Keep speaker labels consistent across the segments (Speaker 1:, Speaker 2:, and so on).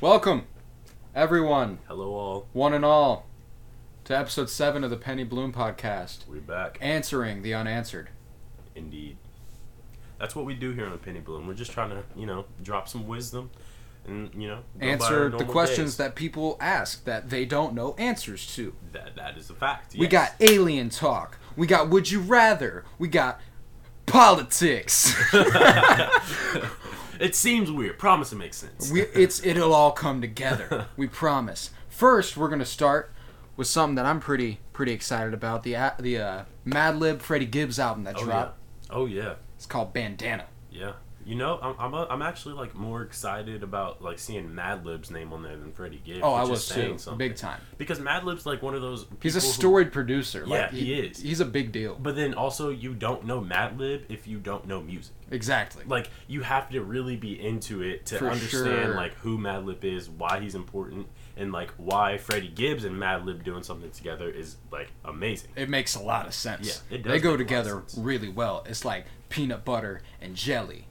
Speaker 1: Welcome, everyone,
Speaker 2: Hello, all.
Speaker 1: one and all, to episode seven of the Penny Bloom podcast,
Speaker 2: We're back.
Speaker 1: answering the unanswered.
Speaker 2: Indeed. That's what we do here on the Penny Bloom. We're just trying to, you know, drop some wisdom and, you know, go by our
Speaker 1: Answer the
Speaker 2: normal
Speaker 1: questions
Speaker 2: days.
Speaker 1: that people ask that they don't know answers to.
Speaker 2: That, that is a fact.
Speaker 1: We
Speaker 2: yes.
Speaker 1: got alien talk. We got would you rather. We got politics.
Speaker 2: It seems weird. Promise it makes sense.
Speaker 1: we, it's it'll all come together. We promise. First, we're gonna start with something that I'm pretty pretty excited about the a- the uh, Madlib Freddie Gibbs album that
Speaker 2: oh, yeah.
Speaker 1: dropped.
Speaker 2: Oh, yeah.
Speaker 1: It's called Bandana.
Speaker 2: Yeah. You know, I'm, I'm, a, I'm actually, like, more excited about, like, seeing Madlib's name on there than Freddie Gibbs.
Speaker 1: Oh, I
Speaker 2: which is
Speaker 1: was
Speaker 2: saying
Speaker 1: too,
Speaker 2: something.
Speaker 1: big time.
Speaker 2: Because Madlib's, like, one of those.
Speaker 1: He's a
Speaker 2: people who-
Speaker 1: storied producer. Like,
Speaker 2: Yeah, he is.
Speaker 1: He's a big deal.
Speaker 2: But then also, you don't know Madlib if you don't know music.
Speaker 1: Exactly.
Speaker 2: like you have to really be into it to
Speaker 1: For
Speaker 2: understand
Speaker 1: sure.
Speaker 2: like who Madlib is, why he's important, and like why Freddie Gibbs and Madlib doing something together is like amazing.
Speaker 1: it makes a lot of sense.
Speaker 2: Yeah, it does
Speaker 1: they go
Speaker 2: make a lot of
Speaker 1: together
Speaker 2: sense.
Speaker 1: really well. It's like peanut butter and jelly,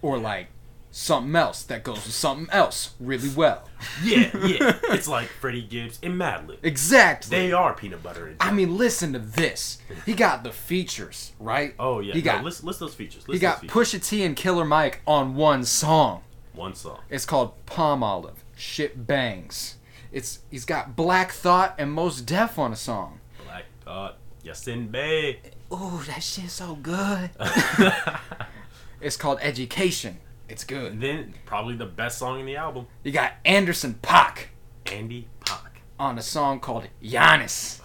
Speaker 1: or like something else that goes with something else really well.
Speaker 2: Yeah, yeah. it's like Freddie Gibbs and Madlib.
Speaker 1: Exactly.
Speaker 2: They are peanut butter and
Speaker 1: I mean, listen to this. He got the features right.
Speaker 2: Oh yeah.
Speaker 1: He
Speaker 2: no,
Speaker 1: got
Speaker 2: list list those features. List
Speaker 1: he got
Speaker 2: those features.
Speaker 1: Pusha T and Killer Mike on one song.
Speaker 2: one song.
Speaker 1: It's called Palm Olive. Shit bangs. It's he's got Black Thought and Most Def on a song.
Speaker 2: Black Thought. Yasin Bey.
Speaker 1: Ooh, that shit's so good. it's called Education. It's good.
Speaker 2: Then probably the best song in the album,
Speaker 1: You got Anderson Pac
Speaker 2: Andy Pock.
Speaker 1: on a song called Giannis.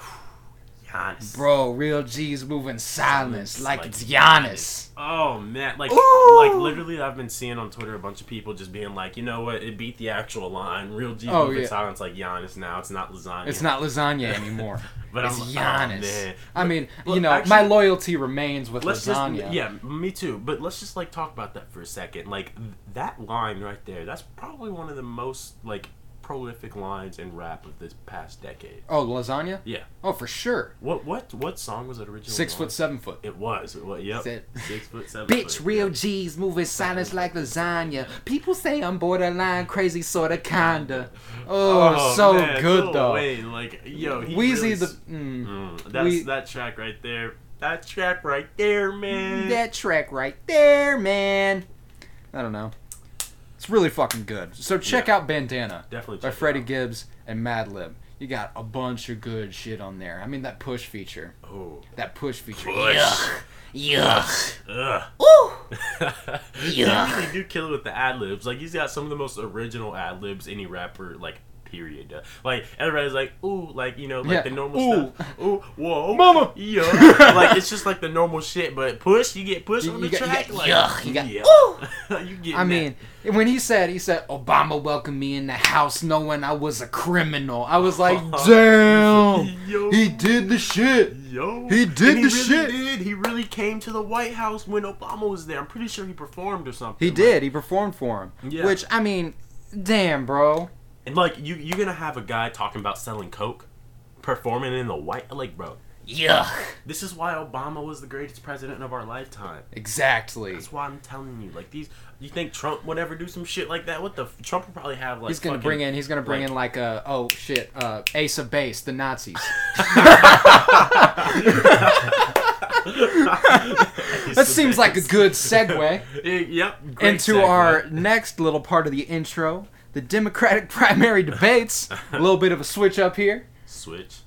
Speaker 2: Giannis.
Speaker 1: Bro, real G's moving silence
Speaker 2: Silence
Speaker 1: like,
Speaker 2: like
Speaker 1: it's Giannis.
Speaker 2: Oh man, like
Speaker 1: Ooh.
Speaker 2: like literally, I've been seeing on Twitter a bunch of people just being like, you know what? It beat the actual line. Real G
Speaker 1: Oh,
Speaker 2: oh,
Speaker 1: yeah.
Speaker 2: silence like Giannis now. It's not lasagna.
Speaker 1: It's not lasagna anymore.
Speaker 2: But
Speaker 1: it's
Speaker 2: I'm- oh,
Speaker 1: Giannis.
Speaker 2: man.
Speaker 1: I mean,
Speaker 2: Look,
Speaker 1: you know,
Speaker 2: actually-
Speaker 1: my loyalty remains with
Speaker 2: Let's
Speaker 1: lasagna.
Speaker 2: just yeah, me too. But let's just like talk about that for a second. Like th- that line right there. That's probably one of the most like prolific lines in rap of this past decade.
Speaker 1: Oh, lasagna?
Speaker 2: Yeah.
Speaker 1: Oh, for sure.
Speaker 2: What what what song was it originally?
Speaker 1: Six
Speaker 2: on?
Speaker 1: foot, seven foot.
Speaker 2: It was. It was. Yep.
Speaker 1: Said-
Speaker 2: Six foot seven.
Speaker 1: Bitch,
Speaker 2: foot,
Speaker 1: real
Speaker 2: yeah.
Speaker 1: G's moving silence like lasagna. People say I'm borderline crazy, sorta, kinda. Oh,
Speaker 2: Oh,
Speaker 1: so
Speaker 2: man,
Speaker 1: good
Speaker 2: no
Speaker 1: though.
Speaker 2: way, Like yo, he
Speaker 1: Wheezy
Speaker 2: really
Speaker 1: the
Speaker 2: s-
Speaker 1: mm,
Speaker 2: Mm, that's
Speaker 1: We-
Speaker 2: that track right there. That track right there, man.
Speaker 1: that track right there, man. I don't know. It's really fucking good. So check
Speaker 2: Yeah.
Speaker 1: out Bandana.
Speaker 2: Definitely
Speaker 1: by
Speaker 2: check it
Speaker 1: Freddie
Speaker 2: out.
Speaker 1: Gibbs and Madlib. You got a bunch of good shit on there. I mean that push feature.
Speaker 2: Oh.
Speaker 1: That push feature.
Speaker 2: Push.
Speaker 1: Yuck.
Speaker 2: Ugh.
Speaker 1: Ooh.
Speaker 2: you
Speaker 1: Yuck.
Speaker 2: really do kill it with the ad libs. Like he's got some of the most original ad libs any rapper like period. does. Like everybody's like ooh, like you know, like
Speaker 1: Yeah.
Speaker 2: the normal
Speaker 1: Ooh.
Speaker 2: stuff. Ooh, whoa,
Speaker 1: Mama.
Speaker 2: yo. like it's just like the normal shit, but push, you get push
Speaker 1: You-
Speaker 2: on
Speaker 1: you
Speaker 2: the
Speaker 1: got- you
Speaker 2: track.
Speaker 1: got
Speaker 2: like
Speaker 1: yuck, you got
Speaker 2: yeah. you get.
Speaker 1: I
Speaker 2: that.
Speaker 1: mean, when he said he said Obama welcomed me in the house knowing I was a criminal. I was like, damn.
Speaker 2: Yo.
Speaker 1: He did the shit.
Speaker 2: Yo,
Speaker 1: He did
Speaker 2: and
Speaker 1: the
Speaker 2: he really
Speaker 1: shit.
Speaker 2: Did. He really came to the White House when Obama was there. I'm pretty sure he performed or something.
Speaker 1: He
Speaker 2: like-
Speaker 1: did. He performed for him.
Speaker 2: Yeah.
Speaker 1: Which I mean, damn, bro.
Speaker 2: And like you, you're gonna have a guy talking about selling coke, performing in the White. Like, bro,
Speaker 1: Yuck.
Speaker 2: this is why Obama was the greatest president of our lifetime.
Speaker 1: Exactly.
Speaker 2: That's why I'm telling you. Like these, you think Trump would ever do some shit like that? What the f- Trump will probably have like
Speaker 1: He's gonna
Speaker 2: fucking-
Speaker 1: bring in. He's gonna bring
Speaker 2: like-
Speaker 1: in like a oh shit, uh, Ace of Base, the Nazis. that seems like a good segue
Speaker 2: Eh, yep. great
Speaker 1: into
Speaker 2: segue.
Speaker 1: our next little part of the intro, the Democratic primary debates. a little bit of a switch up here,
Speaker 2: switch.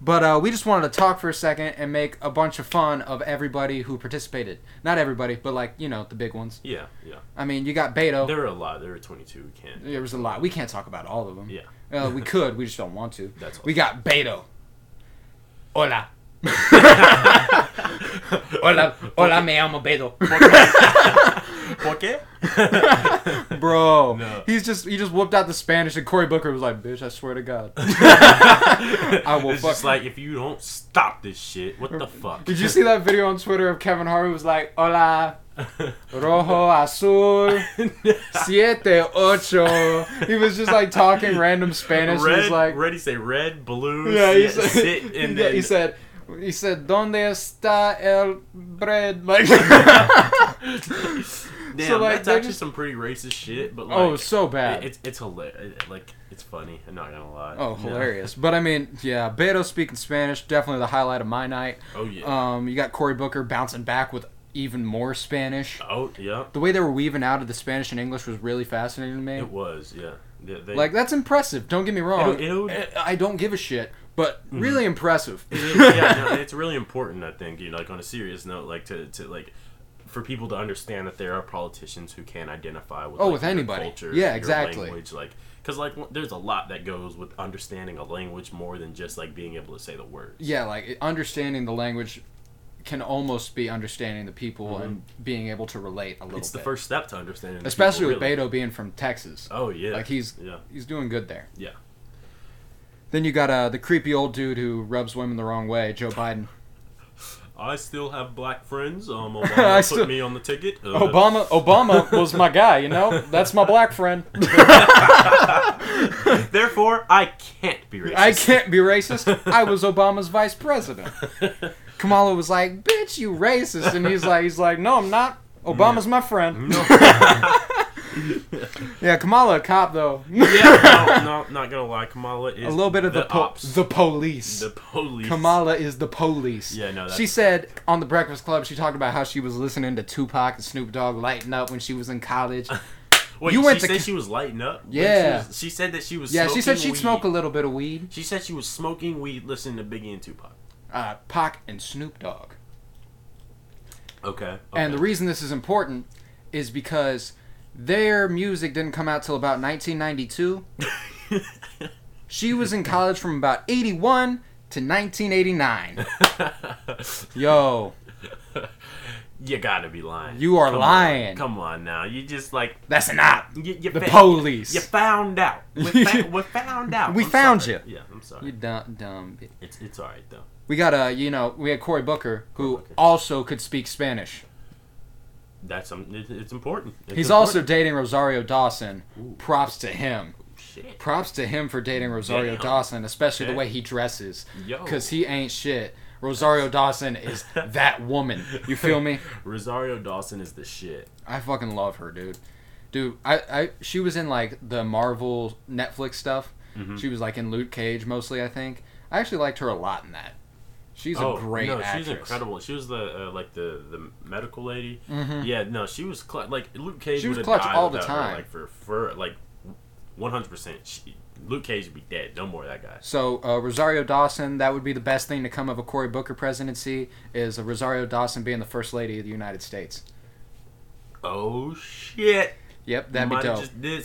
Speaker 1: but uh, we just wanted to talk for a second and make a bunch of fun of everybody who participated. Not everybody, but like you know the big ones.
Speaker 2: Yeah, yeah.
Speaker 1: I mean, you got Beto. There,
Speaker 2: There are a lot. There are 22. We can't.
Speaker 1: was a lot. We can't talk about all of them.
Speaker 2: Yeah.
Speaker 1: Uh, we could, we just don't want to.
Speaker 2: That's all.
Speaker 1: we got Beto. Hola. hola, hola, me llamo Beto.
Speaker 2: Okay.
Speaker 1: Bro,
Speaker 2: No.
Speaker 1: he's just he just whooped out the Spanish, and Cory Booker was like, "Bitch, I swear to God."
Speaker 2: I
Speaker 1: will
Speaker 2: It's
Speaker 1: fuck-
Speaker 2: just like if you don't stop this shit, what the fuck?
Speaker 1: Did you see that video on Twitter of Kevin Hart who was like, "Hola, rojo, azul, siete, ocho." He was just like talking random Spanish. he was
Speaker 2: red,
Speaker 1: like,
Speaker 2: ready say red, blue,
Speaker 1: Yeah,
Speaker 2: yeah,
Speaker 1: he
Speaker 2: sit,
Speaker 1: said,
Speaker 2: sit,
Speaker 1: he,
Speaker 2: and
Speaker 1: said-
Speaker 2: then
Speaker 1: he said, he oh, said, "Donde está el bread?" Like,
Speaker 2: Damn,
Speaker 1: So, like,
Speaker 2: that's
Speaker 1: they're
Speaker 2: actually
Speaker 1: just-
Speaker 2: some pretty racist shit. But like,
Speaker 1: oh, so bad.
Speaker 2: it, it's it's hilarious. Like it's funny. I'm not gonna lie.
Speaker 1: Oh,
Speaker 2: No.
Speaker 1: hilarious. But I mean, yeah, Beto speaking Spanish, definitely the highlight of my night.
Speaker 2: Oh yeah.
Speaker 1: Um, you got Cory Booker bouncing back with even more Spanish.
Speaker 2: oh yeah.
Speaker 1: The way they were weaving out of the Spanish and English was really fascinating to me.
Speaker 2: It was yeah. They, they,
Speaker 1: Like, that's impressive. Don't get me wrong. Eh,
Speaker 2: It'll- it'll-
Speaker 1: I don't give a shit, but really impressive.
Speaker 2: It is- yeah, no, it's really important. I think you know, like on a serious note, like to, to like for people to understand that there are politicians who can identify with
Speaker 1: Oh,
Speaker 2: like,
Speaker 1: with
Speaker 2: your
Speaker 1: anybody.
Speaker 2: culture,
Speaker 1: Yeah,
Speaker 2: your
Speaker 1: exactly.
Speaker 2: language, like because like w- there's a lot that goes with understanding a language more than just like being able to say the words.
Speaker 1: yeah, like, understanding the language can almost be understanding the people
Speaker 2: Mhm.
Speaker 1: and being able to relate a little
Speaker 2: It's the
Speaker 1: bit.
Speaker 2: first step to understanding, the
Speaker 1: Especially
Speaker 2: people,
Speaker 1: with
Speaker 2: really.
Speaker 1: Beto being from Texas.
Speaker 2: Oh yeah,
Speaker 1: Like, he's-
Speaker 2: yeah,
Speaker 1: He's doing good there.
Speaker 2: yeah.
Speaker 1: Then you got uh, the creepy old dude who rubs women the wrong way, Joe Biden.
Speaker 2: I still have black friends. Um, Obama
Speaker 1: I
Speaker 2: put
Speaker 1: still-
Speaker 2: me on the ticket. Uh,
Speaker 1: Obama Obama was my guy, you know? That's my black friend.
Speaker 2: Therefore, I can't be racist.
Speaker 1: I can't be racist. I was Obama's vice president. Kamala was like, "Bitch, you racist." And he's like he's like, "No, I'm not. Obama's my friend." Yeah, Kamala a cop though.
Speaker 2: yeah, no, no, not gonna lie. Kamala is
Speaker 1: a little bit of the
Speaker 2: the
Speaker 1: the, po-
Speaker 2: ops.
Speaker 1: the police.
Speaker 2: The police.
Speaker 1: Kamala is the police.
Speaker 2: Yeah, no, that's-
Speaker 1: She said on the Breakfast Club, she talked about how she was listening to Tupac and Snoop Dogg lighting up when she was in college.
Speaker 2: Wait,
Speaker 1: You
Speaker 2: she
Speaker 1: went to
Speaker 2: said
Speaker 1: ca-
Speaker 2: she was lighting up. Like,
Speaker 1: Yeah.
Speaker 2: she, was- she said that she was.
Speaker 1: Yeah, she said she'd
Speaker 2: weed.
Speaker 1: smoke a little bit of weed.
Speaker 2: She said she was smoking weed, listening to Biggie and Tupac.
Speaker 1: Uh, Pac and Snoop Dogg.
Speaker 2: Okay. okay.
Speaker 1: And the reason this is important is because their music didn't come out till about 1992. she was in college from about 81 to 1989. Yo,
Speaker 2: you gotta be lying.
Speaker 1: You are
Speaker 2: Come on.
Speaker 1: lying.
Speaker 2: Come on now. You just like
Speaker 1: that's enough.
Speaker 2: you, you
Speaker 1: The
Speaker 2: fa-
Speaker 1: police.
Speaker 2: You found out. We, fa- we found out.
Speaker 1: We
Speaker 2: I'm
Speaker 1: found
Speaker 2: sorry.
Speaker 1: you.
Speaker 2: Yeah, I'm
Speaker 1: You
Speaker 2: sorry.
Speaker 1: dumb, dumb. bitch.
Speaker 2: It's it's all right though.
Speaker 1: We got a, you know, we had Cory Booker who
Speaker 2: Cory Booker.
Speaker 1: also could speak Spanish.
Speaker 2: That's um, it, it's important. It's
Speaker 1: He's also
Speaker 2: important.
Speaker 1: dating Rosario Dawson. Props to him.
Speaker 2: shit.
Speaker 1: Props to him for dating Rosario
Speaker 2: Damn.
Speaker 1: Dawson, especially the
Speaker 2: Okay.
Speaker 1: way he dresses.
Speaker 2: Yo.
Speaker 1: Because he ain't shit. Rosario Dawson is that woman. You feel me?
Speaker 2: Rosario Dawson is the shit.
Speaker 1: I fucking love her, dude. Dude, I, I she was in like the Marvel Netflix stuff.
Speaker 2: Mm-hmm.
Speaker 1: She was like in Luke Cage mostly, I think. I actually liked her a lot in that. She's a great
Speaker 2: Oh, no,
Speaker 1: actress.
Speaker 2: she's incredible. She was the uh, like the the medical lady. Yeah, no, she was clutch. Like Luke Cage,
Speaker 1: Mm-hmm. She was
Speaker 2: would've
Speaker 1: clutch
Speaker 2: died
Speaker 1: all the
Speaker 2: without her,
Speaker 1: time.
Speaker 2: like for for like one hundred percent. Luke Cage would be dead. No more of that guy.
Speaker 1: So uh, Rosario Dawson, that would be the best thing to come of a Cory Booker presidency is a Rosario Dawson being the first lady of the United States.
Speaker 2: Oh shit!
Speaker 1: Yep, that'd
Speaker 2: Might
Speaker 1: be dope.
Speaker 2: just did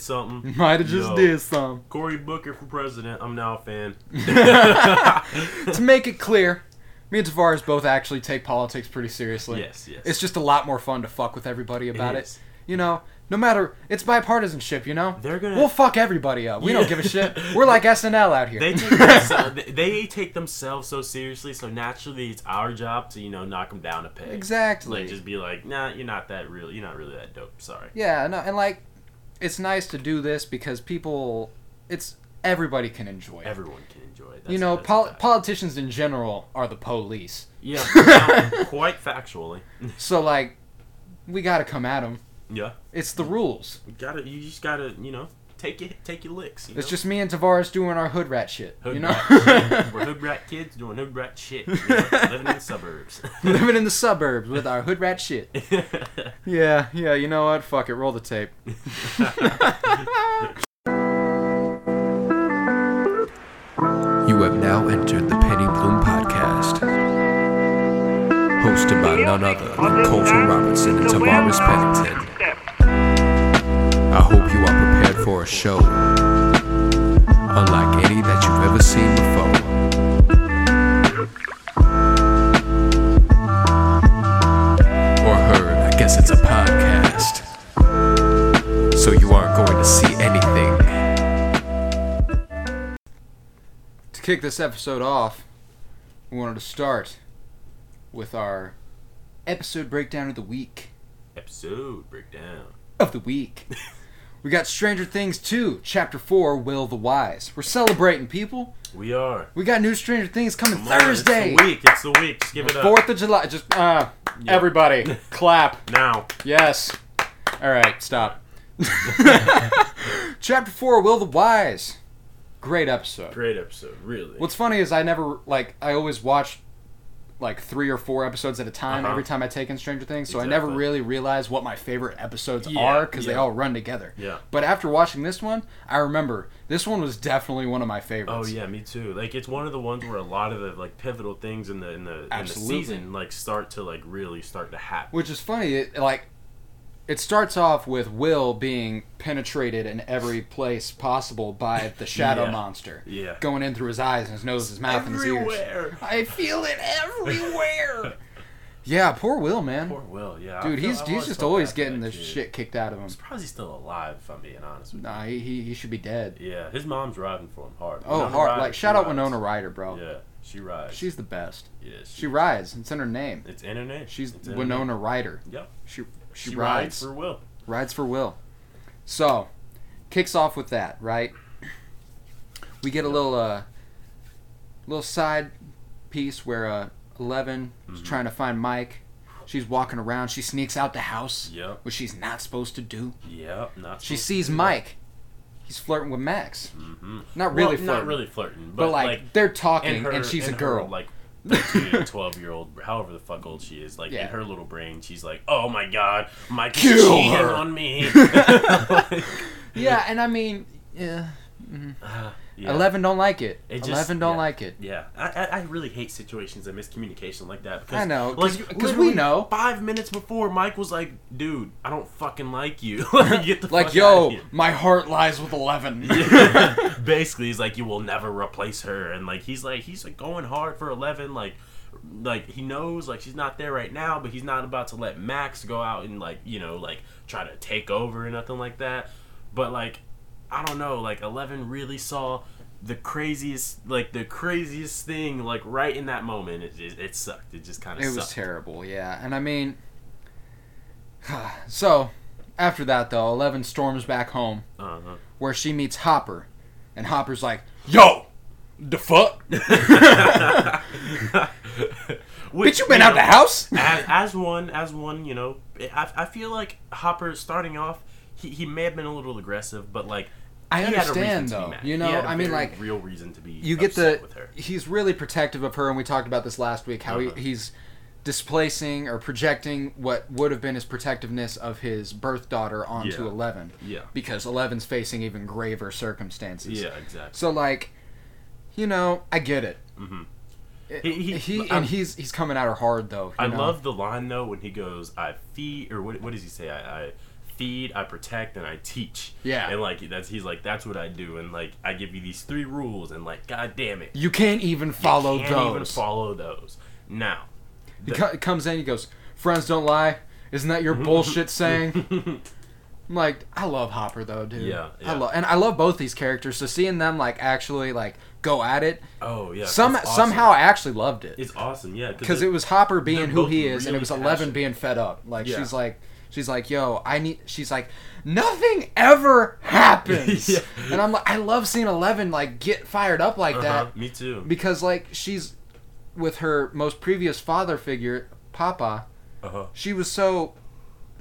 Speaker 2: something.
Speaker 1: Might have just
Speaker 2: Yo.
Speaker 1: did some.
Speaker 2: Cory Booker for president. I'm now a fan.
Speaker 1: to make it clear, me and Tavares both actually take politics pretty seriously.
Speaker 2: yes, yes.
Speaker 1: It's just a lot more fun to fuck with everybody about it.
Speaker 2: is.
Speaker 1: You know, no matter it's bipartisanship, you know?
Speaker 2: They're gonna-
Speaker 1: We'll fuck everybody up. We don't
Speaker 2: Yeah.
Speaker 1: give a shit. We're like SNL out here.
Speaker 2: they take themselves, they take themselves so seriously, so naturally it's our job to you know knock them down a peg.
Speaker 1: exactly.
Speaker 2: Like just be like, nah, you're not that real. You're not really that dope. Sorry.
Speaker 1: Yeah, no, and like it's nice to do this because people it's everybody can enjoy it.
Speaker 2: Everyone can enjoy it.
Speaker 1: you know,
Speaker 2: That's-
Speaker 1: pol-
Speaker 2: that's a fact.
Speaker 1: politicians in general are the police.
Speaker 2: Yeah, no, quite factually.
Speaker 1: So like we got to come at them.
Speaker 2: Yeah,
Speaker 1: It's the rules.
Speaker 2: you gotta. You just gotta. You know, take it. Take your licks. You
Speaker 1: It's
Speaker 2: know?
Speaker 1: just me and Tavares doing our hood rat shit,
Speaker 2: hood
Speaker 1: you know?
Speaker 2: rat shit. We're hood rat kids doing hood rat shit. you know, living in the suburbs.
Speaker 1: Living in the suburbs with our hood rat shit. Yeah, yeah, you know what? Fuck it, roll the tape.
Speaker 3: You have now entered the Penny Bloom Podcast, hosted by none other than Colton Robinson and Tavares Pennington. I hope you are prepared for a show unlike any that you've ever seen before. Or heard, I guess it's a podcast. So you aren't going to see anything.
Speaker 1: To kick this episode off, we wanted to start with our episode breakdown of the week.
Speaker 2: Episode breakdown.
Speaker 1: Of the week. We got Stranger Things 2, Chapter 4, Will the Wise. We're celebrating, people.
Speaker 2: We are.
Speaker 1: We got new Stranger Things coming
Speaker 2: Come on,
Speaker 1: Thursday.
Speaker 2: It's the week. It's the week. Just give it up.
Speaker 1: Fourth of July. Just uh, everybody clap.
Speaker 2: Now.
Speaker 1: Yes. All right, stop. Chapter four, Will the Wise. Great episode.
Speaker 2: Great episode, really.
Speaker 1: What's funny is I never like I always watch like three or four episodes at a time
Speaker 2: Uh-huh.
Speaker 1: every time I take in Stranger Things, so I
Speaker 2: Exactly.
Speaker 1: never really realize what my favorite episodes are
Speaker 2: Yeah,
Speaker 1: 'cause are because they
Speaker 2: yeah.
Speaker 1: all run together.
Speaker 2: Yeah.
Speaker 1: But after watching this one, I remember this one was definitely one of my
Speaker 2: Oh
Speaker 1: favorites.
Speaker 2: yeah, me too. Like it's one of the ones where a lot of the like pivotal things in the in the, in the
Speaker 1: Absolutely.
Speaker 2: season like start to like really start to happen.
Speaker 1: Which is funny, it like it starts off with Will being penetrated in every place possible by the shadow
Speaker 2: Yeah.
Speaker 1: monster.
Speaker 2: Yeah.
Speaker 1: Going in through his eyes and his nose, his mouth, and his ears.
Speaker 2: Everywhere.
Speaker 1: I feel it everywhere. yeah, poor Will, man.
Speaker 2: Poor Will, yeah. I
Speaker 1: Dude,
Speaker 2: feel-
Speaker 1: he's
Speaker 2: I've
Speaker 1: he's just
Speaker 2: felt
Speaker 1: always
Speaker 2: bad for
Speaker 1: getting
Speaker 2: that
Speaker 1: the
Speaker 2: kid.
Speaker 1: shit kicked out of him.
Speaker 2: I'm surprised he's still alive. If I'm being honest with you.
Speaker 1: Nah, he, he, he should be dead.
Speaker 2: Yeah, his mom's riding for him hard.
Speaker 1: Oh,
Speaker 2: Winona
Speaker 1: hard.
Speaker 2: Ryder,
Speaker 1: Like,
Speaker 2: she
Speaker 1: shout out
Speaker 2: rides.
Speaker 1: Winona Ryder, bro.
Speaker 2: Yeah, she rides.
Speaker 1: She's the best.
Speaker 2: yeah, she,
Speaker 1: She rides. It's in her name.
Speaker 2: It's in her name.
Speaker 1: She's
Speaker 2: It's in her name.
Speaker 1: Winona Ryder.
Speaker 2: Yep.
Speaker 1: She, she,
Speaker 2: She
Speaker 1: rides.
Speaker 2: rides for Will.
Speaker 1: Rides for Will. So, kicks off with that, right? We get a little uh, little side piece where uh, Eleven
Speaker 2: Mm-hmm.
Speaker 1: is trying to find Mike. She's walking around. She sneaks out the house,
Speaker 2: Yep.
Speaker 1: which she's not supposed to do.
Speaker 2: Yep. Not.
Speaker 1: She sees Mike. He's flirting with Max.
Speaker 2: Mm-hmm.
Speaker 1: Not really flirting,
Speaker 2: Not really flirting,
Speaker 1: but, like, they're talking, and,
Speaker 2: her-
Speaker 1: she's a
Speaker 2: and her,
Speaker 1: girl.
Speaker 2: like 13, 12 year old, however the fuck old she is, like
Speaker 1: Yeah.
Speaker 2: in her little brain, she's like, "Oh my god, Mike is
Speaker 1: Kill
Speaker 2: cheating
Speaker 1: her."
Speaker 2: on me."
Speaker 1: yeah, and I mean, yeah. mm-hmm.
Speaker 2: yeah.
Speaker 1: Eleven don't like it.
Speaker 2: It just-
Speaker 1: Eleven don't
Speaker 2: yeah.
Speaker 1: like it.
Speaker 2: Yeah, I, I, I really hate situations of miscommunication like that because
Speaker 1: I know, 'cause-
Speaker 2: like,
Speaker 1: 'cause we
Speaker 2: literally
Speaker 1: know.
Speaker 2: five minutes before Mike was like, "Dude, I don't fucking like you." like, get the
Speaker 1: Like,
Speaker 2: fuck outta
Speaker 1: yo,
Speaker 2: here.
Speaker 1: my heart lies with Eleven.
Speaker 2: basically he's like you will never replace her and like he's like he's like going hard for 11 like like he knows like she's not there right now but he's not about to let max go out and like you know like try to take over or nothing like that but like i don't know like 11 really saw the craziest like the craziest thing like right in that moment it, it, it sucked it just kind of
Speaker 1: it
Speaker 2: sucked
Speaker 1: was terrible, yeah. And I mean, so after that though, Eleven storms back home
Speaker 2: uh-huh.
Speaker 1: where she meets Hopper, and Hopper's like, "Yo, the fuck,
Speaker 2: Which,
Speaker 1: bitch, you been out the
Speaker 2: know,
Speaker 1: house?"
Speaker 2: as, as one, as one, you know, I, I feel like Hopper starting off, he, he may have been a little aggressive, but like
Speaker 1: I
Speaker 2: he had a reason
Speaker 1: understand,
Speaker 2: to be
Speaker 1: though.
Speaker 2: mad.
Speaker 1: You
Speaker 2: He
Speaker 1: know,
Speaker 2: had a
Speaker 1: I mean,
Speaker 2: very
Speaker 1: like,
Speaker 2: real reason to be
Speaker 1: you get
Speaker 2: upset
Speaker 1: the
Speaker 2: with her.
Speaker 1: he's really protective of her and we talked about this last week how
Speaker 2: Uh-huh.
Speaker 1: he, he's displacing or projecting what would have been his protectiveness of his birth daughter onto
Speaker 2: Yeah.
Speaker 1: 11
Speaker 2: Yeah,
Speaker 1: because 11's facing even graver circumstances
Speaker 2: yeah, exactly.
Speaker 1: so like you know i get it
Speaker 2: Mhm.
Speaker 1: It-
Speaker 2: He- he-
Speaker 1: he
Speaker 2: I'm-
Speaker 1: and he's he's coming at her hard though you
Speaker 2: I
Speaker 1: know?
Speaker 2: love the line though when he goes, "I feed," or what, what does he say? I, I feed, I protect, and I teach.
Speaker 1: Yeah.
Speaker 2: and like that's he's like that's what I do, and like I give you these three rules, and like god damn it,
Speaker 1: you can't even follow
Speaker 2: can't
Speaker 1: those
Speaker 2: even follow those now.
Speaker 1: He co- comes in, he goes, "Friends don't lie." Isn't that your bullshit saying? I'm like, I love Hopper though, dude.
Speaker 2: Yeah,
Speaker 1: I
Speaker 2: yeah.
Speaker 1: love, and I love both these characters. So seeing them like actually like go at it,
Speaker 2: Oh yeah,
Speaker 1: some
Speaker 2: it's awesome.
Speaker 1: somehow I actually loved it
Speaker 2: It's awesome, yeah.
Speaker 1: because it was Hopper
Speaker 2: they're
Speaker 1: being who
Speaker 2: both
Speaker 1: he is, and
Speaker 2: really
Speaker 1: it was Eleven
Speaker 2: passionate.
Speaker 1: being fed up. Like
Speaker 2: Yeah.
Speaker 1: she's like, she's like, "Yo, I need." She's like, "Nothing ever happens,"
Speaker 2: Yeah.
Speaker 1: and I'm like, I love seeing Eleven like get fired up like that
Speaker 2: Uh-huh, Me too.
Speaker 1: because like she's with her most previous father figure papa
Speaker 2: Uh-huh.
Speaker 1: she was so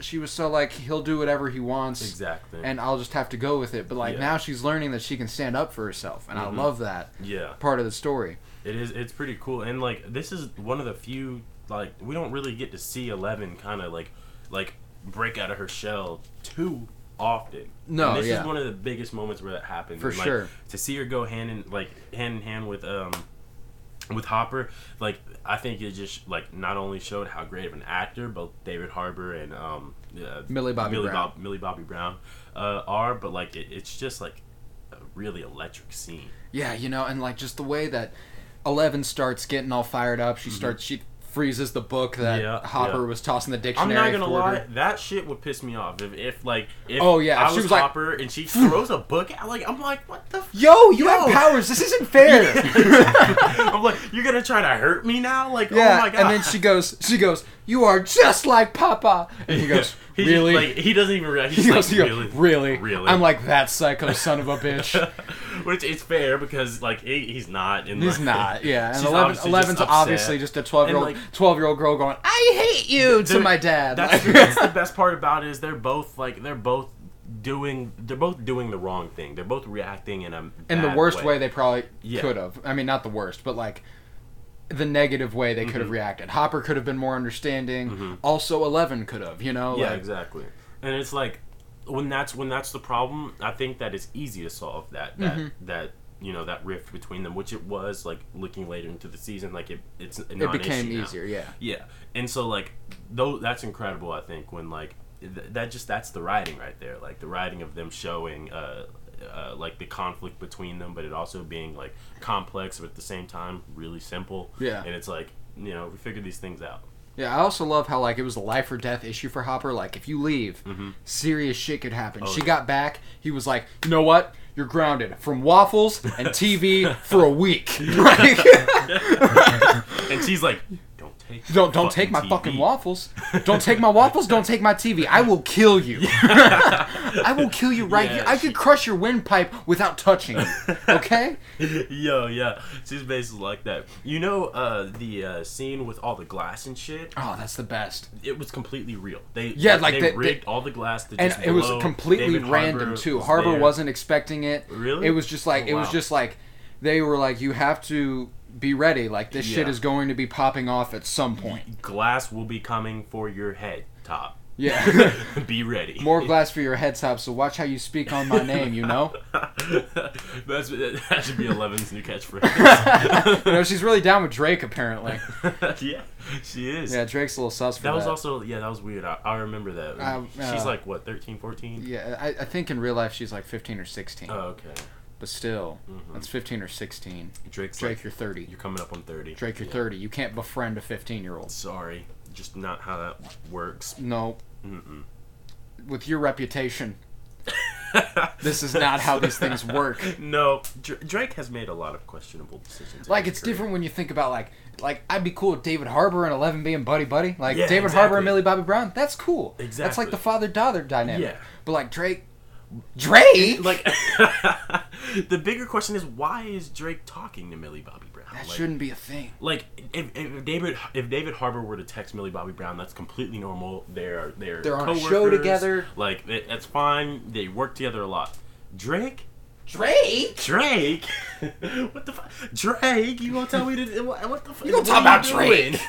Speaker 1: she was so like he'll do whatever he wants
Speaker 2: Exactly.
Speaker 1: and i'll just have to go with it but like
Speaker 2: Yeah.
Speaker 1: now she's learning that she can stand up for herself and
Speaker 2: Mhm.
Speaker 1: i love that
Speaker 2: yeah,
Speaker 1: part of the story
Speaker 2: it is. It's pretty cool. And like, this is one of the few like we don't really get to see Eleven kind of like like break out of her shell too often.
Speaker 1: No,
Speaker 2: And this
Speaker 1: yeah.
Speaker 2: is one of the biggest moments where that happens.
Speaker 1: For
Speaker 2: And, like,
Speaker 1: sure.
Speaker 2: To see her go hand in like hand in hand with um with Hopper, like I think it just like not only showed how great of an actor both David Harbour and um uh,
Speaker 1: Millie Bobby
Speaker 2: Millie,
Speaker 1: Brown.
Speaker 2: Bob, Millie Bobby Brown uh, are, but like it, it's just like a really electric scene.
Speaker 1: yeah you know and like just the way that 11 starts getting all fired up she starts she freezes the book that
Speaker 2: Mm-hmm. Yeah,
Speaker 1: hopper
Speaker 2: yeah.
Speaker 1: was tossing the
Speaker 2: I'm
Speaker 1: dictionary
Speaker 2: not gonna
Speaker 1: toward her.
Speaker 2: lie, that shit would piss me off if, if like if
Speaker 1: Oh, yeah,
Speaker 2: I
Speaker 1: if
Speaker 2: was,
Speaker 1: she was like-
Speaker 2: Hopper and she throws a book at like I'm like what the. F-?
Speaker 1: yo you have
Speaker 2: Yo. Oh
Speaker 1: powers this isn't fair
Speaker 2: I'm like you're gonna try to hurt me now like
Speaker 1: Yeah,
Speaker 2: oh my god.
Speaker 1: and then she goes, she goes, you are just like Papa. And he goes,
Speaker 2: He just,
Speaker 1: really?
Speaker 2: like, he doesn't even react. He's
Speaker 1: he
Speaker 2: like,
Speaker 1: goes, he goes,
Speaker 2: really,
Speaker 1: really?
Speaker 2: really.
Speaker 1: I'm like that psycho son of a bitch.
Speaker 2: Which is fair because like he, he's not. And,
Speaker 1: He's
Speaker 2: like,
Speaker 1: not, yeah. And
Speaker 2: she's
Speaker 1: 11,
Speaker 2: obviously
Speaker 1: 11's
Speaker 2: just
Speaker 1: obviously
Speaker 2: upset.
Speaker 1: just a 12 year old
Speaker 2: And, like-
Speaker 1: 12 year old girl going, I hate you to
Speaker 2: They're-
Speaker 1: my dad.
Speaker 2: That's,
Speaker 1: Like-
Speaker 2: that's the best part about it is they're both like they're both doing they're both doing the wrong thing. They're both reacting in a
Speaker 1: in the
Speaker 2: bad
Speaker 1: worst way, they probably
Speaker 2: Yeah.
Speaker 1: could have. I mean, not the worst, but like the negative way they
Speaker 2: Mm-hmm.
Speaker 1: could have reacted. Hopper could have been more understanding. Also, Eleven could have, you know?
Speaker 2: Yeah,
Speaker 1: like,
Speaker 2: exactly. And it's like when that's when that's the problem. I think that it's easy to solve that that
Speaker 1: Mm-hmm.
Speaker 2: that you know that rift between them, which it was like looking later into the season, like it it's a
Speaker 1: It became
Speaker 2: non-issue now.
Speaker 1: easier, yeah.
Speaker 2: Yeah, and so like though that's incredible. I think when like th- that just that's the writing right there, like the writing of them showing uh, uh like the conflict between them, but it also being like complex, but at the same time really simple.
Speaker 1: Yeah.
Speaker 2: and it's like you know we figured these things out.
Speaker 1: Yeah, I also love how like it was a life or death issue for Hopper. Like if you leave, serious shit could happen. she
Speaker 2: Mm-hmm. Oh, yeah.
Speaker 1: got back. He was like, you know what? You're grounded from waffles and TV for a week. Like,
Speaker 2: And she's like, don't take
Speaker 1: don't don't take my
Speaker 2: TV."
Speaker 1: fucking waffles. Don't take my waffles. Don't take my TV. I will kill you. I will kill you right
Speaker 2: Yeah,
Speaker 1: here. I could crush your windpipe without touching you. Okay?
Speaker 2: Yo, yeah, she's basically like that. You know, uh, the uh, scene with all the glass and shit.
Speaker 1: Oh, that's the best.
Speaker 2: It was completely real. They
Speaker 1: Yeah, like
Speaker 2: they
Speaker 1: the-
Speaker 2: rigged
Speaker 1: the-
Speaker 2: all the glass. To
Speaker 1: and
Speaker 2: just
Speaker 1: it was
Speaker 2: blow.
Speaker 1: completely
Speaker 2: David
Speaker 1: random
Speaker 2: Harbour
Speaker 1: too.
Speaker 2: was
Speaker 1: Harbor
Speaker 2: there.
Speaker 1: wasn't expecting it.
Speaker 2: Really?
Speaker 1: It was just like
Speaker 2: Oh,
Speaker 1: it was
Speaker 2: wow.
Speaker 1: just like they were like, you have to be ready. Like this shit
Speaker 2: Yeah.
Speaker 1: is going to be popping off at some point.
Speaker 2: Glass will be coming for your head top.
Speaker 1: Yeah,
Speaker 2: Be ready.
Speaker 1: more glass for your head top. So watch how you speak on my name. You know,
Speaker 2: That's, that should be Eleven's new catchphrase.
Speaker 1: you know she's really down with Drake apparently.
Speaker 2: yeah, she is.
Speaker 1: Yeah, Drake's a little sus for that.
Speaker 2: that was also yeah, that was weird. I, I remember that.
Speaker 1: Um,
Speaker 2: she's
Speaker 1: uh,
Speaker 2: like what 13, 14?
Speaker 1: yeah, I, I think in real life she's like 15 or 16,
Speaker 2: Oh, okay.
Speaker 1: but still, that's 15 or 16.
Speaker 2: Drake's
Speaker 1: Drake,
Speaker 2: Mm-hmm. like,
Speaker 1: you're 30.
Speaker 2: you're coming up on thirty.
Speaker 1: Drake, you're
Speaker 2: Yeah.
Speaker 1: 30. You can't befriend a 15 year old.
Speaker 2: Sorry, just not how that works.
Speaker 1: No.
Speaker 2: Mm-hmm.
Speaker 1: With your reputation, this is not how these things work.
Speaker 2: No, Dr- Drake has made a lot of questionable decisions. in
Speaker 1: Like
Speaker 2: his
Speaker 1: it's
Speaker 2: career.
Speaker 1: different when you think about like like I'd be cool with David Harbour and Eleven being buddy buddy. Like
Speaker 2: Yeah,
Speaker 1: David Harbour and
Speaker 2: exactly.
Speaker 1: Millie Bobby Brown, that's cool. That's
Speaker 2: Exactly.
Speaker 1: like the father daughter dynamic.
Speaker 2: Yeah.
Speaker 1: But like Drake, Drake.
Speaker 2: Like the bigger question is why is Drake talking to Millie Bobby Brown?
Speaker 1: that
Speaker 2: like,
Speaker 1: shouldn't be a thing.
Speaker 2: like if, if David if David Harbour were to text Millie Bobby Brown, that's completely normal. They're they're
Speaker 1: They're on a show
Speaker 2: coworkers.
Speaker 1: together.
Speaker 2: Like it, that's fine. They work together a lot. Drake.
Speaker 1: Drake.
Speaker 2: Drake, what the fuck? Drake, you gonna tell me to what, what the fuck?
Speaker 1: You gonna talk about Drake?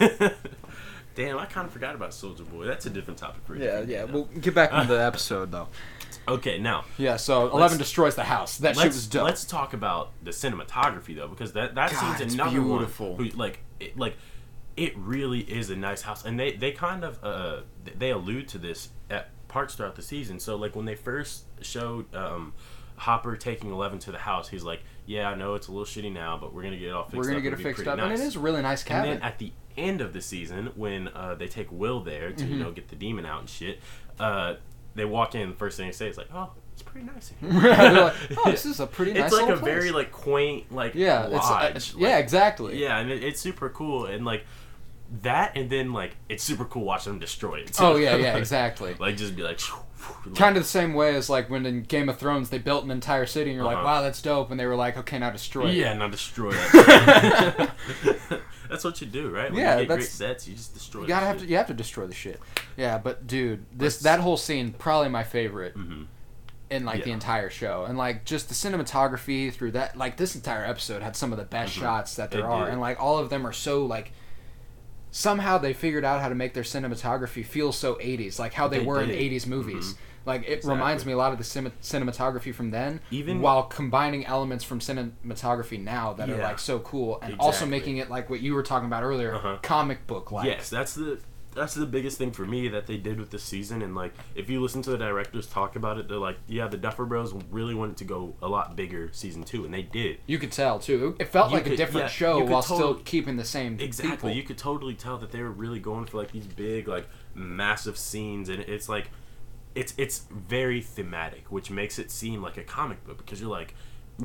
Speaker 2: Damn, I kind of forgot about Soldier Boy. That's a different topic for you.
Speaker 1: Yeah, yeah. We'll get back into the episode though.
Speaker 2: Okay, now
Speaker 1: Yeah. So Eleven destroys the house. That shit was
Speaker 2: let's
Speaker 1: dope.
Speaker 2: let's talk about the cinematography though, because that that
Speaker 1: God,
Speaker 2: scene's
Speaker 1: it's
Speaker 2: another
Speaker 1: beautiful.
Speaker 2: one. Who, like it, like it really is a nice house, and they they kind of uh th- they allude to this at parts throughout the season. So like when they first showed um. Hopper taking Eleven to the house. He's like, "Yeah, I know it's a little shitty now, but we're gonna get it all fixed
Speaker 1: We're gonna
Speaker 2: up.
Speaker 1: get it
Speaker 2: It'll be
Speaker 1: fixed
Speaker 2: pretty
Speaker 1: up, and it
Speaker 2: nice."
Speaker 1: is a really nice
Speaker 2: And
Speaker 1: cabin.
Speaker 2: then at the end of the season, when uh, they take Will there to you
Speaker 1: Mm-hmm.
Speaker 2: know get the demon out and shit, uh, they walk in. The first thing they say is like, "Oh, it's pretty nice in here."
Speaker 1: They're like, oh, this is a pretty nice
Speaker 2: it's like a
Speaker 1: little place.
Speaker 2: very like quaint like
Speaker 1: yeah, it's, uh,
Speaker 2: lodge.
Speaker 1: it's-
Speaker 2: like-
Speaker 1: yeah, exactly.
Speaker 2: yeah, and it, it's super cool and like that, and then like it's super cool watching them destroy it. too.
Speaker 1: Oh yeah, yeah,
Speaker 2: Like-
Speaker 1: exactly.
Speaker 2: Like just be like, like,
Speaker 1: Kind of the same way as like when in Game of Thrones they built an entire city and you're like,
Speaker 2: Uh-huh.
Speaker 1: wow, that's dope, and they were like, okay, now destroy it.
Speaker 2: yeah, not destroy it. that's what you do, right? When
Speaker 1: Yeah,
Speaker 2: you get great
Speaker 1: that's-
Speaker 2: sets, you just destroy.
Speaker 1: You gotta
Speaker 2: the
Speaker 1: have to,
Speaker 2: shit.
Speaker 1: you have to destroy the shit. Yeah, but dude, this that whole scene probably my favorite in like the
Speaker 2: Mm-hmm. Yeah.
Speaker 1: entire show, and like just the cinematography through that. Like this entire episode had some of the best shots that there
Speaker 2: Mm-hmm. It
Speaker 1: are,
Speaker 2: did.
Speaker 1: and like all of them are so like. Somehow they figured out how to make their cinematography feel so 80s, like how they,
Speaker 2: They
Speaker 1: were in
Speaker 2: did. Mm-hmm.
Speaker 1: 80s movies. Like it reminds me a lot of the cine- cinematography from then,
Speaker 2: Even-
Speaker 1: while combining elements from cinematography now that are
Speaker 2: Yeah.
Speaker 1: like so cool, and also
Speaker 2: Exactly.
Speaker 1: making it like what you were talking about earlier,
Speaker 2: Uh-huh.
Speaker 1: comic book like.
Speaker 2: Yes, that's the that's the biggest thing for me that they did with this season. And like, if you listen to the directors talk about it, they're like, yeah, the Duffer Bros really wanted to go a lot bigger season two, and they did.
Speaker 1: You could tell too. It felt
Speaker 2: You
Speaker 1: like a
Speaker 2: could-
Speaker 1: different
Speaker 2: yeah,
Speaker 1: show
Speaker 2: you could
Speaker 1: while still
Speaker 2: totally-
Speaker 1: keeping the same
Speaker 2: Exactly,
Speaker 1: people.
Speaker 2: you could totally tell that they were really going for like these big, like massive scenes, and it's like, it's it's very thematic, which makes it seem like a comic book because you're like.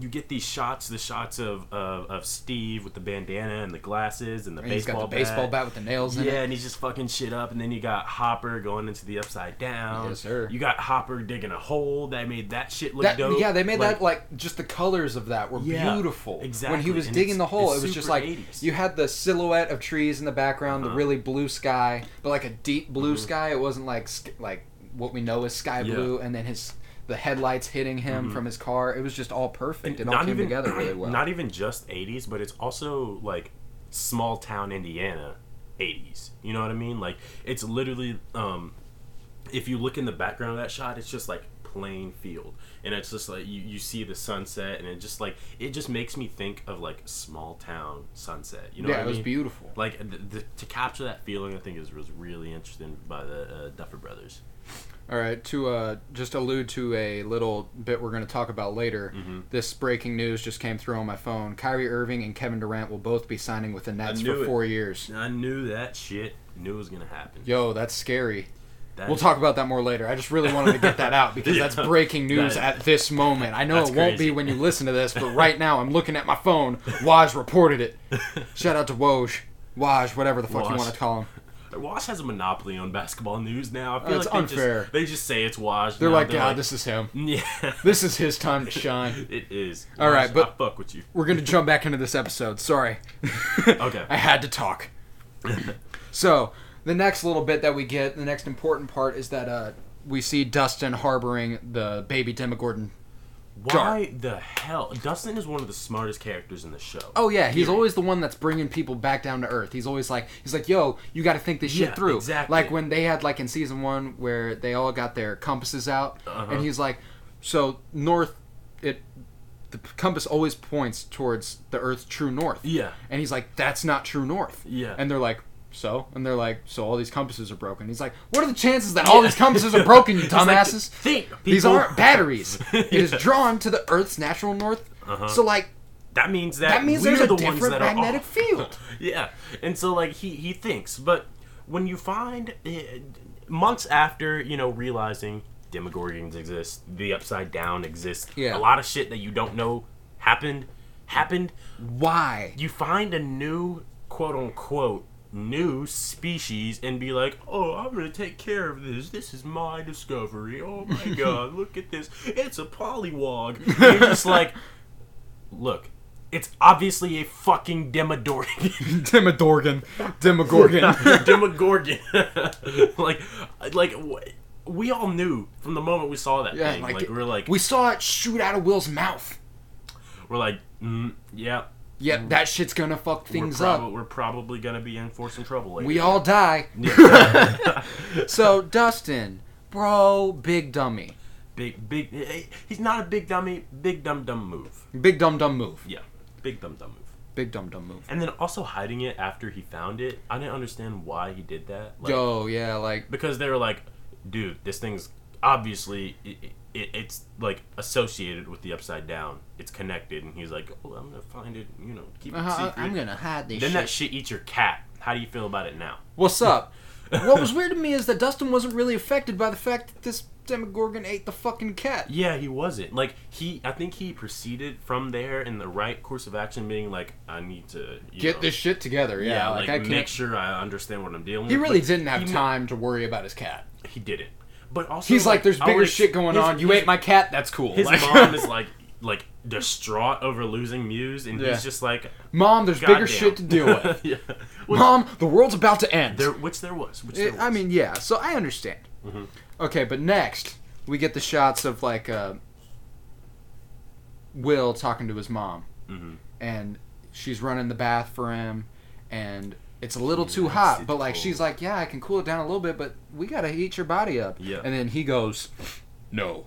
Speaker 2: you get these shots, the shots of, of of Steve with the bandana and the glasses and the
Speaker 1: And he's got
Speaker 2: baseball
Speaker 1: the baseball bat with the nails in
Speaker 2: yeah,
Speaker 1: it.
Speaker 2: and he's just fucking shit up, and then you got Hopper going into the upside down.
Speaker 1: Yes, sir.
Speaker 2: You got Hopper digging a hole. They made that shit look
Speaker 1: That,
Speaker 2: dope.
Speaker 1: yeah, they made that like just the colors of that were
Speaker 2: Yeah,
Speaker 1: beautiful. When he
Speaker 2: exactly,
Speaker 1: was
Speaker 2: and
Speaker 1: digging
Speaker 2: it's-
Speaker 1: the hole,
Speaker 2: it's
Speaker 1: it was just
Speaker 2: super Uh-huh.
Speaker 1: like
Speaker 2: 80s.
Speaker 1: you had the silhouette of trees in the background, the really blue sky, but like a deep blue sky. It wasn't like sk- like what we know as sky
Speaker 2: Mm-hmm. Yeah. Mm-hmm.
Speaker 1: blue, and then his the headlights hitting him from his car. It was just all perfect. It all came together really well.
Speaker 2: Not even just '80s, but it's also like small town Indiana '80s. You know what I mean? Like it's literally, um, if you look in the background of that shot, it's just like plain field, and it's just like you, you see the sunset, and it just like it just makes me think of like small town sunset. You know?
Speaker 1: yeah,
Speaker 2: what I
Speaker 1: it was
Speaker 2: mean?
Speaker 1: beautiful.
Speaker 2: Like th the, to capture that feeling, I think is was really interesting by the uh, Duffer Brothers.
Speaker 1: All right, to uh, just allude to a little bit we're going to talk about later.
Speaker 2: Mm-hmm.
Speaker 1: This breaking news just came through on my phone. Kyrie Irving and Kevin Durant will both be signing with the Nets
Speaker 2: knew
Speaker 1: for
Speaker 2: it.
Speaker 1: four years.
Speaker 2: I knew that shit knew it was gonna happen.
Speaker 1: Yo, that's scary.
Speaker 2: That
Speaker 1: We'll talk about that more later. I just really wanted to get that out because that's
Speaker 2: Yeah.
Speaker 1: breaking news
Speaker 2: That-
Speaker 1: at this moment. I know it
Speaker 2: that's
Speaker 1: won't be
Speaker 2: crazy.
Speaker 1: when you listen to this, but right now I'm looking at my phone. Waj reported it. Shout out to Woj. Waj, whatever the fuck you
Speaker 2: Woj.
Speaker 1: want to call him.
Speaker 2: Wash has a monopoly on basketball news now. I feel
Speaker 1: Uh, it's
Speaker 2: like they
Speaker 1: unfair.
Speaker 2: Just, they just say it's Wash.
Speaker 1: They're like, God, this is him.
Speaker 2: Yeah,
Speaker 1: This is his time to shine.
Speaker 2: it is.
Speaker 1: All right,
Speaker 2: Waj,
Speaker 1: but-
Speaker 2: I fuck with you.
Speaker 1: We're going to jump back into this episode. Sorry.
Speaker 2: Okay.
Speaker 1: I had to talk. so the next little bit that we get, the next important part is that uh, we see Dustin harboring the baby Demogorgon.
Speaker 2: Why the hell? Dustin is one of the smartest characters in the show.
Speaker 1: Oh yeah, he's
Speaker 2: Period.
Speaker 1: always the one that's bringing people back down to earth. He's always like, he's like, yo, you got to think this shit
Speaker 2: Yeah,
Speaker 1: through.
Speaker 2: exactly.
Speaker 1: Like when they had like in season one where they all got their compasses out,
Speaker 2: Uh-huh.
Speaker 1: and he's like, so north, it, the compass always points towards the Earth's true north.
Speaker 2: Yeah.
Speaker 1: And he's like, that's not true north.
Speaker 2: Yeah.
Speaker 1: And they're like, so? And they're like, so all these compasses are broken. He's like, what are the chances that all these compasses are broken, you
Speaker 2: He's like,
Speaker 1: dumbasses?
Speaker 2: think,
Speaker 1: these
Speaker 2: people."
Speaker 1: aren't batteries. It is drawn to the Earth's natural north. So like,
Speaker 2: That means that,
Speaker 1: that means
Speaker 2: Uh-huh. we're
Speaker 1: there's a
Speaker 2: the ones
Speaker 1: different
Speaker 2: that are
Speaker 1: magnetic
Speaker 2: off.
Speaker 1: field.
Speaker 2: yeah and so like he he thinks but when you find uh, months after you know realizing demogorgons exist the upside down exists
Speaker 1: Yeah.
Speaker 2: a lot of shit that you don't know happened happened
Speaker 1: Why?
Speaker 2: you find a new quote unquote new species and be like, oh, I'm gonna take care of this. This is my discovery. Oh my god, look at this. It's a polywog. You're just like, look, it's obviously a fucking demodorgon.
Speaker 1: Demogorgon. Demogorgon.
Speaker 2: demogorgon. like, like. wh- We all knew from the moment we saw that
Speaker 1: Yeah,
Speaker 2: thing.
Speaker 1: like,
Speaker 2: Like, we're like,
Speaker 1: we saw it shoot out of Will's mouth.
Speaker 2: we're like, mm, yeah,
Speaker 1: Yep, that shit's gonna fuck
Speaker 2: Mm. we're,
Speaker 1: things up.
Speaker 2: prob- we're probably gonna be in for some trouble later.
Speaker 1: We all die. so Dustin, bro, big dummy,
Speaker 2: Big, big. eh, He's not a big dummy. Big dumb dumb move.
Speaker 1: big dumb dumb move,
Speaker 2: Yeah, big dumb dumb move.
Speaker 1: big dumb dumb move.
Speaker 2: And then also hiding it after he found it. I didn't understand why he did that. Like,
Speaker 1: Yo, yeah, like
Speaker 2: because they were like, dude, this thing's obviously it, it, it's like associated with the upside down. It's connected, and he's like, oh, I'm gonna find it. You know, keep it
Speaker 1: uh,
Speaker 2: secret.
Speaker 1: I'm gonna hide this
Speaker 2: Then
Speaker 1: shit.
Speaker 2: that shit eats your cat. How do you feel about it now?
Speaker 1: What's up? what was weird to me is that Dustin wasn't really affected by the fact that this Demogorgon ate the fucking cat.
Speaker 2: Yeah, he wasn't. Like he, I think he proceeded from there in the right course of action, being like, I need to you
Speaker 1: Get
Speaker 2: know,
Speaker 1: this shit together, yeah.
Speaker 2: Yeah,
Speaker 1: like,
Speaker 2: like,
Speaker 1: I can't.
Speaker 2: make sure I understand what I'm dealing
Speaker 1: he
Speaker 2: with.
Speaker 1: really
Speaker 2: but
Speaker 1: didn't have
Speaker 2: he kn-
Speaker 1: time to worry about his cat.
Speaker 2: He didn't. But also,
Speaker 1: He's like, "There's
Speaker 2: I would
Speaker 1: bigger
Speaker 2: ex-
Speaker 1: shit going
Speaker 2: his-
Speaker 1: on. You
Speaker 2: his-
Speaker 1: ate my cat. That's cool."
Speaker 2: His
Speaker 1: Like-
Speaker 2: mom is like, like distraught over losing Muse, and
Speaker 1: Yeah.
Speaker 2: he's just like,
Speaker 1: Mom, there's
Speaker 2: "Goddamn."
Speaker 1: bigger shit to deal with.
Speaker 2: yeah. Which,
Speaker 1: Mom, the world's about to end.
Speaker 2: there, which there was. Which Mm-hmm. there
Speaker 1: It-
Speaker 2: was.
Speaker 1: Eh, I mean, yeah. So I understand. Okay, but next we get the shots of like uh, Will talking to his mom,
Speaker 2: Mm-hmm.
Speaker 1: and she's running the bath for him, and it's a little too
Speaker 2: Yes,
Speaker 1: hot.
Speaker 2: it's
Speaker 1: But like,
Speaker 2: cold.
Speaker 1: she's like, "Yeah, I can cool it down a little bit, but we gotta heat your body up."
Speaker 2: Yeah.
Speaker 1: And then he goes, "No."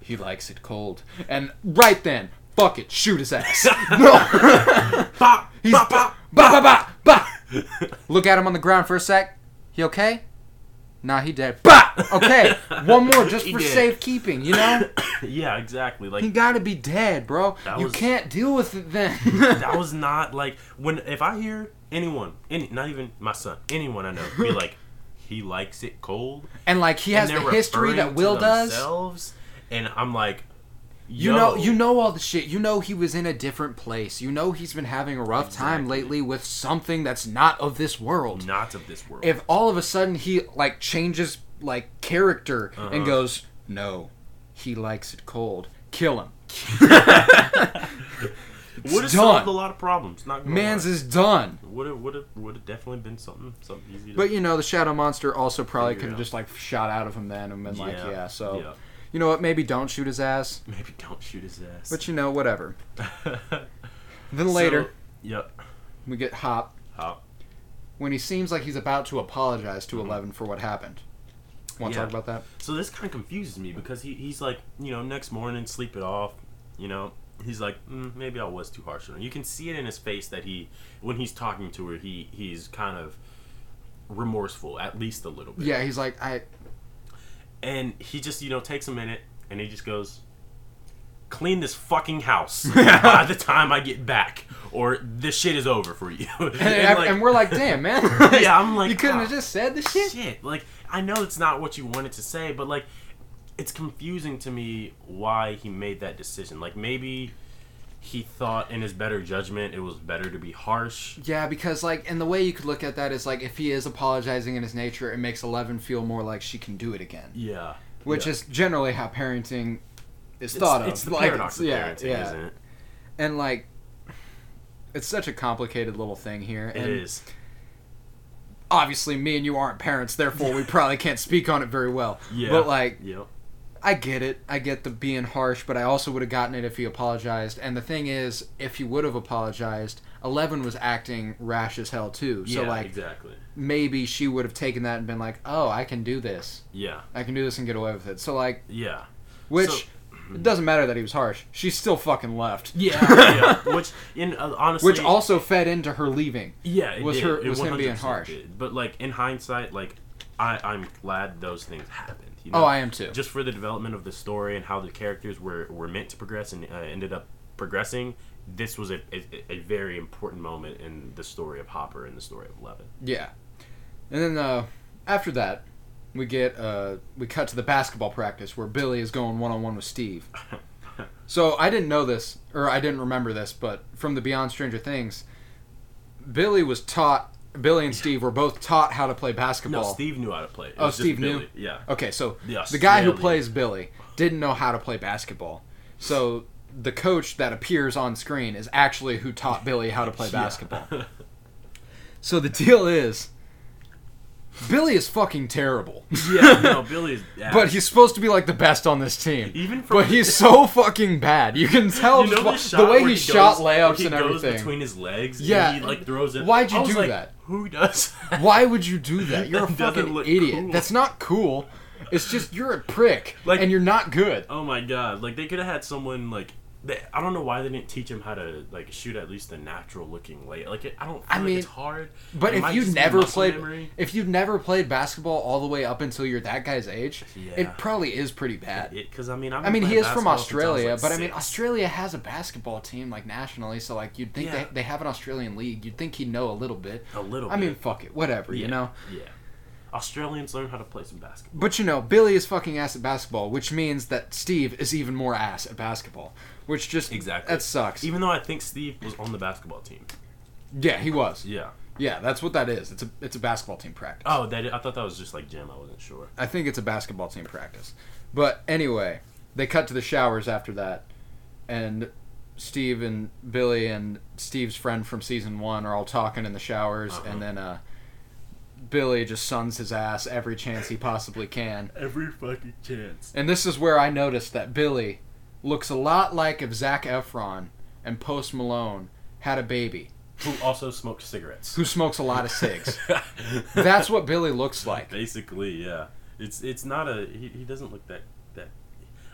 Speaker 1: he likes it cold, and right then, fuck it, shoot his ass. no.
Speaker 2: Bop,
Speaker 1: He's
Speaker 2: bop, bop.
Speaker 1: Ba ba ba ba. Look at him on the ground for a sec. He okay? Nah, he dead. Ba. Okay, one more just
Speaker 2: He
Speaker 1: for
Speaker 2: dead.
Speaker 1: safekeeping. You know,
Speaker 2: yeah, exactly. Like
Speaker 1: he gotta be dead, bro.
Speaker 2: That
Speaker 1: you
Speaker 2: was-
Speaker 1: can't deal with it then.
Speaker 2: that was not like when if I hear anyone, any, not even my son, anyone I know, be like, he likes it cold.
Speaker 1: and like he has
Speaker 2: and
Speaker 1: the
Speaker 2: they're
Speaker 1: history
Speaker 2: referring
Speaker 1: that
Speaker 2: to
Speaker 1: Will does.
Speaker 2: themselves, and I'm like,
Speaker 1: You
Speaker 2: Yo.
Speaker 1: know, you know all the shit. You know he was in a different place. You know he's been having a rough time
Speaker 2: Exactly.
Speaker 1: lately with something that's not of this world.
Speaker 2: not of this world.
Speaker 1: If all of a sudden he like changes like character
Speaker 2: Uh-huh.
Speaker 1: and goes, "No, he likes it cold. Kill him.
Speaker 2: would have
Speaker 1: it's
Speaker 2: solved
Speaker 1: done.
Speaker 2: a lot of problems. Not gonna
Speaker 1: Man's is done."
Speaker 2: would have would have would have definitely been something something easy. To,
Speaker 1: But you know, the shadow monster also probably
Speaker 2: Figure it
Speaker 1: could have
Speaker 2: out.
Speaker 1: just like shot out of him then and been like, "Yeah, so
Speaker 2: yeah.
Speaker 1: you know what? Maybe don't shoot his ass."
Speaker 2: maybe don't shoot his ass.
Speaker 1: But you know, whatever. then
Speaker 2: So-
Speaker 1: later
Speaker 2: yep.
Speaker 1: we get Hop
Speaker 2: Hop.
Speaker 1: when he seems like he's about to apologize to Eleven for what happened. Want to
Speaker 2: Mm-hmm. Yeah.
Speaker 1: talk about that?
Speaker 2: So this kind of confuses me because he, he's like, you know, next morning, sleep it off. You know, he's like, mm, maybe I was too harsh on her. You can see it in his face that he, when he's talking to her, he he's kind of remorseful, at least a little bit.
Speaker 1: Yeah, he's like, I
Speaker 2: And he just, you know, takes a minute and he just goes, clean this fucking house by the time I get back, or this shit is over for you. and,
Speaker 1: and,
Speaker 2: like,
Speaker 1: and we're like, damn man.
Speaker 2: Yeah, I'm like,
Speaker 1: you couldn't
Speaker 2: "Ah."
Speaker 1: have just said this shit.
Speaker 2: shit. Like, I know it's not what you wanted to say, but like, it's confusing to me why he made that decision. Like, maybe he thought in his better judgment it was better to be harsh.
Speaker 1: Yeah, because like, and the way you could look at that is like, if he is apologizing in his nature, it makes Eleven feel more like she can do it again,
Speaker 2: Yeah.
Speaker 1: which
Speaker 2: Yeah.
Speaker 1: is generally how parenting is
Speaker 2: it's,
Speaker 1: thought of.
Speaker 2: it's the
Speaker 1: Like,
Speaker 2: paradox
Speaker 1: it's-
Speaker 2: of
Speaker 1: yeah,
Speaker 2: parenting,
Speaker 1: yeah.
Speaker 2: isn't it?
Speaker 1: and like it's such a complicated little thing here
Speaker 2: It
Speaker 1: and
Speaker 2: is.
Speaker 1: obviously me and you aren't parents therefore we probably can't speak on it very well
Speaker 2: Yeah.
Speaker 1: but like
Speaker 2: Yep.
Speaker 1: i get it i get the being harsh but i also would have gotten it if he apologized and the thing is if he would have apologized 11 was acting rash as hell too so
Speaker 2: yeah,
Speaker 1: like
Speaker 2: exactly.
Speaker 1: maybe she would have taken that and been like oh i can do this
Speaker 2: Yeah.
Speaker 1: i can do this and get away with it so like
Speaker 2: Yeah.
Speaker 1: which
Speaker 2: So-
Speaker 1: it doesn't matter that he was harsh she still fucking left
Speaker 2: Yeah. yeah. Which, in uh, honestly,
Speaker 1: which also fed into her leaving
Speaker 2: Yeah, it
Speaker 1: was
Speaker 2: did.
Speaker 1: her-
Speaker 2: It
Speaker 1: was him being
Speaker 2: 100%
Speaker 1: harsh.
Speaker 2: did. But like in hindsight, like I, I'm glad those things happened. You know?
Speaker 1: Oh, I am too.
Speaker 2: Just for the development of the story and how the characters were were meant to progress and uh, ended up progressing. This was a, a a very important moment in the story of Hopper and the story of Levin.
Speaker 1: Yeah, and then uh, after that, we get uh, we cut to the basketball practice where Billy is going one on one with Steve. so I didn't know this, or I didn't remember this, but from the Beyond Stranger Things, Billy was taught. Billy and Steve were both taught how to play
Speaker 2: No,
Speaker 1: basketball.
Speaker 2: Steve knew how to play. It
Speaker 1: Oh,
Speaker 2: was just
Speaker 1: Steve knew?
Speaker 2: Billy. Yeah.
Speaker 1: Okay, so
Speaker 2: The
Speaker 1: the guy who
Speaker 2: Australian.
Speaker 1: plays Billy didn't know how to play basketball. So the coach that appears on screen is actually who taught Billy how to play
Speaker 2: Yeah.
Speaker 1: basketball. so the deal is Billy is fucking terrible.
Speaker 2: yeah. No, Billy's. Yeah.
Speaker 1: But he's supposed to be like the best on this team.
Speaker 2: Even from
Speaker 1: but he's so fucking bad. You can tell
Speaker 2: You know
Speaker 1: just wa-
Speaker 2: the, shot
Speaker 1: the way
Speaker 2: where
Speaker 1: he,
Speaker 2: he
Speaker 1: shot
Speaker 2: goes,
Speaker 1: layups
Speaker 2: he
Speaker 1: and
Speaker 2: goes
Speaker 1: everything.
Speaker 2: between his legs.
Speaker 1: Yeah.
Speaker 2: and he like throws it.
Speaker 1: Why'd you
Speaker 2: I was
Speaker 1: do
Speaker 2: like,
Speaker 1: that?
Speaker 2: Who does? that?
Speaker 1: Why would you do that? You're a
Speaker 2: That doesn't
Speaker 1: fucking
Speaker 2: look
Speaker 1: idiot.
Speaker 2: cool.
Speaker 1: That's not cool. It's just you're a prick
Speaker 2: Like-
Speaker 1: and you're not good.
Speaker 2: Oh my god! Like they could have had someone like they, I don't know why they didn't teach him how to like shoot at least a natural looking lay. Like it, I don't. Feel
Speaker 1: I
Speaker 2: like
Speaker 1: mean,
Speaker 2: it's hard.
Speaker 1: But
Speaker 2: It might
Speaker 1: if you
Speaker 2: just be
Speaker 1: never
Speaker 2: muscle
Speaker 1: played,
Speaker 2: memory.
Speaker 1: if you never played basketball all the way up until you're that guy's age,
Speaker 2: Yeah.
Speaker 1: it probably is pretty bad.
Speaker 2: because I mean, I've
Speaker 1: I mean,
Speaker 2: been
Speaker 1: he
Speaker 2: playing
Speaker 1: is from
Speaker 2: basketball since I was,
Speaker 1: Australia,
Speaker 2: like,
Speaker 1: but I mean,
Speaker 2: six.
Speaker 1: Australia has a basketball team like nationally, so like you'd think
Speaker 2: Yeah.
Speaker 1: they, they have an Australian league. You'd think he'd know a little bit.
Speaker 2: a little.
Speaker 1: I mean,
Speaker 2: bit.
Speaker 1: fuck it, whatever,
Speaker 2: Yeah,
Speaker 1: you know.
Speaker 2: yeah. Australians learn how to play some basketball.
Speaker 1: But you know, Billy is fucking ass at basketball, which means that Steve is even more ass at basketball, which just
Speaker 2: Exactly.
Speaker 1: that sucks.
Speaker 2: Even though I think Steve was on the basketball team.
Speaker 1: yeah, he was.
Speaker 2: Yeah.
Speaker 1: Yeah, that's what that is. It's a it's a basketball team practice.
Speaker 2: Oh, that I thought that was just like Jim. I wasn't sure.
Speaker 1: I think it's a basketball team practice. But anyway, they cut to the showers after that, and Steve and Billy and Steve's friend from season one are all talking in the showers,
Speaker 2: Uh-huh.
Speaker 1: and then uh, Billy just suns his ass every chance he possibly can.
Speaker 2: Every fucking chance.
Speaker 1: And this is where I noticed that Billy looks a lot like if Zach Efron and Post Malone had a baby
Speaker 2: Who also smoked cigarettes.
Speaker 1: who smokes a lot of cigs. That's what Billy looks like.
Speaker 2: Basically, yeah. It's it's not a he, he doesn't look that that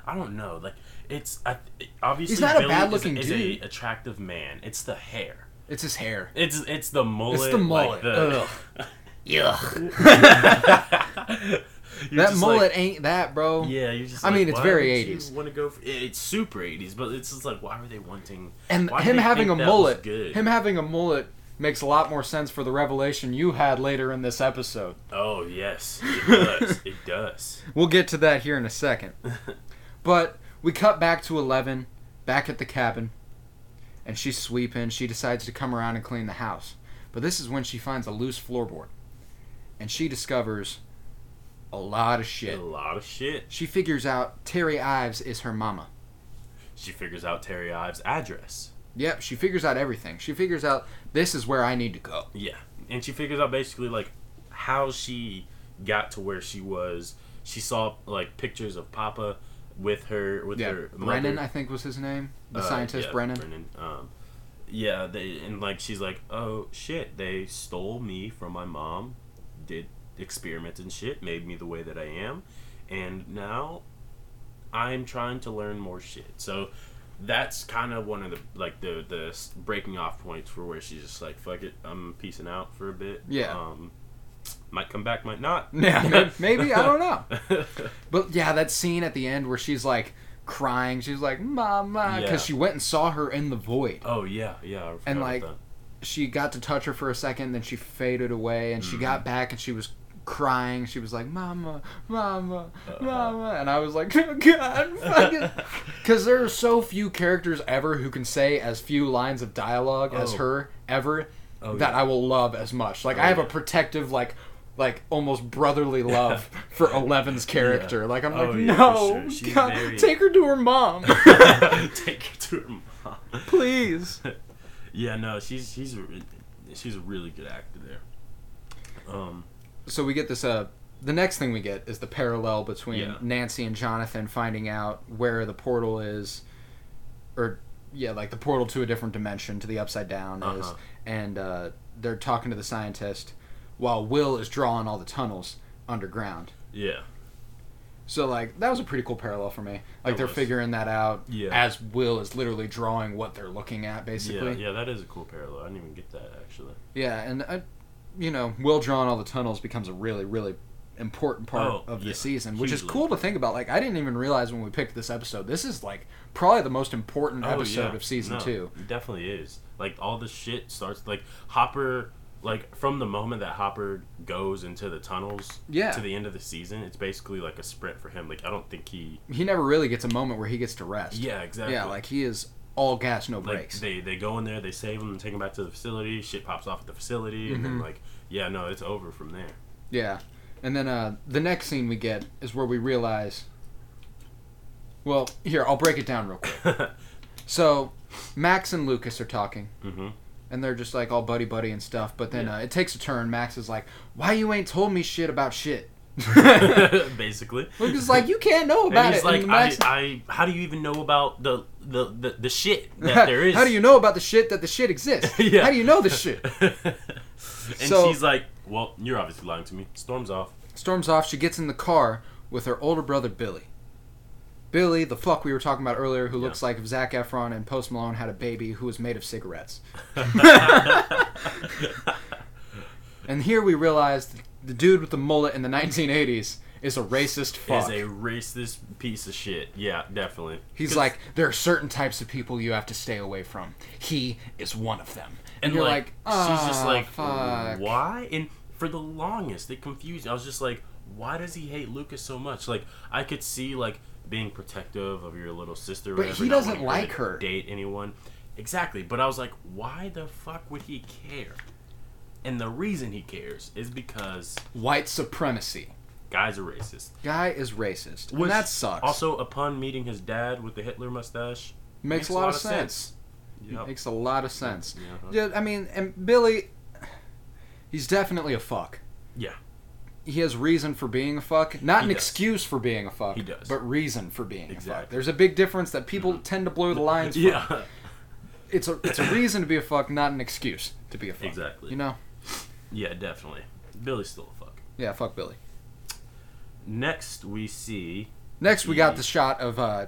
Speaker 2: I don't know. Like it's I, obviously
Speaker 1: not a
Speaker 2: Billy
Speaker 1: bad-looking
Speaker 2: is, is
Speaker 1: dude.
Speaker 2: a attractive man. It's the hair.
Speaker 1: It's his hair.
Speaker 2: It's it's the mullet.
Speaker 1: It's the mullet.
Speaker 2: Like the,
Speaker 1: Ugh. Yuck.
Speaker 2: You're
Speaker 1: That
Speaker 2: just
Speaker 1: mullet
Speaker 2: Like,
Speaker 1: ain't that, bro.
Speaker 2: yeah, you're just.
Speaker 1: I mean,
Speaker 2: like,
Speaker 1: it's
Speaker 2: why
Speaker 1: very
Speaker 2: would you
Speaker 1: 80s.
Speaker 2: wanna go for- it- it's super '80s, but it's just like, why were they wanting?
Speaker 1: And
Speaker 2: why did
Speaker 1: him
Speaker 2: they
Speaker 1: having a
Speaker 2: think that was
Speaker 1: mullet,
Speaker 2: Good?
Speaker 1: him having a mullet makes a lot more sense for the revelation you had later in this episode.
Speaker 2: oh yes, it does. it does.
Speaker 1: We'll get to that here in a second. But We cut back to Eleven, back at the cabin, and she's sweeping. She decides to come around and clean the house. But this is when she finds a loose floorboard, and she discovers a lot of shit.
Speaker 2: A lot of shit.
Speaker 1: She figures out Terry Ives is her mama.
Speaker 2: She figures out Terry Ives' address.
Speaker 1: Yep, she figures out everything. She figures out this is where I need to go.
Speaker 2: Yeah, and she figures out basically like how she got to where she was. She saw like pictures of Papa with her with
Speaker 1: Yeah,
Speaker 2: her mother.
Speaker 1: Brennan, I think was his name, the
Speaker 2: Uh,
Speaker 1: scientist
Speaker 2: yeah,
Speaker 1: Brennan.
Speaker 2: Um, yeah, they and like she's like, oh shit, they stole me from my mom, did experiments and shit, made me the way that I am, and now I'm trying to learn more shit. So that's kind of one of the like the the s- breaking off points for where she's just like, fuck it, I'm peacing out for a bit.
Speaker 1: Yeah.
Speaker 2: Um, might come back, might not.
Speaker 1: Yeah, may- maybe I don't know. But yeah, that scene at the end where she's like crying, she's like "Mama" because
Speaker 2: Yeah.
Speaker 1: she went and saw her in the void.
Speaker 2: oh yeah, yeah. I forgot
Speaker 1: And,
Speaker 2: about
Speaker 1: like,
Speaker 2: that.
Speaker 1: She got to touch her for a second, then she faded away, and she
Speaker 2: Mm.
Speaker 1: got back and she was crying. She was like "Mama, Mama, Mama," and I was like, "Oh, "God, fucking," because there are so few characters ever who can say as few lines of dialogue as
Speaker 2: Oh.
Speaker 1: her ever
Speaker 2: Oh,
Speaker 1: that
Speaker 2: yeah. Oh,
Speaker 1: I will love as much. Like I have a
Speaker 2: yeah.
Speaker 1: protective like. Like almost brotherly love for Eleven's character. Like I'm
Speaker 2: Oh,
Speaker 1: like,
Speaker 2: yeah, for
Speaker 1: no,
Speaker 2: sure. She's
Speaker 1: God,
Speaker 2: very-
Speaker 1: take her to her mom,
Speaker 2: take her to her mom.
Speaker 1: please.
Speaker 2: Yeah, no, she's she's a, re- she's a really good actor there. Um,
Speaker 1: So we get this. Uh, the next thing we get is the parallel between
Speaker 2: Yeah.
Speaker 1: Nancy and Jonathan finding out where the portal is, or yeah, like the portal to a different dimension to the upside down is,
Speaker 2: Uh-huh.
Speaker 1: and uh, they're talking to the scientist while Will is drawing all the tunnels underground.
Speaker 2: yeah,
Speaker 1: So like that was a pretty cool parallel for me. Like
Speaker 2: That
Speaker 1: they're
Speaker 2: was.
Speaker 1: figuring that out
Speaker 2: Yeah.
Speaker 1: as Will is literally drawing what they're looking at basically.
Speaker 2: yeah, yeah, that is a cool parallel. I didn't even get that actually.
Speaker 1: Yeah, and I, you know, well drawn all the tunnels becomes a really, really important part
Speaker 2: Oh,
Speaker 1: of the
Speaker 2: yeah.
Speaker 1: season, which is
Speaker 2: Hugely.
Speaker 1: cool to think about. Like, I didn't even realize when we picked this episode. This is like probably the most important episode
Speaker 2: Oh, yeah.
Speaker 1: of season
Speaker 2: No,
Speaker 1: two.
Speaker 2: It definitely is. Like all the shit starts like Hopper like from the moment that Hopper goes into the tunnels
Speaker 1: Yeah.
Speaker 2: to the end of the season, it's basically like a sprint for him. Like I don't think he
Speaker 1: He never really gets a moment where he gets to rest.
Speaker 2: Yeah, exactly.
Speaker 1: yeah, like he is all gas, no
Speaker 2: like
Speaker 1: breaks.
Speaker 2: they they go in there, they save him, take him back to the facility, shit pops off at the facility and
Speaker 1: Mm-hmm.
Speaker 2: then like yeah, no, it's over from there.
Speaker 1: yeah, and then uh, the next scene we get is where we realize. Well, here I'll break it down real quick. so, Max and Lucas are talking.
Speaker 2: Mhm.
Speaker 1: and they're just like all buddy buddy and stuff. But then uh, it takes a turn. Max is like, "Why you ain't told me shit about shit?"
Speaker 2: basically.
Speaker 1: Lucas like, "You can't know about
Speaker 2: and
Speaker 1: it."
Speaker 2: he's like,
Speaker 1: and
Speaker 2: I,
Speaker 1: Max,
Speaker 2: I, how do you even know about the, the, the, the shit that there is?
Speaker 1: How do you know about the shit that the shit exists?
Speaker 2: Yeah.
Speaker 1: How do you know the shit?
Speaker 2: and
Speaker 1: So-
Speaker 2: she's like, well, you're obviously lying to me. Storm's off.
Speaker 1: Storms off. She gets in the car with her older brother Billy. Billy, the fuck we were talking about earlier, who looks like if Zac Efron and Post Malone had a baby who was made of cigarettes. and here we realize that the dude with the mullet in the 1980s is a racist fuck.
Speaker 2: Is a racist piece of shit. Yeah, definitely.
Speaker 1: He's
Speaker 2: 'Cause-
Speaker 1: like, there are certain types of people you have to stay away from. He is one of them. And,
Speaker 2: and
Speaker 1: you're
Speaker 2: like,
Speaker 1: like, oh,
Speaker 2: she's just like,
Speaker 1: fuck.
Speaker 2: why? And for the longest, it confused. me. I was just like, why does he hate Lucas so much? Like, I could see like being protective of your little sister, or
Speaker 1: But
Speaker 2: whatever,
Speaker 1: he
Speaker 2: not
Speaker 1: doesn't
Speaker 2: wanting to
Speaker 1: like her.
Speaker 2: Date anyone? Exactly. But I was like, why the fuck would he care? And the reason he cares is because
Speaker 1: White supremacy.
Speaker 2: guys are racist.
Speaker 1: Guy is racist.
Speaker 2: Which
Speaker 1: and that sucks.
Speaker 2: Also, upon meeting his dad with the Hitler mustache,
Speaker 1: makes, a lot, of sense.
Speaker 2: Yep.
Speaker 1: Makes a lot of sense.
Speaker 2: Oh. Yeah. uh-huh.
Speaker 1: Yeah, I mean, and Billy, he's definitely a fuck.
Speaker 2: yeah.
Speaker 1: He has reason for being a fuck, not
Speaker 2: He
Speaker 1: an
Speaker 2: does.
Speaker 1: excuse for being a fuck.
Speaker 2: He does.
Speaker 1: but reason for being a fuck.
Speaker 2: Exactly. Mm-hmm.
Speaker 1: There's a big difference that people tend to blur the lines. from.
Speaker 2: Yeah.
Speaker 1: it's a it's a reason to be a fuck, not an excuse to be a fuck.
Speaker 2: Exactly.
Speaker 1: You know?
Speaker 2: Yeah, definitely. Billy's still a fuck.
Speaker 1: Yeah, fuck Billy.
Speaker 2: Next, we see.
Speaker 1: Next, we got
Speaker 2: Yeah.
Speaker 1: the shot of uh,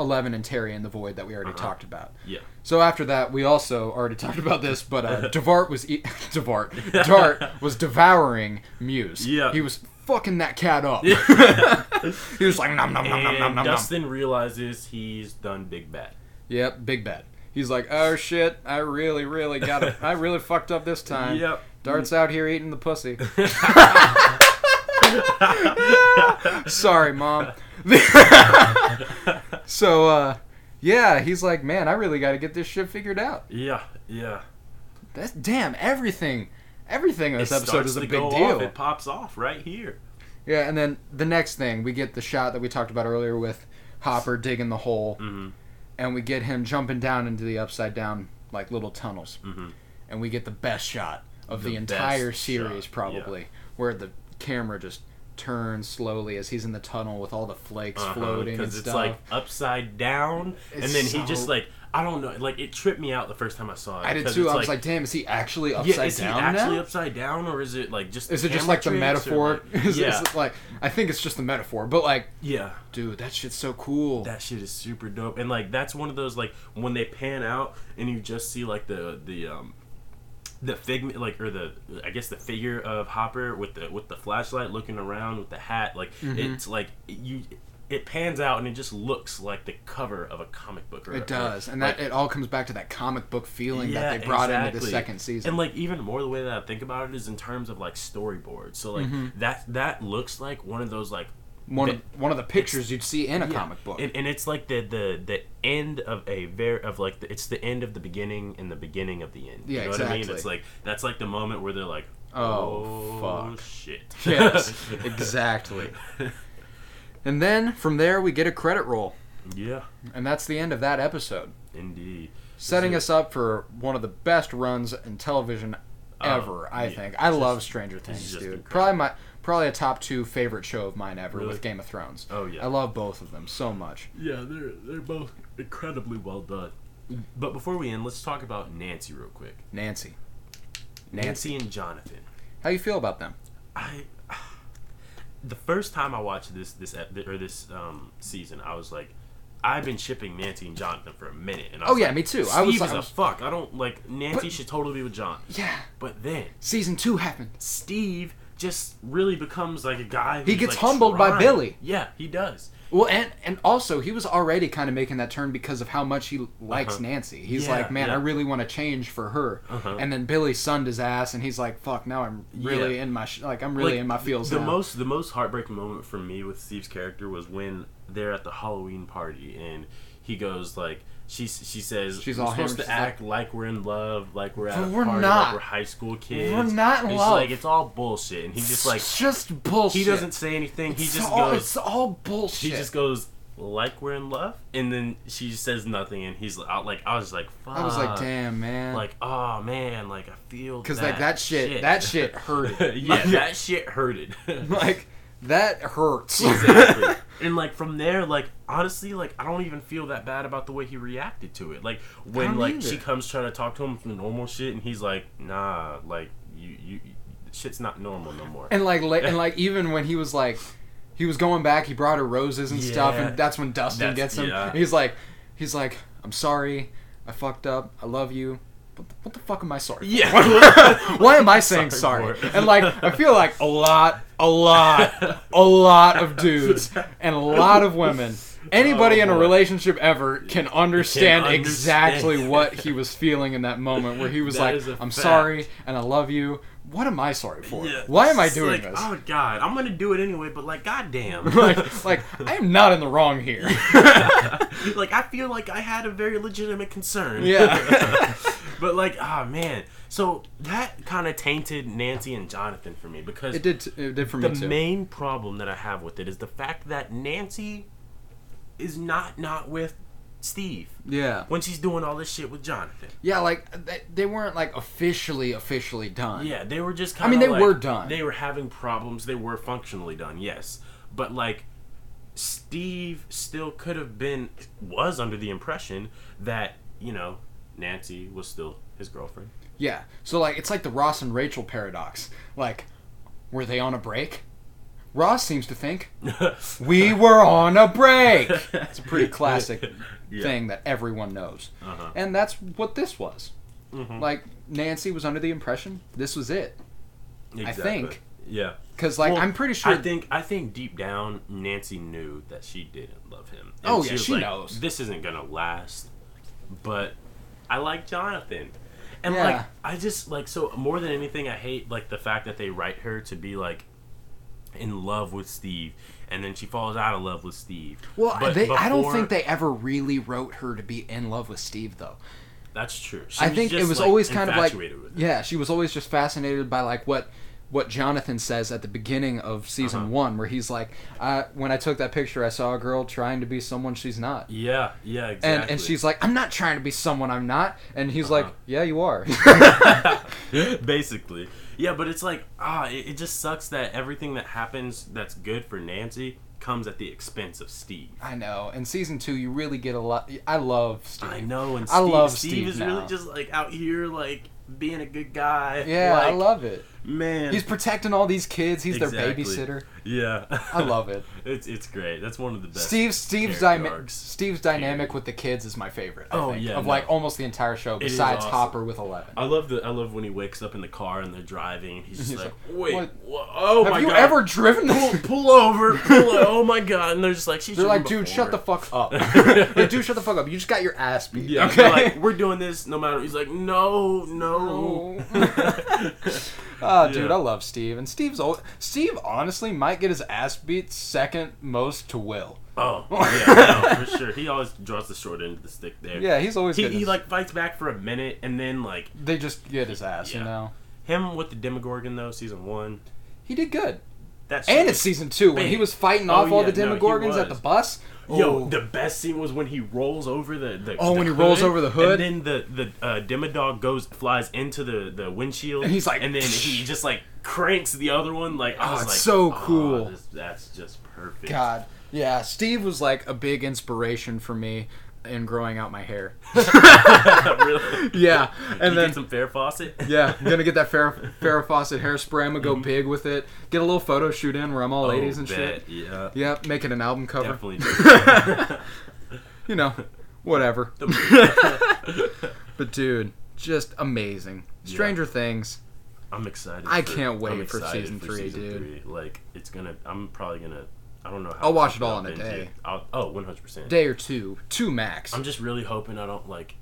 Speaker 1: Eleven and Terry in the void that we already
Speaker 2: Uh-huh.
Speaker 1: talked about.
Speaker 2: Yeah.
Speaker 1: So after that, we also already talked about this, but uh, Devart was e- Devart Dart was devouring Muse.
Speaker 2: Yeah.
Speaker 1: he was fucking that cat up. he was like nom nom nom nom nom
Speaker 2: And
Speaker 1: nom nom.
Speaker 2: Dustin realizes he's done big bad.
Speaker 1: Yep, big bad. He's like, oh shit, I really, really got it. I really fucked up this time.
Speaker 2: Yep.
Speaker 1: Dart's out here eating the pussy. Sorry, mom. so uh, yeah, he's like, man, I really got to get this shit figured out.
Speaker 2: yeah, yeah.
Speaker 1: That's damn everything. Everything in this
Speaker 2: It
Speaker 1: episode
Speaker 2: starts
Speaker 1: is a
Speaker 2: to
Speaker 1: big
Speaker 2: go
Speaker 1: deal.
Speaker 2: Off. It pops off right here.
Speaker 1: Yeah, and then the next thing we get the shot that we talked about earlier with Hopper digging the hole,
Speaker 2: Mhm.
Speaker 1: and we get him jumping down into the upside down like little tunnels,
Speaker 2: Mhm.
Speaker 1: and we get the best shot of the,
Speaker 2: The
Speaker 1: entire
Speaker 2: best
Speaker 1: series
Speaker 2: shot,
Speaker 1: probably, where the camera just turns slowly as he's in the tunnel with all the flakes floating and
Speaker 2: because
Speaker 1: stuff.
Speaker 2: Uh-huh, it's like upside down, and
Speaker 1: Uh-huh. It's
Speaker 2: then
Speaker 1: so-
Speaker 2: he just like I don't know, like it tripped me out the first time I saw it.
Speaker 1: I did
Speaker 2: 'cause
Speaker 1: too.
Speaker 2: it's
Speaker 1: I was like, damn, is he actually upside
Speaker 2: yeah, is he
Speaker 1: down
Speaker 2: actually
Speaker 1: now?
Speaker 2: upside down, or is it like just
Speaker 1: is it just
Speaker 2: camera
Speaker 1: like the
Speaker 2: tricks, or,
Speaker 1: metaphor?
Speaker 2: like-
Speaker 1: is,
Speaker 2: yeah,
Speaker 1: is it like I think it's just the metaphor, but like,
Speaker 2: yeah.
Speaker 1: dude, that shit's so cool.
Speaker 2: That shit is super dope, and like that's one of those like when they pan out and you just see like the the um the figment like or the I guess the figure of Hopper with the with the flashlight looking around with the hat like
Speaker 1: Mm-hmm.
Speaker 2: it's like you it pans out and it just looks like the cover of a comic book. Or,
Speaker 1: It does,
Speaker 2: or,
Speaker 1: and that
Speaker 2: like,
Speaker 1: it all comes back to that comic book feeling that they brought into the second season.
Speaker 2: And like even more the way that I think about it is in terms of like storyboards. So like that that looks like one of those like
Speaker 1: Mm-hmm. one
Speaker 2: the-
Speaker 1: of one of the pictures you'd see in a
Speaker 2: yeah.
Speaker 1: comic book.
Speaker 2: And, and it's like the the the end of a very of like the, it's the end of the beginning and the beginning of the end.
Speaker 1: Yeah,
Speaker 2: you know what I mean?
Speaker 1: exactly.
Speaker 2: It's like that's like the moment where they're like,
Speaker 1: Oh, fuck."
Speaker 2: shit.
Speaker 1: yes, exactly. And then from there we get a credit roll,
Speaker 2: yeah,
Speaker 1: and that's the end of that episode,
Speaker 2: indeed.
Speaker 1: setting
Speaker 2: it-
Speaker 1: us up for one of the best runs in television ever. I
Speaker 2: Oh, yeah.
Speaker 1: think I
Speaker 2: Just-
Speaker 1: love Stranger Things,
Speaker 2: just
Speaker 1: dude.
Speaker 2: incredible.
Speaker 1: Probably my probably a top two favorite show of mine ever
Speaker 2: Really?
Speaker 1: with Game of Thrones.
Speaker 2: Oh, yeah.
Speaker 1: I love both of them so much.
Speaker 2: Yeah, they're they're both incredibly well done.
Speaker 1: Mm.
Speaker 2: But before we end, let's talk about Nancy real quick.
Speaker 1: Nancy,
Speaker 2: Nancy and Jonathan.
Speaker 1: how you feel about them?
Speaker 2: I the first time I watched this this ep- or this um, season, I was like, I've been shipping Nancy and Jonathan for a minute. And I
Speaker 1: Oh
Speaker 2: was
Speaker 1: yeah,
Speaker 2: like,
Speaker 1: me too.
Speaker 2: Steve
Speaker 1: I was
Speaker 2: is
Speaker 1: like, I
Speaker 2: a
Speaker 1: was-
Speaker 2: fuck. I don't like Nancy.
Speaker 1: But-
Speaker 2: should totally be with John.
Speaker 1: yeah,
Speaker 2: But then
Speaker 1: season two happened.
Speaker 2: Steve just really becomes like a guy.
Speaker 1: He
Speaker 2: who's,
Speaker 1: gets
Speaker 2: like,
Speaker 1: humbled by
Speaker 2: trying.
Speaker 1: Billy.
Speaker 2: Yeah, he does.
Speaker 1: Well, and and also he was already kind of making that turn because of how much he likes Nancy. He's
Speaker 2: Uh-huh. Yeah,
Speaker 1: like, man,
Speaker 2: yeah.
Speaker 1: I really want to change for her.
Speaker 2: Uh-huh.
Speaker 1: And then Billy sunned his ass, and he's like, fuck, now I'm really
Speaker 2: Yeah.
Speaker 1: in my sh- like I'm really
Speaker 2: Like,
Speaker 1: in my feels
Speaker 2: The
Speaker 1: now.
Speaker 2: most the most heartbreaking moment for me with Steve's character was when they're at the Halloween party and he goes like she she says
Speaker 1: She's
Speaker 2: we're
Speaker 1: all hammered,
Speaker 2: supposed to
Speaker 1: she's like-
Speaker 2: act like we're in love like we're at
Speaker 1: But
Speaker 2: a
Speaker 1: we're
Speaker 2: party
Speaker 1: not.
Speaker 2: like we're high school kids
Speaker 1: We're not in
Speaker 2: And she's
Speaker 1: love.
Speaker 2: like it's all bullshit and he just like
Speaker 1: It's just bullshit.
Speaker 2: he doesn't say anything he
Speaker 1: It's
Speaker 2: just
Speaker 1: all,
Speaker 2: goes
Speaker 1: It's all bullshit.
Speaker 2: he just goes like we're in love and then she just says nothing and he's out like I was like fuck
Speaker 1: I was like, damn, man.
Speaker 2: "Ah, like oh man like I feel
Speaker 1: because like that shit, that shit hurted.
Speaker 2: yeah that shit hurted
Speaker 1: like that hurts.
Speaker 2: Exactly. and like from there, like honestly, like I don't even feel that bad about the way he reacted to it. Like
Speaker 1: I
Speaker 2: when
Speaker 1: don't
Speaker 2: like
Speaker 1: either.
Speaker 2: she comes trying to talk to him from normal shit, and he's like, nah, like you you shit's not normal no more.
Speaker 1: And like, la- and like, even when he was like, he was going back, he brought her roses and stuff,
Speaker 2: Yeah.
Speaker 1: and that's when Dustin
Speaker 2: That's-
Speaker 1: gets him.
Speaker 2: yeah.
Speaker 1: And he's like, he's like, I'm sorry, I fucked up, I love you. What the, what the fuck am I sorry? for?
Speaker 2: yeah.
Speaker 1: Why am I saying sorry?
Speaker 2: Sorry for it.
Speaker 1: And like, I feel like a lot, a lot, a lot of dudes and a lot of women. Anybody
Speaker 2: Oh,
Speaker 1: in a
Speaker 2: boy.
Speaker 1: relationship ever can understand,
Speaker 2: understand.
Speaker 1: exactly what he was feeling in that moment, where he was
Speaker 2: That
Speaker 1: like,
Speaker 2: is a
Speaker 1: "I'm
Speaker 2: fact.
Speaker 1: sorry and I love you." What am I sorry for?
Speaker 2: Yeah.
Speaker 1: Why am I
Speaker 2: It's
Speaker 1: doing
Speaker 2: like,
Speaker 1: this?
Speaker 2: Oh god, I'm gonna do it anyway, but like goddamn.
Speaker 1: like, like I am not in the wrong here.
Speaker 2: like I feel like I had a very legitimate concern.
Speaker 1: Yeah.
Speaker 2: but like, ah man. So that kinda tainted Nancy and Jonathan for me because
Speaker 1: It did. T- it did for me
Speaker 2: the
Speaker 1: too.
Speaker 2: main problem that I have with it is the fact that Nancy is not not with Steve
Speaker 1: yeah.
Speaker 2: when she's doing all this shit with Jonathan.
Speaker 1: Yeah. Like they, they weren't like officially officially done.
Speaker 2: Yeah, they were just.
Speaker 1: I
Speaker 2: Kinda
Speaker 1: mean, they
Speaker 2: like-
Speaker 1: were done.
Speaker 2: They were having problems. They were functionally done. Yes, but like Steve still could have been was under the impression that you know Nancy was still his girlfriend.
Speaker 1: Yeah. So like it's like the Ross and Rachel paradox. Like, were they on a break? Ross seems to think we were on a break. It's a pretty classic
Speaker 2: Yeah.
Speaker 1: thing that everyone knows,
Speaker 2: Uh-huh. Mm-hmm.
Speaker 1: and that's what this was. Like Nancy was under the impression this was it,
Speaker 2: Exactly.
Speaker 1: think.
Speaker 2: Yeah.
Speaker 1: because like
Speaker 2: Well,
Speaker 1: I'm pretty sure
Speaker 2: I think I think deep down Nancy knew that she didn't love him. And
Speaker 1: Oh, yeah,
Speaker 2: was
Speaker 1: she knows.
Speaker 2: This isn't gonna last. But I like Jonathan. And
Speaker 1: Yeah.
Speaker 2: like I just like so more than anything I hate like the fact that they write her to be like in love with Steve and then she falls out of love with Steve.
Speaker 1: Well,
Speaker 2: But
Speaker 1: they, I don't
Speaker 2: before-
Speaker 1: think they ever really wrote her to be in love with Steve, though.
Speaker 2: That's true. She
Speaker 1: I think it
Speaker 2: just,
Speaker 1: was
Speaker 2: like,
Speaker 1: always kind of like
Speaker 2: infatuated with him.
Speaker 1: yeah, she was always just fascinated by like what what Jonathan says at the beginning of season
Speaker 2: Uh-huh.
Speaker 1: one, where he's like, I, "When I took that picture, I saw a girl trying to be someone she's not."
Speaker 2: Yeah, yeah, exactly. Uh-huh.
Speaker 1: And, and she's like, I'm not trying to be someone I'm not. And he's like, Yeah, you are.
Speaker 2: basically yeah but it's like ah it, it just sucks that everything that happens that's good for nancy comes at the expense of steve
Speaker 1: I know. In season two, you really get a lot. I love Steve.
Speaker 2: i know and
Speaker 1: I
Speaker 2: steve,
Speaker 1: love
Speaker 2: steve,
Speaker 1: Steve
Speaker 2: is
Speaker 1: now.
Speaker 2: really just like out here like being a good guy
Speaker 1: Yeah,
Speaker 2: like,
Speaker 1: I love it.
Speaker 2: man
Speaker 1: He's protecting all these kids. He's their
Speaker 2: Exactly.
Speaker 1: babysitter.
Speaker 2: yeah
Speaker 1: I love it.
Speaker 2: it's it's great that's one of the best
Speaker 1: Steve Steve's
Speaker 2: character
Speaker 1: dyna-
Speaker 2: arcs.
Speaker 1: Steve's dynamic with the kids is my favorite. I
Speaker 2: Oh,
Speaker 1: think,
Speaker 2: yeah,
Speaker 1: of
Speaker 2: no.
Speaker 1: like almost the entire show
Speaker 2: is
Speaker 1: besides
Speaker 2: awesome. Oh
Speaker 1: Hopper with Eleven.
Speaker 2: I love the I love when he wakes up in the car and they're driving. And he's just
Speaker 1: He's
Speaker 2: like,
Speaker 1: like,
Speaker 2: "Wait,
Speaker 1: what?
Speaker 2: wha- oh
Speaker 1: Have
Speaker 2: my
Speaker 1: you
Speaker 2: god!"
Speaker 1: ever driven this?
Speaker 2: pull over? Pull o- oh my god! And they're just like, "She's."
Speaker 1: They're like,
Speaker 2: driven
Speaker 1: dude, shut
Speaker 2: before."
Speaker 1: the fuck up. Like, dude, shut the fuck up. You just got your ass beat.
Speaker 2: Yeah,
Speaker 1: okay.
Speaker 2: okay. like we're doing this no matter. He's like, no, no.
Speaker 1: oh, dude,
Speaker 2: Yeah.
Speaker 1: I love Steve, and Steve's old. Steve honestly might get his ass beat second most to Will.
Speaker 2: Oh, yeah, no, for sure. He always draws the short end of the stick there.
Speaker 1: Yeah, he's always
Speaker 2: he,
Speaker 1: getting
Speaker 2: he
Speaker 1: his-
Speaker 2: like fights back for a minute, and then like
Speaker 1: They just get his ass, you
Speaker 2: Yeah.
Speaker 1: know.
Speaker 2: him with the Demogorgon though, season one.
Speaker 1: He did good,
Speaker 2: That's
Speaker 1: and it's season two when he
Speaker 2: Big.
Speaker 1: was fighting
Speaker 2: Oh,
Speaker 1: off all
Speaker 2: yeah,
Speaker 1: the
Speaker 2: no, he
Speaker 1: Demogorgons at the
Speaker 2: was.
Speaker 1: bus. Oh,
Speaker 2: Yo,
Speaker 1: Ooh.
Speaker 2: the best scene was when he rolls over the. the
Speaker 1: Oh,
Speaker 2: the
Speaker 1: when he rolls
Speaker 2: hood,
Speaker 1: over the hood?
Speaker 2: and then the the uh, Demodog goes flies into the the windshield,
Speaker 1: And he's like,
Speaker 2: and then he just like cranks the other one. Like, I
Speaker 1: Oh,
Speaker 2: was
Speaker 1: it's
Speaker 2: like,
Speaker 1: so
Speaker 2: "Oh,
Speaker 1: cool."
Speaker 2: this- that's just perfect.
Speaker 1: God, yeah, Steve was like a big inspiration for me in growing out my hair.
Speaker 2: really.
Speaker 1: Yeah,
Speaker 2: And
Speaker 1: and then
Speaker 2: get some Fair Fawcett.
Speaker 1: yeah, I'm gonna get that Farrah, Farrah Fawcett hairspray. I'm gonna
Speaker 2: Mm-hmm.
Speaker 1: go big with it. Get a little photo shoot in where I'm all ladies and shit.
Speaker 2: Oh, bet, Yeah,
Speaker 1: Yep, make it an album cover.
Speaker 2: definitely.
Speaker 1: You know, whatever. but dude, just amazing. Stranger Things.
Speaker 2: I'm excited.
Speaker 1: I
Speaker 2: for-
Speaker 1: can't wait
Speaker 2: I'm
Speaker 1: for
Speaker 2: excited
Speaker 1: season three, dude.
Speaker 2: three. Like it's gonna. I'm probably gonna. I don't know how.
Speaker 1: I'll watch
Speaker 2: deep
Speaker 1: it all in
Speaker 2: I'll
Speaker 1: a
Speaker 2: binge
Speaker 1: day.
Speaker 2: it. I'll, oh, 100 percent.
Speaker 1: Day or two, two max.
Speaker 2: I'm just really hoping I don't like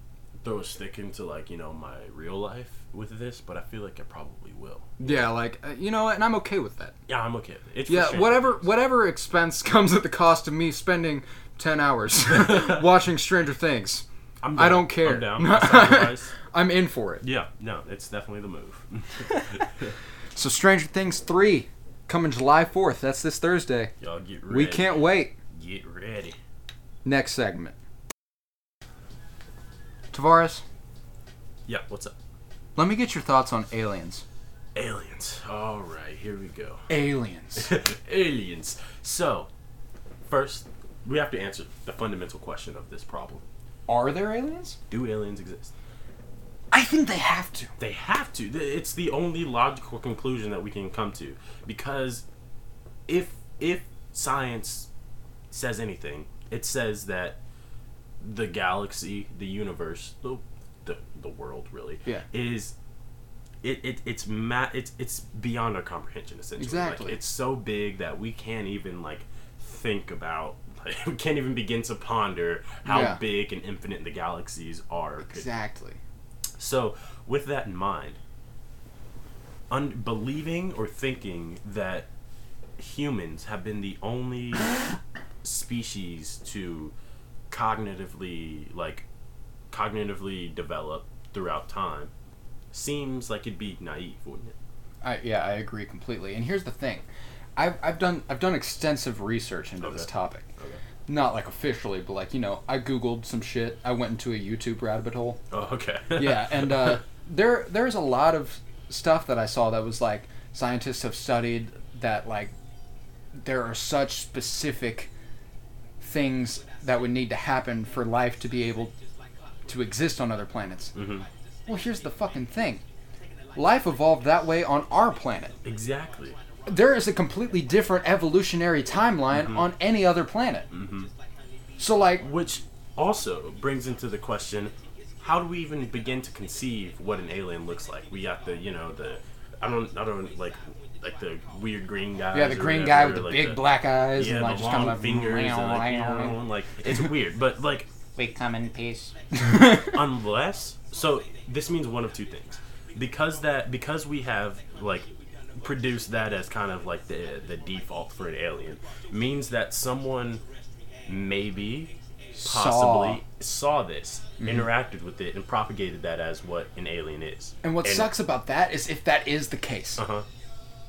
Speaker 2: throw a stick into like you know my real life with this, but I feel like I probably will.
Speaker 1: yeah, like uh, you know, and I'm okay with that.
Speaker 2: Yeah, I'm okay. With it. It's for
Speaker 1: Yeah,
Speaker 2: Stranger
Speaker 1: whatever
Speaker 2: Things.
Speaker 1: whatever expense comes at the cost of me spending ten hours watching Stranger Things.
Speaker 2: I'm
Speaker 1: I
Speaker 2: down.
Speaker 1: don't care.
Speaker 2: I'm down. I'll sacrifice.
Speaker 1: I'm in for it.
Speaker 2: yeah, no, it's definitely the move.
Speaker 1: So Stranger Things three coming July fourth. That's this Thursday.
Speaker 2: Y'all get ready.
Speaker 1: We can't wait.
Speaker 2: get ready.
Speaker 1: Next segment. Tavares,
Speaker 2: Yeah, what's up?
Speaker 1: let me get your thoughts on aliens.
Speaker 2: Aliens. All right, here we go.
Speaker 1: Aliens.
Speaker 2: aliens. So, first, we have to answer the fundamental question of this problem:
Speaker 1: Are there aliens?
Speaker 2: Do aliens exist?
Speaker 1: I think they have to.
Speaker 2: They have to. Th- It's the only logical conclusion that we can come to, because if if science says anything, it says that the galaxy, the universe, the the, the world really
Speaker 1: Yeah.
Speaker 2: is it, it it's ma- it's it's beyond our comprehension essentially. Like,
Speaker 1: Exactly.
Speaker 2: it's so big that we can't even like think about like we can't even begin to ponder how
Speaker 1: Yeah.
Speaker 2: big and infinite the galaxies are. or could
Speaker 1: Exactly.
Speaker 2: so, with that in mind, un- believing or thinking that humans have been the only species to cognitively, like, cognitively develop throughout time seems like it'd be naive, wouldn't it?
Speaker 1: I, yeah, I agree completely. And here's the thing, I've, I've done I've done extensive research into this
Speaker 2: Okay.
Speaker 1: topic,
Speaker 2: Okay.
Speaker 1: not like officially, but like you know, I googled some shit. I went into a YouTube rabbit hole.
Speaker 2: Oh, okay.
Speaker 1: yeah, and uh, there there's a lot of stuff that I saw that was like scientists have studied that like there are such specific things that would need to happen for life to be able to exist on other planets. Mm-hmm. Well, here's the fucking thing. Life evolved that way on our planet.
Speaker 2: exactly.
Speaker 1: There is a completely different evolutionary timeline
Speaker 2: Mm-hmm.
Speaker 1: on any other planet. So, like,
Speaker 2: Which also brings into the question how do we even begin to conceive what an alien looks like? We got the, you know, the I don't I don't like like the weird green guy.
Speaker 1: yeah, the green guy with the big black eyes
Speaker 2: yeah,
Speaker 1: and like
Speaker 2: the
Speaker 1: just
Speaker 2: long
Speaker 1: kind of like,
Speaker 2: fingers and, like, you know, and, like it's weird, but like
Speaker 4: We come in peace.
Speaker 2: unless so this means one of two things because that because we have like produce that as kind of like the the default for an alien means that someone maybe possibly saw, this,
Speaker 1: Mm-hmm.
Speaker 2: interacted with it, and propagated that as what an alien is.
Speaker 1: And what sucks about that is if that is the case,
Speaker 2: Uh-huh.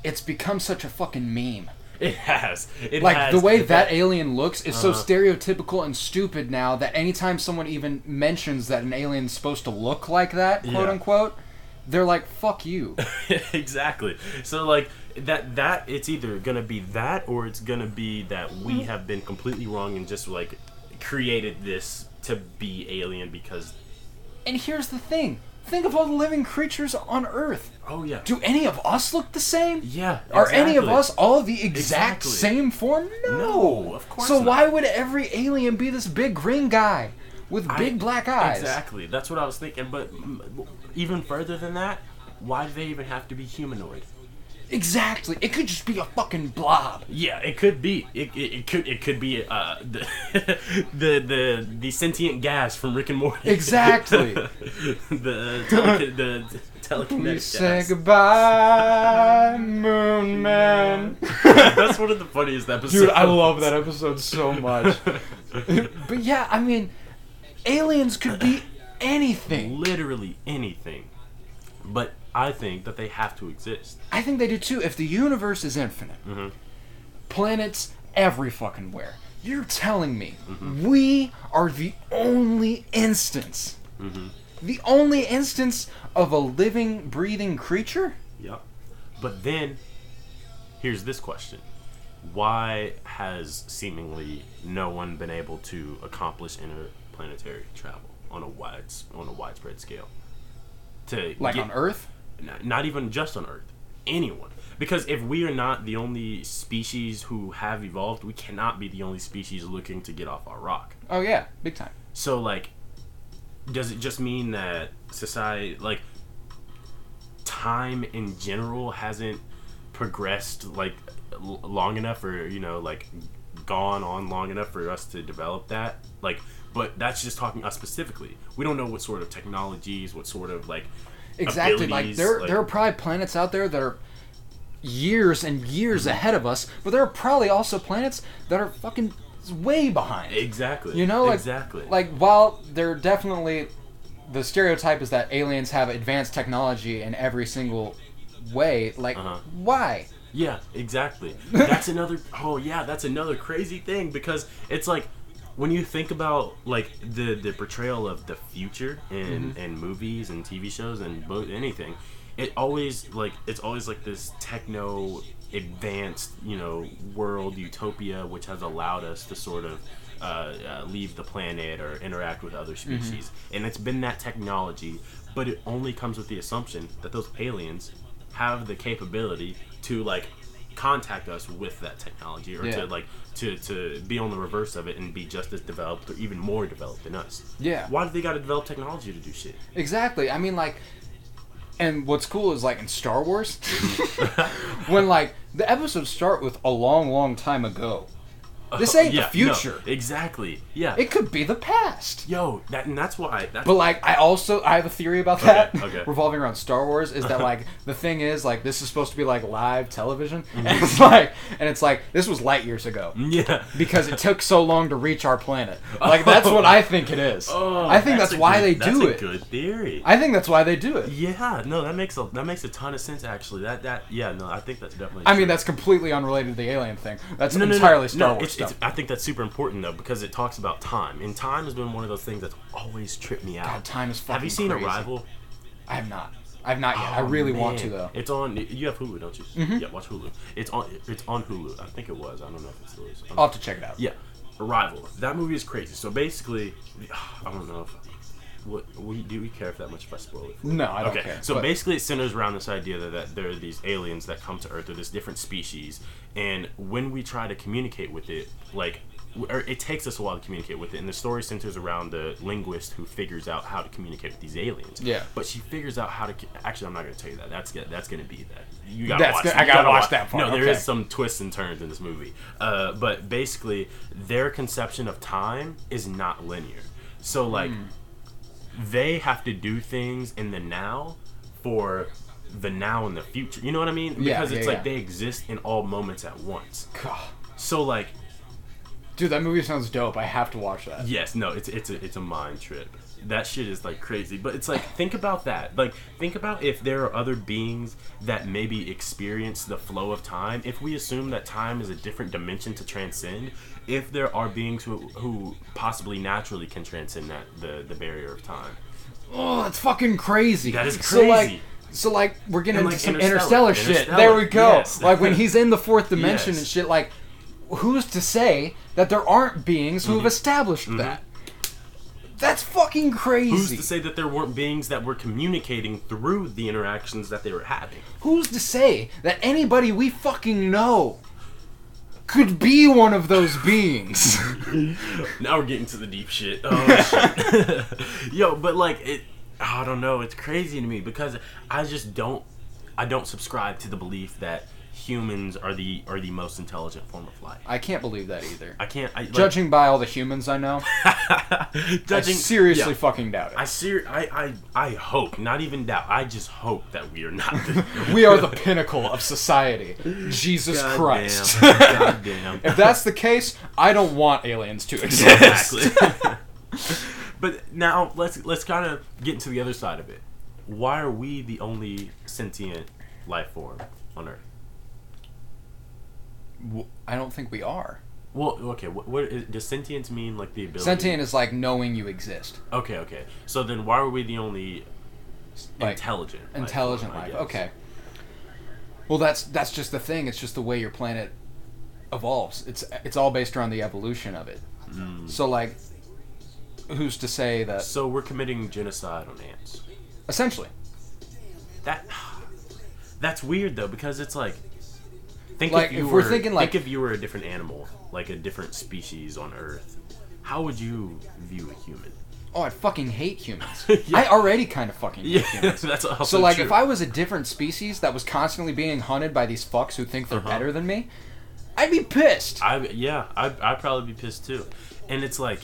Speaker 1: it's become such a fucking meme.
Speaker 2: It has. It
Speaker 1: Like
Speaker 2: has. Uh-huh.
Speaker 1: the way that alien looks is so stereotypical and stupid now that anytime someone even mentions that an alien's supposed to look like that, quote
Speaker 2: Yeah.
Speaker 1: unquote, they're like, "Fuck you."
Speaker 2: exactly. So like that that it's either gonna be that or it's gonna be that
Speaker 1: Mm-hmm.
Speaker 2: we have been completely wrong and just like created this to be alien because
Speaker 1: and here's the thing: think of all the living creatures on Earth.
Speaker 2: oh yeah
Speaker 1: Do any of us look the same?
Speaker 2: yeah
Speaker 1: Are any of
Speaker 2: exactly.
Speaker 1: us all the exact
Speaker 2: Exactly.
Speaker 1: same form? No.
Speaker 2: No, of course
Speaker 1: So
Speaker 2: not.
Speaker 1: why would every alien be this big green guy with
Speaker 2: I-
Speaker 1: big black eyes?
Speaker 2: Exactly. That's what I was thinking. But mm, even further than that, why do they even have to be humanoid?
Speaker 1: Exactly. It could just be a fucking blob.
Speaker 2: Yeah, it could be. It, it, it could it could be uh, the, the the the sentient gas from Rick and Morty. uh,
Speaker 1: Exactly.
Speaker 2: the telekin the
Speaker 1: We
Speaker 2: telekinetic
Speaker 1: say
Speaker 2: gas.
Speaker 1: goodbye, Moon Man.
Speaker 2: That's one of the funniest episodes.
Speaker 1: Dude, I love that episode so much. but yeah, I mean, aliens could be anything.
Speaker 2: Literally anything, but I think that they have to exist.
Speaker 1: I think they do too. If the universe is infinite, planets every fucking where, you're telling me we are the only instance, the only instance of a living, breathing creature?
Speaker 2: Yep. But then, here's this question Why has seemingly no one been able to accomplish interplanetary travel on a wide on a widespread scale? To
Speaker 1: Like
Speaker 2: get-
Speaker 1: on Earth?
Speaker 2: n- not even just on Earth, anyone. Because if we are not the only species who have evolved, we cannot be the only species looking to get off our rock.
Speaker 1: Oh, yeah, big time.
Speaker 2: So like, does it just mean that society, like, time in general hasn't progressed like l- long enough, or you know, like, gone on long enough for us to develop that? Like, but that's just talking us specifically. We don't know what sort of technologies, what sort of like.
Speaker 1: Exactly. Like
Speaker 2: abilities,
Speaker 1: there, there are probably planets out there that are years and years ahead of us, but there are probably also planets that are fucking way behind.
Speaker 2: exactly.
Speaker 1: You know, like,
Speaker 2: exactly.
Speaker 1: Like while they're definitely the stereotype is that aliens have advanced technology in every single way. Like
Speaker 2: Uh-huh.
Speaker 1: why?
Speaker 2: Yeah, exactly. That's another. Oh yeah, that's another crazy thing because it's like when you think about like the the portrayal of the future in in movies and TV shows and bo- anything, it always like it's always like this techno advanced you know world utopia which has allowed us to sort of. Uh, uh, leave the planet or interact with other species, and it's been that technology, but it only comes with the assumption that those aliens have the capability to like contact us with that technology or
Speaker 1: Yeah.
Speaker 2: to like to to be on the reverse of it and be just as developed or even more developed than us.
Speaker 1: Yeah.
Speaker 2: Why do they got to develop technology to do shit?
Speaker 1: Exactly. I mean, like, and what's cool is like in Star Wars, when like the episodes start with a long, long time ago. This ain't
Speaker 2: Uh, Yeah,
Speaker 1: the future.
Speaker 2: no, exactly. Yeah.
Speaker 1: It could be the past.
Speaker 2: Yo, that and that's why that's
Speaker 1: But like, I also I have a theory about that
Speaker 2: okay.
Speaker 1: revolving around Star Wars. Is that like the thing is like this is supposed to be like live television,
Speaker 2: Mm-hmm.
Speaker 1: and it's like and it's like this was light years ago
Speaker 2: yeah.
Speaker 1: because it took so long to reach our planet. Like that's what I think it is.
Speaker 2: Oh,
Speaker 1: I think that's,
Speaker 2: a
Speaker 1: why
Speaker 2: good-
Speaker 1: they
Speaker 2: that's
Speaker 1: do
Speaker 2: a
Speaker 1: it.
Speaker 2: Good theory.
Speaker 1: I think that's why they do it.
Speaker 2: yeah, no, that makes a that makes a ton of sense actually. That that yeah, no, I think that's definitely.
Speaker 1: I mean,
Speaker 2: true.
Speaker 1: that's completely unrelated to the alien thing. That's entirely Star Wars
Speaker 2: it's,
Speaker 1: stuff.
Speaker 2: It's, I think that's super important though because it talks about time, and time has been one of those things that's always tripped me out.
Speaker 1: God, time is
Speaker 2: Have
Speaker 1: fucking
Speaker 2: you seen
Speaker 1: crazy.
Speaker 2: Arrival? Oh,
Speaker 1: I have not. I've not yet. I really want to
Speaker 2: Man,
Speaker 1: though. Mm-hmm.
Speaker 2: It's on. You have Hulu, don't you? Yeah, watch Hulu. It's on. It's on Hulu. I think it was. I don't know if it still is. I don't-
Speaker 1: I'll have to check it out.
Speaker 2: yeah, Arrival. That movie is crazy. So basically, I don't know if what we do. We care if that much if I spoil it. for you?
Speaker 1: No, I don't care,
Speaker 2: So
Speaker 1: but-
Speaker 2: basically, it centers around this idea that, that there are these aliens that come to Earth. They're this different species, and when we try to communicate with it, like. w- Or it takes us a while to communicate with it, and the story centers around the linguist who figures out how to communicate with these aliens.
Speaker 1: Yeah.
Speaker 2: but she figures out how to. co- Actually, I'm not going to tell you that. That's go- that's going to be that. You gotta
Speaker 1: That's
Speaker 2: watch.
Speaker 1: good.
Speaker 2: you
Speaker 1: I gotta watch
Speaker 2: wa-
Speaker 1: that part.
Speaker 2: No, there is
Speaker 1: Okay.
Speaker 2: some twists and turns in this movie. Uh, but basically, their conception of time is not linear. So like, they have to do things in the now for the now and the future. You know what I mean?
Speaker 1: Yeah,
Speaker 2: Because it's
Speaker 1: yeah,
Speaker 2: like
Speaker 1: yeah.
Speaker 2: they exist in all moments at once.
Speaker 1: God.
Speaker 2: So like,
Speaker 1: Dude, that movie sounds dope. I have to watch that.
Speaker 2: yes, no, it's it's a it's a mind trip. That shit is like crazy. But it's like think about that. Like think about if there are other beings that maybe experience the flow of time. If we assume that time is a different dimension to transcend, if there are beings who who possibly naturally can transcend that the the barrier of time.
Speaker 1: Oh, that's fucking crazy.
Speaker 2: That is
Speaker 1: So like,
Speaker 2: crazy.
Speaker 1: so like we're getting
Speaker 2: And,
Speaker 1: into
Speaker 2: like,
Speaker 1: some interstellar,
Speaker 2: Interstellar.
Speaker 1: shit.
Speaker 2: Interstellar,
Speaker 1: There we go.
Speaker 2: yes.
Speaker 1: Like when he's in the fourth dimension
Speaker 2: Yes.
Speaker 1: and shit. Like, who's to say that there aren't beings
Speaker 2: Mm-hmm.
Speaker 1: who have established that? That's fucking crazy.
Speaker 2: Who's to say that there weren't beings that were communicating through the interactions that they were having?
Speaker 1: Who's to say that anybody we fucking know could be one of those beings?
Speaker 2: Now we're getting to the deep shit. Oh shit. Yo, but like it I don't know, it's crazy to me because I just don't I don't subscribe to the belief that humans are the are the most intelligent form of life.
Speaker 1: I can't believe that either.
Speaker 2: I can't I like,
Speaker 1: Judging by all the humans I know,
Speaker 2: judging
Speaker 1: I seriously
Speaker 2: yeah.
Speaker 1: fucking doubt it.
Speaker 2: I, ser- I, I I hope, not even doubt. I just hope that we are not. The,
Speaker 1: we are the pinnacle of society. Jesus
Speaker 2: God
Speaker 1: Christ.
Speaker 2: Damn, God damn.
Speaker 1: If that's the case, I don't want aliens to exist.
Speaker 2: Exactly. but now let's let's kind of get into the other side of it. Why are we the only sentient life form on Earth?
Speaker 1: W- I don't think we are.
Speaker 2: Well, okay. What, what is, does sentience mean? Like the ability.
Speaker 1: Sentient is like knowing you exist.
Speaker 2: Okay, okay. So then, why are we the only
Speaker 1: Like
Speaker 2: intelligent? life
Speaker 1: intelligent
Speaker 2: form, I
Speaker 1: life.
Speaker 2: guess?
Speaker 1: Okay. Well, that's that's just the thing. It's just the way your planet evolves. It's it's all based around the evolution of it.
Speaker 2: Hmm.
Speaker 1: So like, who's to say that?
Speaker 2: So we're committing genocide on ants.
Speaker 1: Essentially,
Speaker 2: That that's weird though because it's like think
Speaker 1: Like,
Speaker 2: if
Speaker 1: if
Speaker 2: you were
Speaker 1: we're thinking, like-
Speaker 2: think if you were a different animal, like a different species on Earth, how would you view a human?
Speaker 1: oh, I fucking hate humans.
Speaker 2: Yeah.
Speaker 1: I already kind of fucking hate
Speaker 2: Yeah,
Speaker 1: humans.
Speaker 2: that's also
Speaker 1: So like,
Speaker 2: true.
Speaker 1: if I was a different species that was constantly being hunted by these fucks who think they're better than me, I'd be pissed.
Speaker 2: Uh-huh. I yeah, I I'd probably be pissed too. And it's like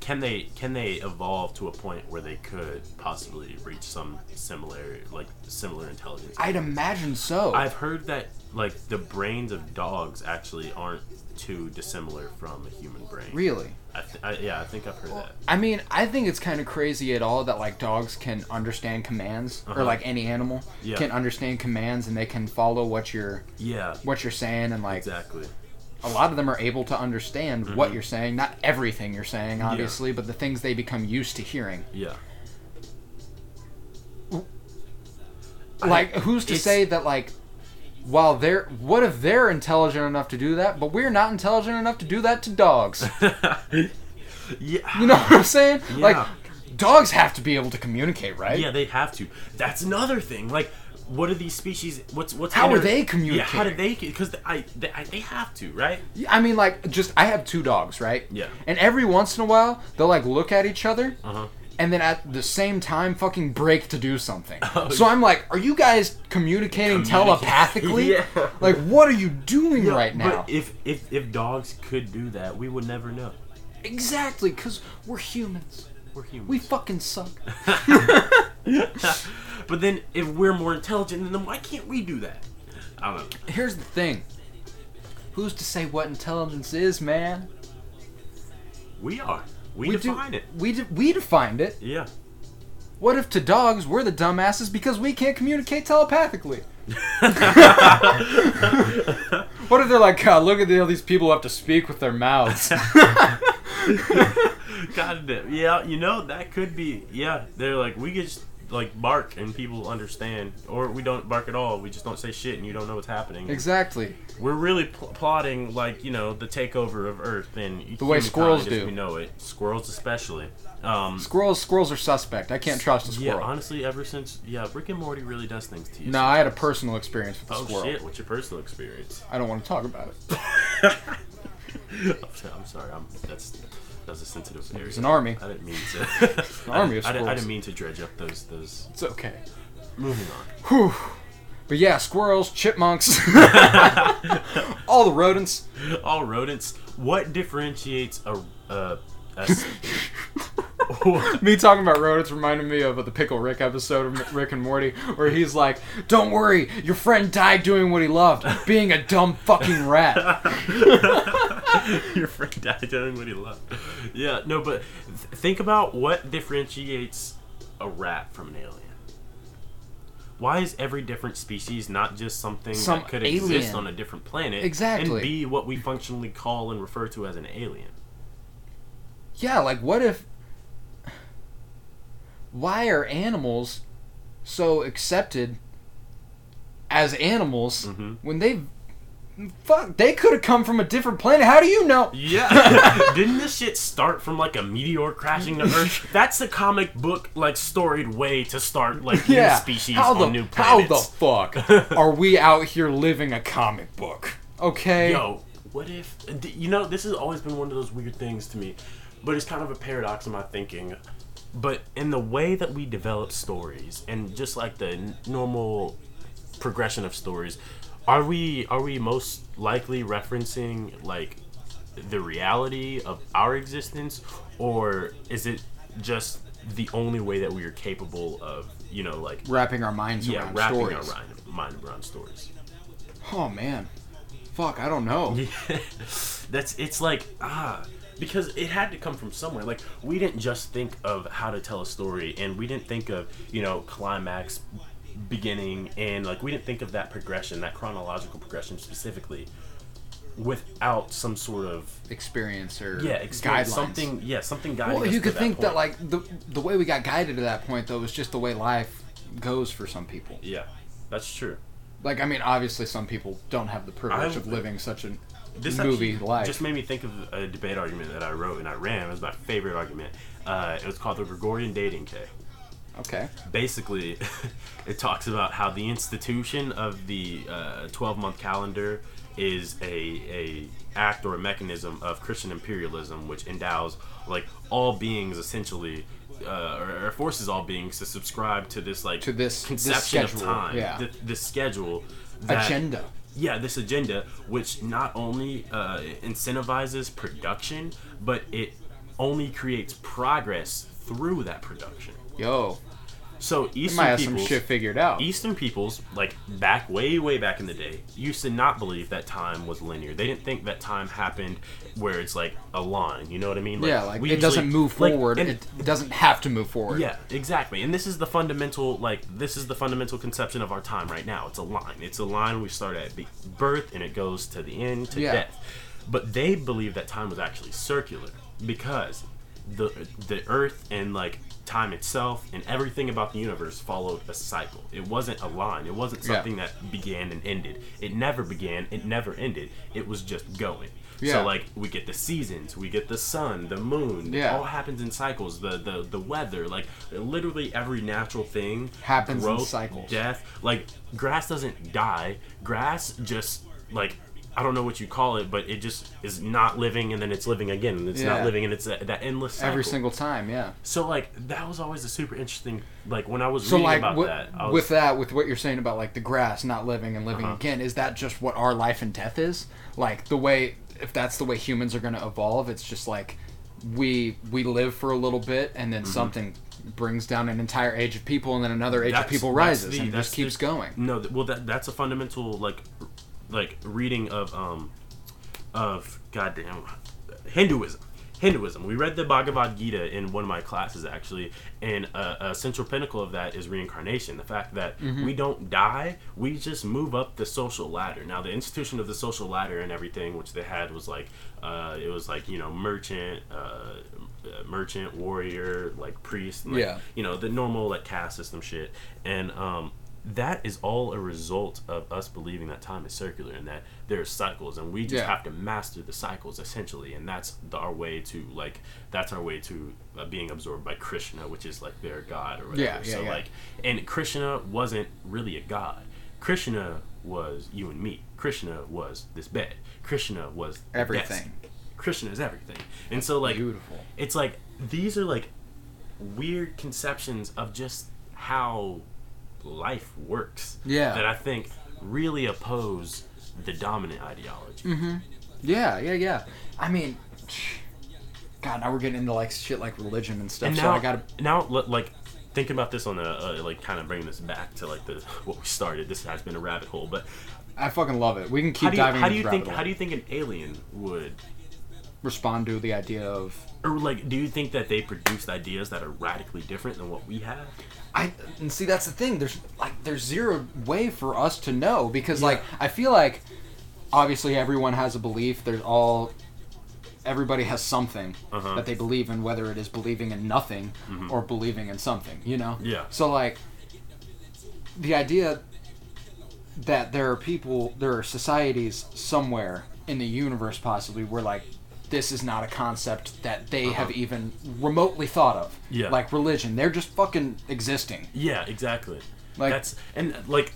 Speaker 2: can they can they evolve to a point where they could possibly reach some similar like similar intelligence?
Speaker 1: I'd imagine so.
Speaker 2: I've heard that like the brains of dogs actually aren't too dissimilar from a human brain.
Speaker 1: really.
Speaker 2: I th- I, yeah, I think I've heard that.
Speaker 1: I mean, I think it's kind of crazy at all that like dogs can understand commands or
Speaker 2: Uh-huh.
Speaker 1: like any animal
Speaker 2: Yeah.
Speaker 1: can understand commands and they can follow what you're
Speaker 2: Yeah,
Speaker 1: what you're saying and like
Speaker 2: exactly. Mm-hmm.
Speaker 1: a lot of them are able to understand what you're saying, not everything you're saying obviously, but the things they become used to hearing.
Speaker 2: Yeah.
Speaker 1: Like who's to
Speaker 2: it's-
Speaker 1: say that like while they're what if they're intelligent enough to do that, but we're not intelligent enough to do that to dogs?
Speaker 2: Yeah.
Speaker 1: You know what I'm saying? Like
Speaker 2: Yeah.
Speaker 1: dogs have to be able to communicate, right?
Speaker 2: Yeah, they have to. That's another thing. Like, what are these species? What's what's
Speaker 1: How are
Speaker 2: inter-
Speaker 1: they
Speaker 2: Yeah, how do
Speaker 1: communicating?
Speaker 2: they? Because I, they, I they have to, right?
Speaker 1: I mean, like, just I have two dogs, right?
Speaker 2: Yeah.
Speaker 1: And every once in a while, they'll like look at each other,
Speaker 2: Uh-huh.
Speaker 1: and then at the same time, fucking break to do something.
Speaker 2: Oh,
Speaker 1: so I'm like, are you guys communicating telepathically?
Speaker 2: Yeah.
Speaker 1: Like, what are you doing right now?
Speaker 2: But if if if dogs could do that, we would never know.
Speaker 1: exactly, because we're humans.
Speaker 2: We're humans.
Speaker 1: We fucking suck.
Speaker 2: but then if we're more intelligent, then why can't we do that? I don't know.
Speaker 1: Here's the thing. Who's to say what intelligence is, man?
Speaker 2: We are. We,
Speaker 1: We
Speaker 2: define
Speaker 1: do,
Speaker 2: it.
Speaker 1: We de- we defined it.
Speaker 2: Yeah.
Speaker 1: What if to dogs we're the dumbasses because we can't communicate telepathically? what if they're like, God, look at the, all these people who have to speak with their mouths?
Speaker 2: God damn. Yeah, you know that could be. Yeah, they're like we could just like bark and people understand, or we don't bark at all. We just don't say shit and you don't know what's happening.
Speaker 1: exactly.
Speaker 2: We're really pl- plotting like you know the takeover of Earth and
Speaker 1: The way
Speaker 2: humankind
Speaker 1: squirrels
Speaker 2: as
Speaker 1: do.
Speaker 2: We know it. Squirrels especially. Um,
Speaker 1: Squirrels, squirrels are suspect. I can't trust a
Speaker 2: yeah,
Speaker 1: squirrel.
Speaker 2: honestly, ever since yeah, Rick and Morty really does things to you.
Speaker 1: no, I had a personal experience with a
Speaker 2: Oh
Speaker 1: squirrel.
Speaker 2: shit! What's your personal experience?
Speaker 1: I don't want to talk about it.
Speaker 2: I'm so- Oh, I'm sorry. I'm that's that's a sensitive area.
Speaker 1: It's an army.
Speaker 2: I didn't mean to. an
Speaker 1: army of
Speaker 2: I, didn't- I
Speaker 1: squirrels.
Speaker 2: didn't mean to dredge up those those.
Speaker 1: It's okay.
Speaker 2: Moving on.
Speaker 1: But yeah, squirrels, chipmunks, all the rodents.
Speaker 2: all rodents. What differentiates a a, a s-
Speaker 1: me talking about road, it's reminding me of uh, the Pickle Rick episode of Rick and Morty, where he's like, "Don't worry, your friend died doing what he loved, being a dumb fucking rat."
Speaker 2: Your friend died doing what he loved. Yeah, no, but th- think about what differentiates a rat from an alien. Why is every different species not just something
Speaker 1: Some
Speaker 2: that could
Speaker 1: alien.
Speaker 2: exist on a different planet
Speaker 1: Exactly.
Speaker 2: and be what we functionally call and refer to as an alien?
Speaker 1: yeah, like what if? Why are animals so accepted as animals
Speaker 2: Mhm.
Speaker 1: when they? Fuck, they could have come from a different planet. How do you know?
Speaker 2: Yeah. Didn't this shit start from like a meteor crashing to Earth? That's the comic book like storied way to start like
Speaker 1: yeah.
Speaker 2: new species
Speaker 1: how
Speaker 2: on
Speaker 1: the,
Speaker 2: new
Speaker 1: How
Speaker 2: planets.
Speaker 1: the fuck are we out here living a comic book? Okay.
Speaker 2: Yo, what if d- you know this has always been one of those weird things to me, but it's kind of a paradox in my thinking. But in the way that we develop stories and just like the n- normal progression of stories, are we are we most likely referencing like the reality of our existence or is it just the only way that we are capable of, you know, like
Speaker 1: Wrapping our minds
Speaker 2: yeah,
Speaker 1: around
Speaker 2: wrapping
Speaker 1: stories.
Speaker 2: our mind, mind around stories?
Speaker 1: Oh man. Fuck, I don't know.
Speaker 2: That's it's like ah because it had to come from somewhere. Like we didn't just think of how to tell a story and we didn't think of, you know, climax beginning and like we didn't think of that progression, that chronological progression specifically without some sort of
Speaker 1: Experience or
Speaker 2: yeah,
Speaker 1: guidelines.
Speaker 2: experience, something yeah, something guiding
Speaker 1: Well,
Speaker 2: us
Speaker 1: you
Speaker 2: to
Speaker 1: could think
Speaker 2: point.
Speaker 1: that like the the way we got guided to that point though was just the way life goes for some people.
Speaker 2: Yeah. That's true.
Speaker 1: Like I mean, obviously some people don't have the privilege
Speaker 2: I-
Speaker 1: of living such an
Speaker 2: this
Speaker 1: movie
Speaker 2: actually
Speaker 1: life.
Speaker 2: just made me think of a debate argument that I wrote and I ran. It was my favorite argument. Uh, it was called the Gregorian dating cake.
Speaker 1: okay.
Speaker 2: basically it talks about how the institution of the uh, 12-month calendar is a, a act or a mechanism of christian imperialism which endows like all beings essentially uh, or, or forces all beings to subscribe to this like
Speaker 1: To this- this
Speaker 2: conception
Speaker 1: schedule,
Speaker 2: of time
Speaker 1: yeah.
Speaker 2: th- this schedule that-
Speaker 1: Agenda.
Speaker 2: yeah, this agenda, which not only uh, incentivizes production, but it only creates progress through that production.
Speaker 1: Yo,
Speaker 2: So
Speaker 1: you
Speaker 2: Eastern
Speaker 1: might have some
Speaker 2: peoples,
Speaker 1: shit figured out.
Speaker 2: Eastern peoples, like back way, way back in the day, used to not believe that time was linear. They didn't think that time happened where it's like a line. You know what I mean?
Speaker 1: yeah, like it
Speaker 2: we
Speaker 1: doesn't
Speaker 2: usually-
Speaker 1: move
Speaker 2: like,
Speaker 1: forward.
Speaker 2: and-
Speaker 1: it doesn't have to move forward.
Speaker 2: yeah, exactly. And this is the fundamental, like, this is the fundamental conception of our time right now. It's a line. It's a line we start at be- birth and it goes to the end, to
Speaker 1: Yeah.
Speaker 2: death. But they believe that time was actually circular because the the Earth and like time itself and everything about the universe followed a cycle. It wasn't a line. It wasn't
Speaker 1: Yeah.
Speaker 2: something that began and ended. It never began. It never ended. It was just going.
Speaker 1: Yeah.
Speaker 2: So like we get the seasons, we get the sun, the moon,
Speaker 1: Yeah.
Speaker 2: it all happens in cycles. The the the weather, like literally every natural thing
Speaker 1: Happens in cycles.
Speaker 2: Death, like grass doesn't die. Grass just like I don't know what you call it, but it just is not living, and then it's living again, and it's
Speaker 1: Yeah.
Speaker 2: not living, and it's uh, that, that endless cycle.
Speaker 1: Every single time, yeah.
Speaker 2: So like that was always a super interesting. Like when I was
Speaker 1: So
Speaker 2: reading
Speaker 1: like
Speaker 2: about
Speaker 1: wi-
Speaker 2: that, I was, Uh-huh.
Speaker 1: with that, with what you're saying about like the grass not living and living again, is that just what our life and death is? Like the way, if that's the way humans are going to evolve, it's just like we we live for a little bit and
Speaker 2: Mm-hmm.
Speaker 1: then something brings down an entire age of people and then another age of
Speaker 2: That's-
Speaker 1: people
Speaker 2: that's
Speaker 1: rises
Speaker 2: the-
Speaker 1: and it
Speaker 2: that's
Speaker 1: just keeps
Speaker 2: the-
Speaker 1: going.
Speaker 2: No, th- well that that's a fundamental like r- like reading of um of goddamn Hinduism. Hinduism. We read the Bhagavad Gita in one of my classes actually, and a, a central pinnacle of that is reincarnation. The fact that
Speaker 1: Mm-hmm.
Speaker 2: we don't die, we just move up the social ladder. Now, the institution of the social ladder and everything, which they had, was like uh, it was like you know merchant, uh, uh, merchant, warrior, like priest, and, like,
Speaker 1: Yeah.
Speaker 2: you know the normal like caste system shit and um that is all a result of us believing that time is circular and that there are cycles and we just
Speaker 1: Yeah.
Speaker 2: have to master the cycles essentially and that's the, our way to like that's our way to uh, being absorbed by krishna which is like their god or whatever
Speaker 1: Yeah, yeah,
Speaker 2: so
Speaker 1: yeah.
Speaker 2: like and krishna wasn't really a god krishna was you and me krishna was this bed krishna was the desk.
Speaker 1: Everything.
Speaker 2: krishna is everything and so like
Speaker 1: Beautiful.
Speaker 2: it's like these are like weird conceptions of just how life works.
Speaker 1: Yeah.
Speaker 2: That I think really oppose
Speaker 1: Mm-hmm.
Speaker 2: the dominant ideology.
Speaker 1: Yeah, yeah, yeah. I mean, God, now we're getting into like shit like religion and stuff.
Speaker 2: And
Speaker 1: so
Speaker 2: now,
Speaker 1: I gotta.
Speaker 2: now, li- like, thinking about this on a uh, like, kind of bringing this back to like the what we started. This has been a rabbit hole, but
Speaker 1: I fucking love it. We can keep
Speaker 2: how do you,
Speaker 1: diving.
Speaker 2: how do you
Speaker 1: into
Speaker 2: think
Speaker 1: rabbit
Speaker 2: how do you think an alien would
Speaker 1: respond to the idea of?
Speaker 2: or like do you think that they produced ideas that are radically different than what we have?
Speaker 1: I and see that's the thing. There's like there's zero way for us to know because like I feel like obviously everyone has a belief. There's all everybody has something
Speaker 2: Uh-huh. Mm-hmm.
Speaker 1: that they believe in, whether it is believing in nothing or believing in something. You know.
Speaker 2: Yeah.
Speaker 1: So like the idea that there are people, there are societies somewhere in the universe possibly where like this is not a concept that they have even remotely thought of.
Speaker 2: Uh-huh. Yeah.
Speaker 1: Like religion, they're just fucking existing.
Speaker 2: Yeah, exactly.
Speaker 1: Like-
Speaker 2: that's and like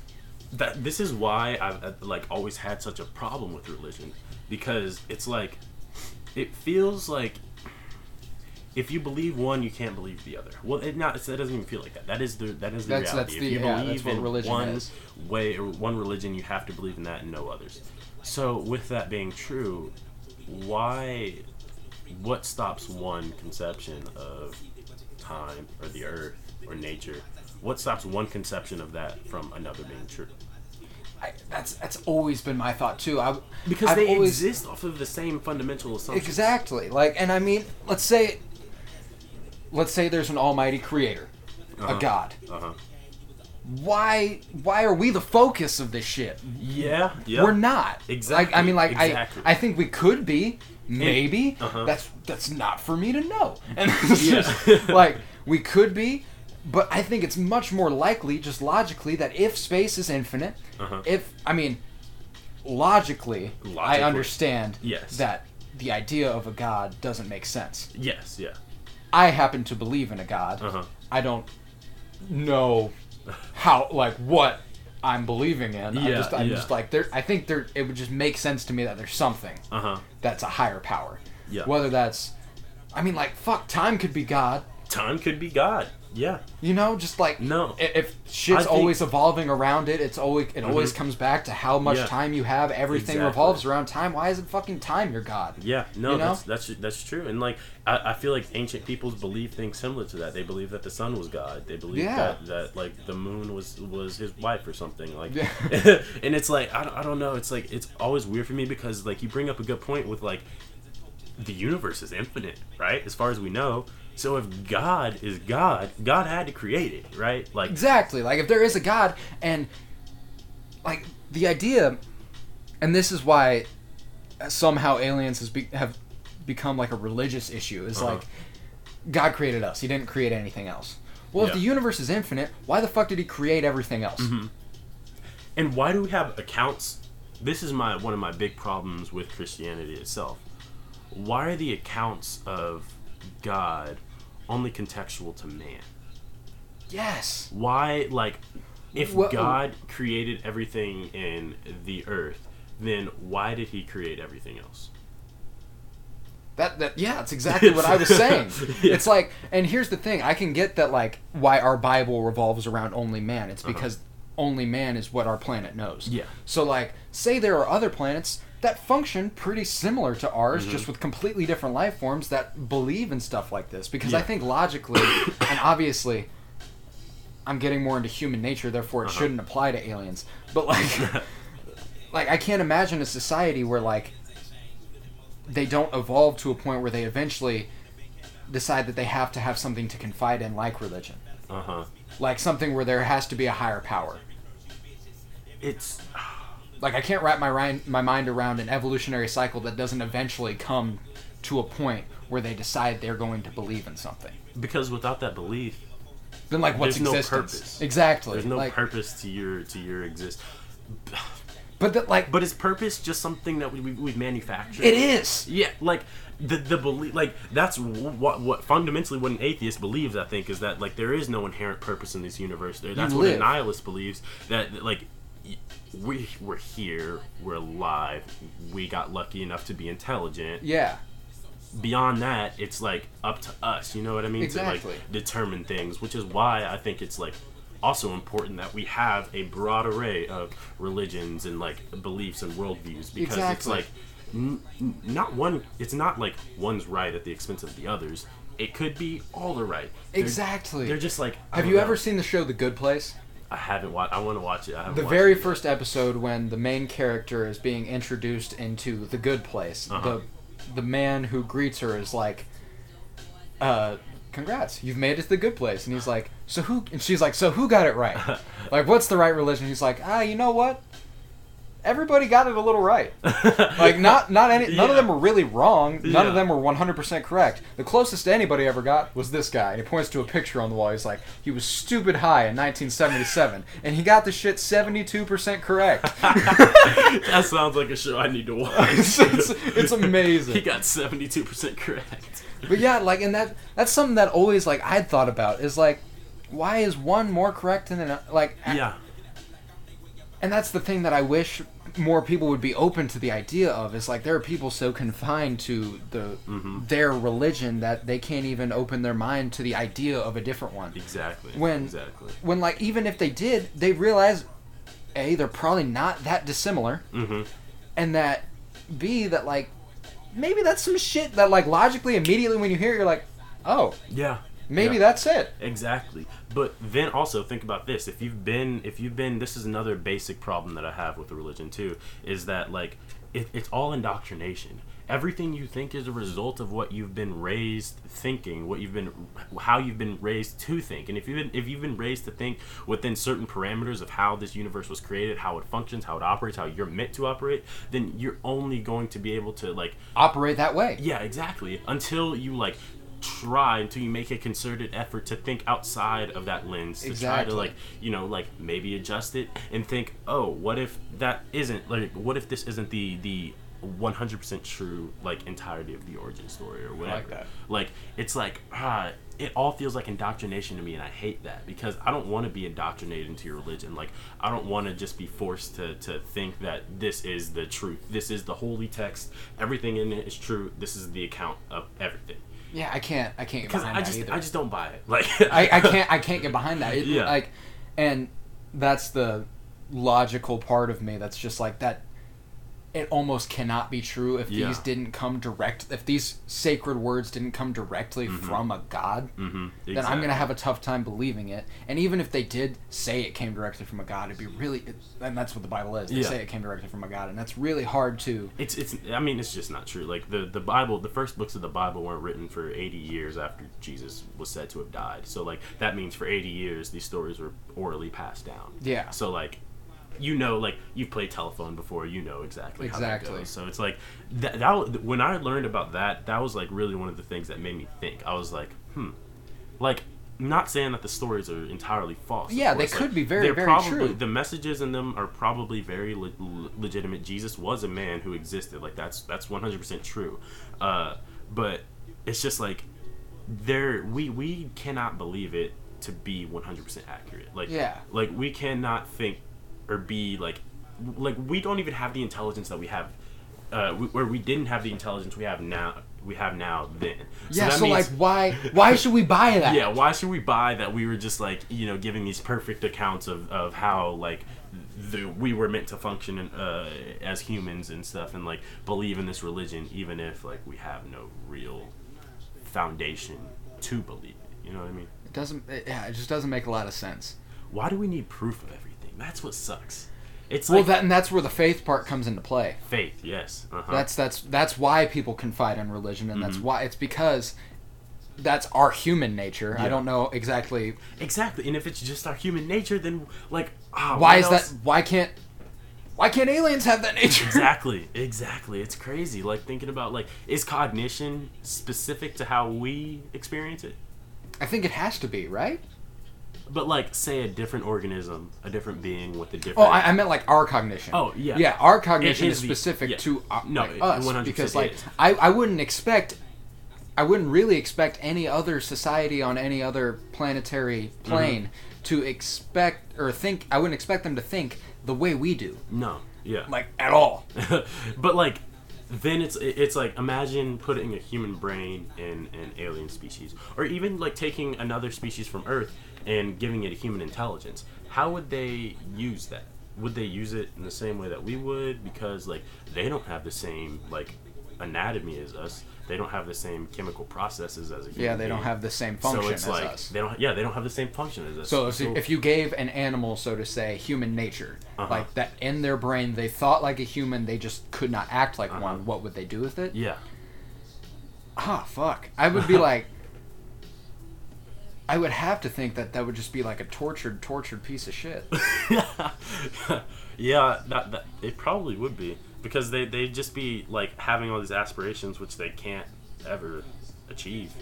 Speaker 2: that. This is why I've uh, like always had such a problem with religion because it's like it feels like if you believe one, you can't believe the other. Well, it not it doesn't even feel like that. That is the that is the
Speaker 1: That's-
Speaker 2: reality.
Speaker 1: that's
Speaker 2: if
Speaker 1: the-
Speaker 2: you
Speaker 1: yeah,
Speaker 2: believe
Speaker 1: that's what
Speaker 2: in
Speaker 1: religion
Speaker 2: one
Speaker 1: is.
Speaker 2: way or one religion, you have to believe in that and no others. So, with that being true, why? What stops one conception of time or the earth or nature? What stops one conception of that from another being true?
Speaker 1: I, that's that's always been my thought too. I
Speaker 2: Because
Speaker 1: I've
Speaker 2: they
Speaker 1: always,
Speaker 2: exist off of the same fundamental assumption.
Speaker 1: exactly like, and I mean, let's say, let's say there's an almighty creator, a god.
Speaker 2: Uh-huh.
Speaker 1: Why why are we the focus of this shit?
Speaker 2: Yeah. Yeah.
Speaker 1: We're not
Speaker 2: Exactly,
Speaker 1: Like, I mean, like
Speaker 2: exactly.
Speaker 1: I I think we could be maybe.
Speaker 2: uh-huh.
Speaker 1: That's that's not for me to know. And it's
Speaker 2: Yeah.
Speaker 1: just, like we could be. But I think it's much more likely, just logically, that if space is infinite,
Speaker 2: Uh-huh.
Speaker 1: if I mean, logically, I
Speaker 2: Logically.
Speaker 1: understand
Speaker 2: Yes.
Speaker 1: that the idea of a god doesn't make sense.
Speaker 2: Yes. Yeah.
Speaker 1: I happen to believe in a god.
Speaker 2: Uh huh.
Speaker 1: I don't know how like what I'm believing in. I
Speaker 2: Yeah,
Speaker 1: just I'm
Speaker 2: yeah.
Speaker 1: just like there I think there it would just make sense to me that there's something
Speaker 2: Uh huh.
Speaker 1: that's a higher power.
Speaker 2: Yeah.
Speaker 1: Whether that's I mean like fuck time could be god,
Speaker 2: Time could be God. Yeah.
Speaker 1: you know, just like
Speaker 2: No.
Speaker 1: i- if shit's
Speaker 2: I think- Mm-hmm.
Speaker 1: always evolving around it, it's always it always comes back to how much
Speaker 2: Yeah.
Speaker 1: time you have. Everything
Speaker 2: Exactly.
Speaker 1: revolves around time. Why isn't fucking time your god?
Speaker 2: Yeah, no,
Speaker 1: You know?
Speaker 2: that's that's that's true, and like I, I feel like ancient peoples believed things similar to that. They believed that the sun was God. They believed
Speaker 1: Yeah.
Speaker 2: that, that like the moon was was his wife or something. Like,
Speaker 1: Yeah.
Speaker 2: and it's like I don't, I don't know. It's like it's always weird for me because like you bring up a good point with like the universe is infinite, right? As far as we know. So if God is God, God had to create it, right? Like,
Speaker 1: Exactly. Like if there is a god and like the idea and this is why somehow aliens has be, have become like a religious issue is
Speaker 2: Uh-huh.
Speaker 1: like God created us. He didn't create anything else. Well, if
Speaker 2: Yeah. Mm-hmm.
Speaker 1: the universe is infinite, why the fuck did he create everything else?
Speaker 2: and why do we have accounts this is my one of my big problems with christianity itself why are the accounts of god only contextual to man
Speaker 1: Yes.
Speaker 2: why like if
Speaker 1: Well-
Speaker 2: god created everything in the earth then why did he create everything else
Speaker 1: That, that yeah, that's exactly what I was saying.
Speaker 2: Yeah.
Speaker 1: It's like, and here's the thing: I can get that, like, why our Bible revolves around only man. It's because only man is what our planet knows.
Speaker 2: Uh-huh. Yeah.
Speaker 1: So, like, say there are other planets that function pretty similar to ours,
Speaker 2: Mm-hmm.
Speaker 1: just with completely different life forms that believe in stuff like this. Because I
Speaker 2: Yeah.
Speaker 1: think logically, and obviously, I'm getting more into human nature, therefore
Speaker 2: Uh-huh.
Speaker 1: it shouldn't apply to aliens. But like, like I can't imagine a society where like they don't evolve to a point where they eventually decide that they have to have something to confide in, like religion,
Speaker 2: uh-huh
Speaker 1: like something where there has to be a higher power.
Speaker 2: it's
Speaker 1: Like I can't wrap my ri- my mind around an evolutionary cycle that doesn't eventually come to a point where they decide they're going to believe in something.
Speaker 2: because without that belief
Speaker 1: Then like what's
Speaker 2: There's no
Speaker 1: existence?
Speaker 2: purpose.
Speaker 1: Exactly.
Speaker 2: there's no
Speaker 1: like,
Speaker 2: purpose to your to your exist
Speaker 1: But that like
Speaker 2: but is purpose just something that we, we, we've manufactured
Speaker 1: it is.
Speaker 2: Yeah, like the the belief, like that's what what fundamentally what an atheist believes. I think is that like there is no inherent purpose in this universe. There, that's what a
Speaker 1: live.
Speaker 2: nihilist believes. That that, like y- we we're here, we're alive, we got lucky enough to be intelligent.
Speaker 1: Yeah.
Speaker 2: Beyond that, it's like up to us. You know what I mean? To
Speaker 1: Exactly.
Speaker 2: like determine things, which is why I think it's like also important that we have a broad array of religions and like beliefs and worldviews because it's
Speaker 1: Exactly.
Speaker 2: like n- n- not one. It's not like one's right at the expense of the others. It could be all are right. They're-
Speaker 1: Exactly.
Speaker 2: They're just like. I
Speaker 1: Have
Speaker 2: don't
Speaker 1: you
Speaker 2: know.
Speaker 1: ever seen the show The Good Place?
Speaker 2: I haven't watched. I want to watch it. I haven't
Speaker 1: The
Speaker 2: watched
Speaker 1: very
Speaker 2: it.
Speaker 1: first episode when the main character is being introduced into the good place, the the man who greets her is like, uh, "Congrats, you've made it to the good place." And he's like, "So who?" And she's like, "So who got it right? like, what's the right religion?" He's like, "Ah, you know what? Everybody got it a little right. like, not not any. None of
Speaker 2: Yeah.
Speaker 1: them were really wrong. None of
Speaker 2: Yeah.
Speaker 1: them were 100% correct. The closest anybody ever got was this guy, and he points to a picture on the wall. He's like, he was stupid high in 1977, and he got the shit 72% correct.
Speaker 2: that sounds like a show I need to watch.
Speaker 1: it's, it's, it's
Speaker 2: he
Speaker 1: amazing.
Speaker 2: got seventy-two percent correct.
Speaker 1: But yeah, like, and that that's something that always like I'd thought about is like, why is one more correct than another? Like,
Speaker 2: Yeah.
Speaker 1: and that's the thing that I wish more people would be open to the idea of is like there are people so confined to the
Speaker 2: Mm-hmm.
Speaker 1: their religion that they can't even open their mind to the idea of a different one.
Speaker 2: Exactly.
Speaker 1: When-
Speaker 2: exactly.
Speaker 1: When like even if they did, they realize a they're probably not that dissimilar,
Speaker 2: Mhm.
Speaker 1: and that b that like maybe that's some shit that like logically immediately when you hear it, you're like, oh
Speaker 2: Yeah.
Speaker 1: maybe
Speaker 2: Yeah.
Speaker 1: that's it.
Speaker 2: Exactly. But then also think about this. If you've been, if you've been, this is another basic problem that I have with the religion too, is that like it, it's all indoctrination. Everything you think is a result of what you've been raised thinking, what you've been, how you've been raised to think. And if you've been, if you've been raised to think within certain parameters of how this universe was created, how it functions, how it operates, how you're meant to operate, then you're only going to be able to like
Speaker 1: Operate that way.
Speaker 2: yeah, exactly. Until you like try, until you make a concerted effort to think outside of that lens, to try
Speaker 1: Exactly.
Speaker 2: to like you know like maybe adjust it and think, oh, what if that isn't like what if this isn't the the 100% true like entirety of the origin story or whatever.
Speaker 1: that.
Speaker 2: Like it's like ah, it all feels like indoctrination to me, and I hate that because I don't want to be indoctrinated into your religion. Like I don't want to just be forced to to think that this is the truth, this is the holy text, everything in it is true. This is the account of everything.
Speaker 1: Yeah, I can't. I can't get
Speaker 2: Because
Speaker 1: behind
Speaker 2: I
Speaker 1: that
Speaker 2: just
Speaker 1: either.
Speaker 2: I just don't buy it. Like
Speaker 1: I, I can't I can't get behind that. It-
Speaker 2: Yeah.
Speaker 1: Like, and that's the logical part of me that's just like that. It almost cannot be true if
Speaker 2: Yeah.
Speaker 1: these didn't come direct. If these sacred words didn't come directly from a god,
Speaker 2: Mhm,
Speaker 1: then I'm
Speaker 2: Mm-hmm. exactly.
Speaker 1: gonna have a tough time believing it. And even if they did say it came directly from a god, it'd be really. It, and that's what the Bible is. They
Speaker 2: Yeah.
Speaker 1: say it came directly from a god, and that's really hard to.
Speaker 2: It's it's I mean it's just not true. Like the the Bible, the first books of the Bible weren't written for 80 years after Jesus was said to have died. So like that means for 80 years these stories were orally passed down.
Speaker 1: Yeah.
Speaker 2: So like you know like you've played telephone before, you know exactly how that
Speaker 1: Exactly.
Speaker 2: goes. So it's like that, that was- when I learned about that, that was like really one of the things that made me think. I was like, hmm. Like I'm not saying that the stories are entirely false. of
Speaker 1: Yeah, they
Speaker 2: course. Like,
Speaker 1: could be very,
Speaker 2: they're
Speaker 1: very
Speaker 2: probably,
Speaker 1: true.
Speaker 2: The messages in them are probably very le- le- legitimate. Jesus was a man who existed. Like that's that's one hundred percent true. Uh, but it's just like there we we cannot believe it to be one hundred percent accurate. Like
Speaker 1: Yeah.
Speaker 2: like we cannot think or be like like we don't even have the intelligence that we have. Uh, we, where we didn't have the intelligence we have now, we have now then.
Speaker 1: Yeah.
Speaker 2: that
Speaker 1: So, like, why why should we buy that?
Speaker 2: yeah, why should we buy that we were just like, you know, giving these perfect accounts of, of how, like, the, we were meant to function uh, as humans and stuff and, like, believe in this religion, even if, like, we have no real foundation to believe it. You know what I mean?
Speaker 1: It doesn't. It, yeah. It just doesn't make a lot of sense.
Speaker 2: Why do we need proof of everything? That's what sucks. It's
Speaker 1: Well,
Speaker 2: like
Speaker 1: that and that's where the faith part comes into play.
Speaker 2: faith, yes. Uh-huh.
Speaker 1: That's that's that's why people confide in religion, and
Speaker 2: Mm-hmm.
Speaker 1: that's why it's because that's our human nature. I
Speaker 2: Yeah.
Speaker 1: don't know exactly
Speaker 2: exactly. And if it's just our human nature, then, like, ah,
Speaker 1: why
Speaker 2: what
Speaker 1: is
Speaker 2: else?
Speaker 1: that. Why can't why can't aliens have that nature?
Speaker 2: exactly exactly it's crazy like thinking about like is cognition specific to how we experience it
Speaker 1: I think it has to be right.
Speaker 2: but like say a different organism a different being with a different
Speaker 1: Oh, I, I meant like our cognition.
Speaker 2: Oh, yeah.
Speaker 1: yeah. Our cognition
Speaker 2: It
Speaker 1: is
Speaker 2: is the-
Speaker 1: specific
Speaker 2: yeah.
Speaker 1: to uh,
Speaker 2: No,
Speaker 1: like,
Speaker 2: it-
Speaker 1: us
Speaker 2: 100%
Speaker 1: because
Speaker 2: it
Speaker 1: like
Speaker 2: is.
Speaker 1: I, I wouldn't expect. I wouldn't really expect any other society on any other planetary plane
Speaker 2: Mm-hmm.
Speaker 1: to expect or think. I wouldn't expect them to think the way we do,
Speaker 2: no yeah
Speaker 1: like at all.
Speaker 2: but like then it's it- it's like imagine putting a human brain in an alien species or even like taking another species from earth and giving it a human intelligence how would they use that would they use it in the same way that we would? Because like they don't have the same like anatomy as us. They don't have the same chemical processes as a human
Speaker 1: Yeah, they don't
Speaker 2: being.
Speaker 1: have the same function
Speaker 2: so it's
Speaker 1: as
Speaker 2: like
Speaker 1: us.
Speaker 2: they don't. Yeah, they don't have the same function as us.
Speaker 1: So if, if you gave an animal, so to say, human nature,
Speaker 2: Uh-huh.
Speaker 1: like that in their brain, they thought like a human, they just could not act like
Speaker 2: Uh-huh.
Speaker 1: one. What would they do with it?
Speaker 2: yeah,
Speaker 1: Ah, fuck. I would be like, I would have to think that that would just be like a tortured, tortured piece of shit.
Speaker 2: yeah, that, that it probably would be because they they would just be like having all these aspirations which they can't ever achieve.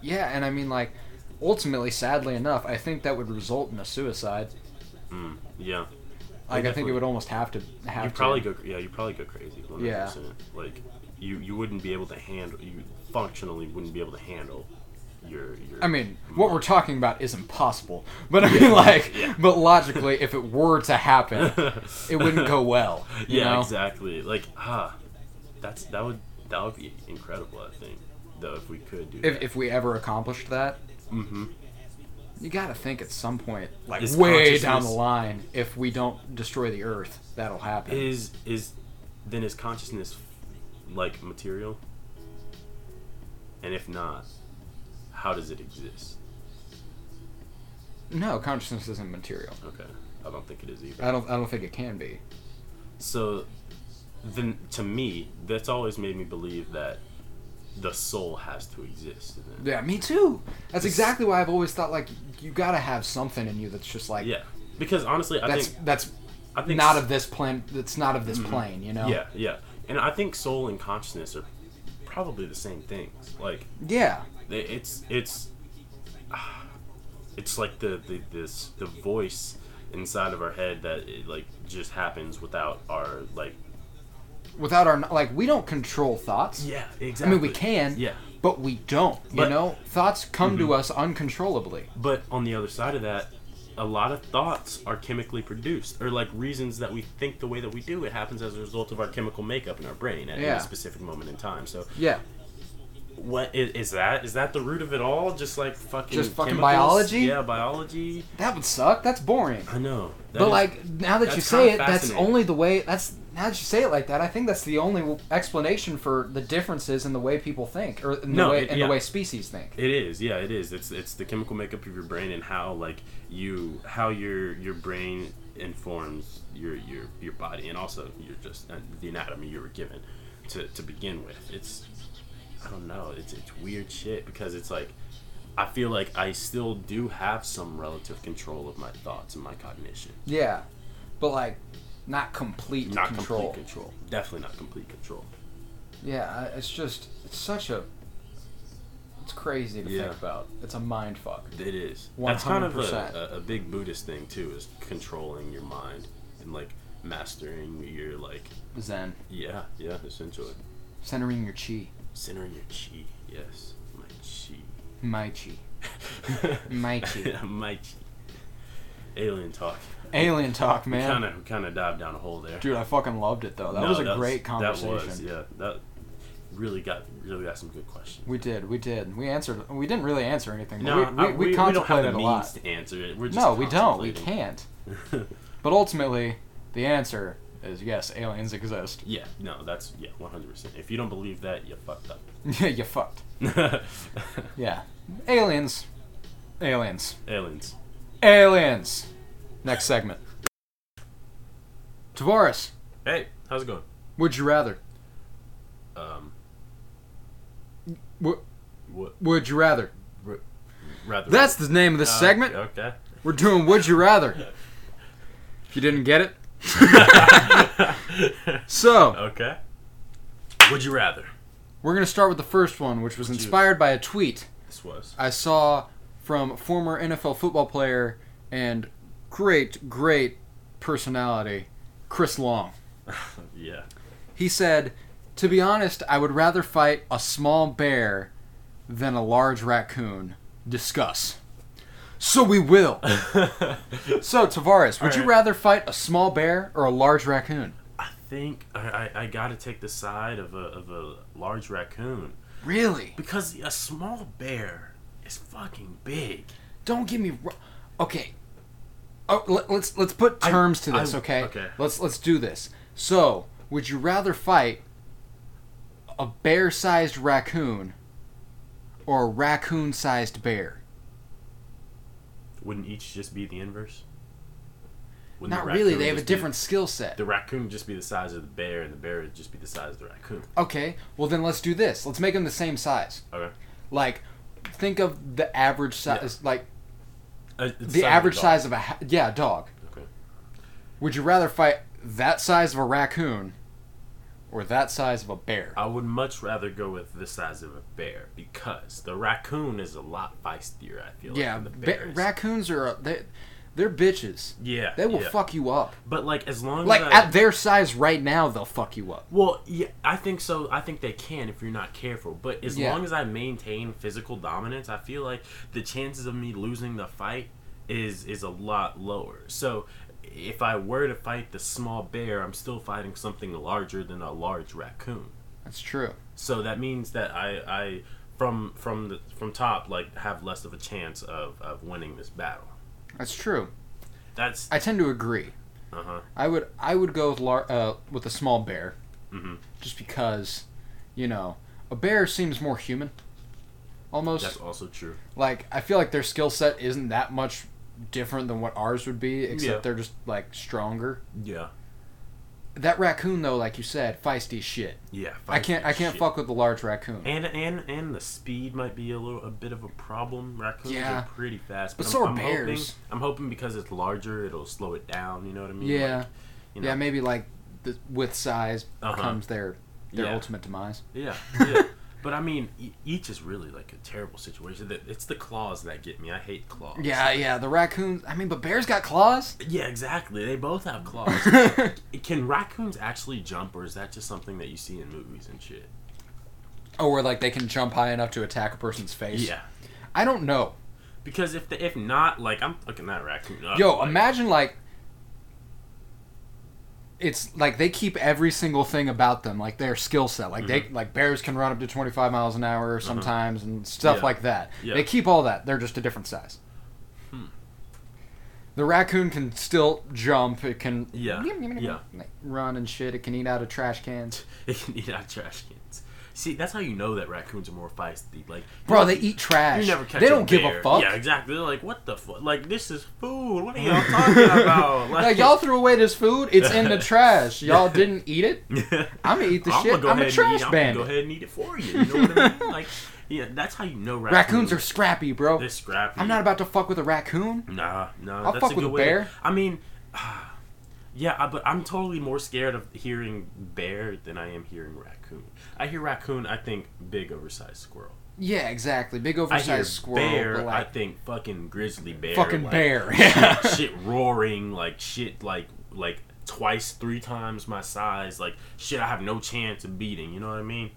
Speaker 1: yeah, and I mean like, ultimately, sadly enough, I think that would result in a suicide.
Speaker 2: Yeah.
Speaker 1: Like I think
Speaker 2: Oh, definitely-
Speaker 1: it would almost have to have
Speaker 2: You
Speaker 1: to.
Speaker 2: probably go, yeah. You probably go crazy. 100%.
Speaker 1: Yeah.
Speaker 2: Like, you you wouldn't be able to handle. You functionally wouldn't be able to handle your. your
Speaker 1: I mean, what we're talking about is impossible, but I mean, like, but logically, if it were to happen, it wouldn't go well. You
Speaker 2: yeah,
Speaker 1: know?
Speaker 2: exactly. Like, ah, that's that would that would be incredible. I think though, if we could do
Speaker 1: If,
Speaker 2: that.
Speaker 1: if we ever accomplished that, mm-hmm. you got to think at some point, like
Speaker 2: Is
Speaker 1: way down the
Speaker 2: consciousness-
Speaker 1: line, if we don't destroy the Earth, that'll happen.
Speaker 2: is is then is consciousness like material? And if not, how does it exist?
Speaker 1: no, consciousness isn't material.
Speaker 2: Okay, I don't think it is either.
Speaker 1: I don't. I don't think it can be.
Speaker 2: So, then to me, that's always made me believe that the soul has to exist. Then.
Speaker 1: Yeah, me too. That's exactly why I've always thought like you got to have something in you that's just like
Speaker 2: Yeah, because honestly, I
Speaker 1: that's
Speaker 2: think
Speaker 1: that's
Speaker 2: I think
Speaker 1: not
Speaker 2: s- Mm-hmm.
Speaker 1: of this plane. That's not of this plane. You know.
Speaker 2: yeah, yeah, and I think soul and consciousness are probably the same things. Like
Speaker 1: Yeah.
Speaker 2: they- it's it's it's like the the this the voice inside of our head that it, like just happens without our like
Speaker 1: Without our like, we don't control thoughts.
Speaker 2: yeah
Speaker 1: I
Speaker 2: exactly.
Speaker 1: mean, we can.
Speaker 2: yeah.
Speaker 1: But we don't. You
Speaker 2: But- Mm-hmm.
Speaker 1: know, thoughts come to us uncontrollably.
Speaker 2: But on the other side of that, a lot of thoughts are chemically produced, or like reasons that we think the way that we do. It happens as a result of our chemical makeup in our brain at
Speaker 1: Yeah.
Speaker 2: any specific moment in time. So,
Speaker 1: Yeah.
Speaker 2: what is, is that? Is that the root of it all? Just like fucking
Speaker 1: Just fucking
Speaker 2: chemicals?
Speaker 1: biology?
Speaker 2: Yeah, biology.
Speaker 1: That would suck. That's boring.
Speaker 2: I know. That
Speaker 1: But
Speaker 2: is-
Speaker 1: like now that you
Speaker 2: that's
Speaker 1: say it,
Speaker 2: kinda
Speaker 1: that's
Speaker 2: fascinating.
Speaker 1: only the way. That's now that you say it like that. I think that's the only w- explanation for the differences in the way people think, or in the
Speaker 2: No,
Speaker 1: way
Speaker 2: it-
Speaker 1: in
Speaker 2: yeah.
Speaker 1: the way species think.
Speaker 2: It is, yeah, it is. It's it's the chemical makeup of your brain and how like you how your your brain informs your your your body and also your just uh, the anatomy you were given to to begin with. It's I don't know. It's it's weird shit because it's like I feel like I still do have some relative control of my thoughts and my cognition.
Speaker 1: Yeah. But like, not complete
Speaker 2: Not
Speaker 1: control.
Speaker 2: complete control. Definitely not complete control.
Speaker 1: Yeah. I- It's just it's such a. It's crazy to
Speaker 2: Yeah.
Speaker 1: think about. It's a mind fuck.
Speaker 2: It is. That's kind of
Speaker 1: 100%.
Speaker 2: a, a, a big Buddhist thing too, is controlling your mind and like mastering your like
Speaker 1: Zen.
Speaker 2: yeah yeah essentially
Speaker 1: Centering your chi.
Speaker 2: centering your chi. Yes, my chi.
Speaker 1: My chi. My chi.
Speaker 2: my chi. Alien talk.
Speaker 1: Alien talk, man.
Speaker 2: Kind of kind of dived down a hole there.
Speaker 1: Dude, I fucking loved it though. That
Speaker 2: No,
Speaker 1: was a
Speaker 2: that's-
Speaker 1: great conversation.
Speaker 2: That was yeah. That really got really got some good questions.
Speaker 1: We did, we did. We answered. We didn't really answer anything.
Speaker 2: No,
Speaker 1: but we, we,
Speaker 2: I-
Speaker 1: we,
Speaker 2: we, don't have
Speaker 1: contemplated
Speaker 2: the
Speaker 1: a
Speaker 2: means
Speaker 1: lot.
Speaker 2: to answer it. We're just
Speaker 1: No, we don't. We
Speaker 2: contemplating.
Speaker 1: can't. But ultimately, the answer is yes. Aliens exist.
Speaker 2: Yeah, no, that's yeah, one hundred percent. If you don't believe that, you fucked up.
Speaker 1: Yeah, you fucked. Yeah, aliens, aliens,
Speaker 2: Aliens.
Speaker 1: aliens. Next segment. Tavares,
Speaker 2: Hey, how's it going?
Speaker 1: would you rather?
Speaker 2: Um,
Speaker 1: Wo-
Speaker 2: what?
Speaker 1: Would you rather?
Speaker 2: Rather.
Speaker 1: That's the name of this
Speaker 2: Uh,
Speaker 1: segment.
Speaker 2: Okay.
Speaker 1: We're doing Would You Rather. If you didn't get it. so,
Speaker 2: Okay. Would you rather?
Speaker 1: we're going to start with the first one, which was
Speaker 2: Would you-
Speaker 1: inspired by a tweet
Speaker 2: This was.
Speaker 1: I saw from former NFL football player and great, great personality, Chris Long.
Speaker 2: Yeah.
Speaker 1: He said, To be honest, I would rather fight a small bear than a large raccoon. Discuss. So we will. so, Tavares, would you
Speaker 2: Alright.
Speaker 1: rather fight a small bear or a large raccoon?
Speaker 2: I think I, I, I got to take the side of a of a large raccoon
Speaker 1: Really?
Speaker 2: because a small bear is fucking big.
Speaker 1: Don't get me wrong. Okay. Oh, let, let's let's put
Speaker 2: I-
Speaker 1: terms to this,
Speaker 2: I-
Speaker 1: okay?
Speaker 2: okay.
Speaker 1: Let's let's do this. So, would you rather fight a bear-sized raccoon or a raccoon-sized bear?
Speaker 2: Wouldn't each just be the inverse? Wouldn't the
Speaker 1: Not really.
Speaker 2: raccoon
Speaker 1: They have a
Speaker 2: just be-
Speaker 1: different skill set.
Speaker 2: the raccoon would just be the size of the bear, and the bear would just be the size of the raccoon.
Speaker 1: Okay. Well, then let's do this. Let's make them the same size.
Speaker 2: Okay.
Speaker 1: Like, think of the average size, like
Speaker 2: Uh, it's size of
Speaker 1: the average
Speaker 2: dog.
Speaker 1: size of a ha- yeah dog.
Speaker 2: Okay.
Speaker 1: Would you rather fight that size of a raccoon or that size of a bear?
Speaker 2: I would much rather go with the size of a bear because the raccoon is a lot feistier. I feel
Speaker 1: yeah,
Speaker 2: like, than the
Speaker 1: ba-
Speaker 2: bear is.
Speaker 1: raccoons are a- they, they're bitches.
Speaker 2: yeah,
Speaker 1: They will
Speaker 2: yeah.
Speaker 1: fuck you up.
Speaker 2: But like as long
Speaker 1: Like
Speaker 2: as I,
Speaker 1: at their size right now, they'll fuck you up.
Speaker 2: Well, yeah, I think so. I think they can if you're not careful. But as
Speaker 1: Yeah.
Speaker 2: long as I maintain physical dominance, I feel like the chances of me losing the fight is is a lot lower. So if I were to fight the small bear, I'm still fighting something larger than a large raccoon.
Speaker 1: That's true.
Speaker 2: So that means that I, I from from the from top like have less of a chance of, of winning this battle.
Speaker 1: That's true.
Speaker 2: That's
Speaker 1: I tend to agree.
Speaker 2: uh huh.
Speaker 1: I would I would go with lar- uh, with a small bear,
Speaker 2: Mhm.
Speaker 1: just because, you know, a bear seems more human. Almost
Speaker 2: That's also true.
Speaker 1: like I feel like their skill set isn't that much different than what ours would be, except
Speaker 2: Yeah.
Speaker 1: they're just like stronger.
Speaker 2: Yeah.
Speaker 1: That raccoon though, like you said, feisty shit.
Speaker 2: Yeah.
Speaker 1: I can't I
Speaker 2: feisty
Speaker 1: can't
Speaker 2: shit.
Speaker 1: fuck with the large raccoon.
Speaker 2: And and and the speed might be a little a bit of a problem. Raccoons
Speaker 1: Yeah.
Speaker 2: are pretty fast,
Speaker 1: But
Speaker 2: but,
Speaker 1: so are
Speaker 2: I'm, I'm
Speaker 1: bears.
Speaker 2: hoping I'm hoping because it's larger, it'll slow it down. You know what I mean?
Speaker 1: Yeah.
Speaker 2: Like, you know,
Speaker 1: Yeah, maybe like the, with size
Speaker 2: Uh-huh.
Speaker 1: comes their their
Speaker 2: Yeah.
Speaker 1: ultimate demise.
Speaker 2: yeah, yeah. But I mean, e- each is really like a terrible situation. That- It's the claws that get me. I hate claws.
Speaker 1: Yeah, yeah, the raccoons. I mean, but bears got claws.
Speaker 2: Yeah, exactly. They both have claws. Can raccoons actually jump, or is that just something that you see in movies and shit?
Speaker 1: Oh, where like they can jump high enough to attack a person's face.
Speaker 2: Yeah.
Speaker 1: I don't know.
Speaker 2: Because if the, if not, like I'm fucking that raccoon up.
Speaker 1: Yo,
Speaker 2: like,
Speaker 1: imagine Uh, like it's like they keep every single thing about them, like their skill set. Like they like bears can run up to twenty five miles an hour sometimes and stuff
Speaker 2: Yeah.
Speaker 1: like that.
Speaker 2: Yeah.
Speaker 1: They keep all that. They're just a different size. Hmm. The raccoon can still jump. It can
Speaker 2: Yeah. Yeah.
Speaker 1: like, run and shit. It can eat out of trash cans.
Speaker 2: They can eat out trash cans. See, that's how you know that raccoons are more feisty. Like,
Speaker 1: Bro, they eat trash.
Speaker 2: you never catch.
Speaker 1: they don't give a
Speaker 2: bear.
Speaker 1: fuck.
Speaker 2: Yeah, exactly. They're like, what the fuck? Like, this is food. What are y'all talking about?
Speaker 1: Like y'all threw away this food. It's in the trash. Y'all didn't eat it. I'm gonna eat the
Speaker 2: I'ma
Speaker 1: shit.
Speaker 2: go
Speaker 1: I'm a
Speaker 2: ahead and eat-
Speaker 1: trash
Speaker 2: I'ma
Speaker 1: bandit.
Speaker 2: Go ahead and eat it for you. You know what I mean? Like, yeah, that's how you know raccoons.
Speaker 1: Raccoons are scrappy, bro.
Speaker 2: They're scrappy.
Speaker 1: I'm not about to fuck with a raccoon.
Speaker 2: Nah, nah.
Speaker 1: I'll
Speaker 2: that's
Speaker 1: fuck
Speaker 2: a
Speaker 1: with
Speaker 2: good
Speaker 1: a
Speaker 2: way to-
Speaker 1: bear.
Speaker 2: I mean, yeah, I, but I'm totally more scared of hearing bear than I am hearing raccoon. I hear raccoon, I think big oversized squirrel.
Speaker 1: Yeah, exactly. Big
Speaker 2: I
Speaker 1: oversized
Speaker 2: hear
Speaker 1: squirrel,
Speaker 2: bear,
Speaker 1: but like
Speaker 2: I think fucking grizzly bear.
Speaker 1: fucking
Speaker 2: like,
Speaker 1: bear.
Speaker 2: shit, shit roaring, like shit, like like twice, three times my size, like shit. I have no chance of beating. You know what I mean?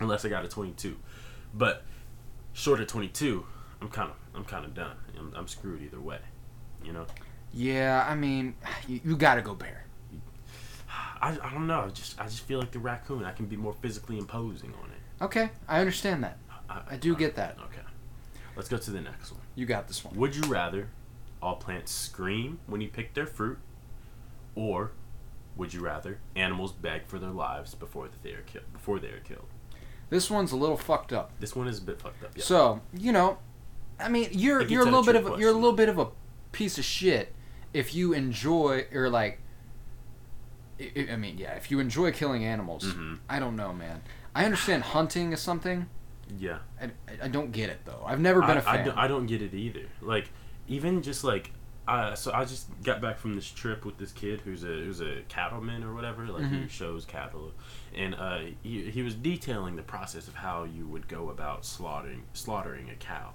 Speaker 2: Unless I got a twenty-two, but short of twenty-two, I'm kind of I'm kind of done. I'm, I'm screwed either way. You know,
Speaker 1: yeah, I mean, you, you gotta go bear.
Speaker 2: I, I don't know. I just I just feel like the raccoon. I can be more physically imposing on it.
Speaker 1: Okay, I understand that. I do get that.
Speaker 2: Okay, let's go to the next one.
Speaker 1: You got this one.
Speaker 2: Would you rather all plants scream when you pick their fruit, or would you rather animals beg for their lives before that they are killed? Before they are killed.
Speaker 1: This one's a little fucked up.
Speaker 2: This one is a bit fucked up. Yeah.
Speaker 1: So you know, I mean, you're
Speaker 2: It gets
Speaker 1: you're a
Speaker 2: at a
Speaker 1: little bit of
Speaker 2: trick
Speaker 1: a, you're a
Speaker 2: question.
Speaker 1: little bit of a piece of shit if you enjoy or like. I- I I mean, yeah, if you enjoy killing animals,
Speaker 2: Mhm.
Speaker 1: I don't know, man. I understand hunting is something.
Speaker 2: yeah.
Speaker 1: I, I don't get it though. I've never been
Speaker 2: I,
Speaker 1: a fan.
Speaker 2: I don't, I don't get it either. Like, even just like, uh, so I just got back from this trip with this kid who's a who's a cattleman or whatever. Like,
Speaker 1: Mm-hmm.
Speaker 2: he shows cattle, and uh, he he was detailing the process of how you would go about slaughtering slaughtering a cow,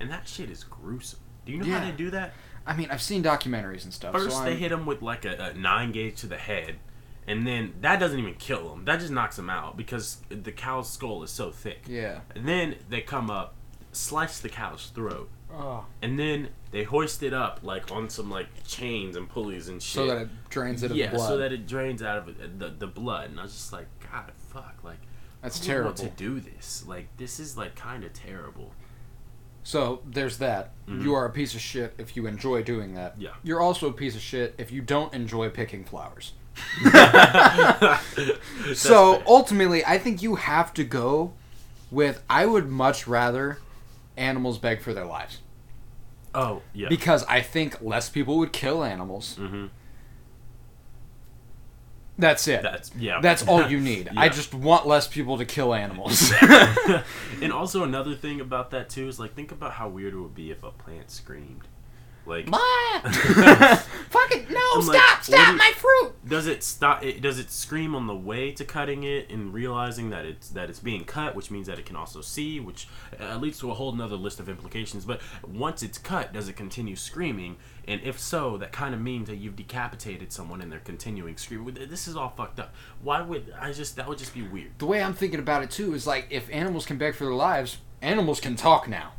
Speaker 2: and that shit is gruesome. Do you know how
Speaker 1: Yeah.
Speaker 2: they do that?
Speaker 1: I mean, I've seen documentaries and stuff.
Speaker 2: First,
Speaker 1: so
Speaker 2: they
Speaker 1: I'm-
Speaker 2: hit him with like a, a nine gauge to the head, and then that doesn't even kill him. That just knocks him out because the cow's skull is so thick.
Speaker 1: Yeah.
Speaker 2: And then they come up, slice the cow's throat,
Speaker 1: Oh.
Speaker 2: and then they hoist it up like on some like chains and pulleys and shit.
Speaker 1: So that it drains it of
Speaker 2: yeah,
Speaker 1: blood.
Speaker 2: so that it drains out of it, the the blood. And I was just like, God, fuck, like
Speaker 1: That's
Speaker 2: who would want
Speaker 1: terrible.
Speaker 2: to do this. Like this is like kind of terrible.
Speaker 1: So there's that. You are a piece of shit if you enjoy doing that.
Speaker 2: Mm-hmm. Yeah.
Speaker 1: You're also a piece of shit if you don't enjoy picking flowers.
Speaker 2: That's
Speaker 1: so
Speaker 2: fair.
Speaker 1: ultimately, I think you have to go with I would much rather animals beg for their lives
Speaker 2: oh yeah,
Speaker 1: because I think less people would kill animals.
Speaker 2: hmm
Speaker 1: That's it.
Speaker 2: that's yeah.
Speaker 1: That's all you need. I
Speaker 2: Yeah.
Speaker 1: just want less people to kill animals.
Speaker 2: and also another thing about that too is like think about how weird it would be if a plant screamed. Like
Speaker 1: Fuck it! No!
Speaker 2: I'm
Speaker 1: stop!
Speaker 2: like, what
Speaker 1: stop
Speaker 2: do you-
Speaker 1: my fruit!
Speaker 2: does it stop it does it scream on the way to cutting it and realizing that it's that it's being cut which means that it can also see which uh, leads to a whole nother list of implications but once it's cut does it continue screaming and if so that kind of means that you've decapitated someone and they're continuing screaming this is all fucked up why would i just that would just be weird
Speaker 1: The way I'm thinking about it too is like if animals can beg for their lives, animals can talk now.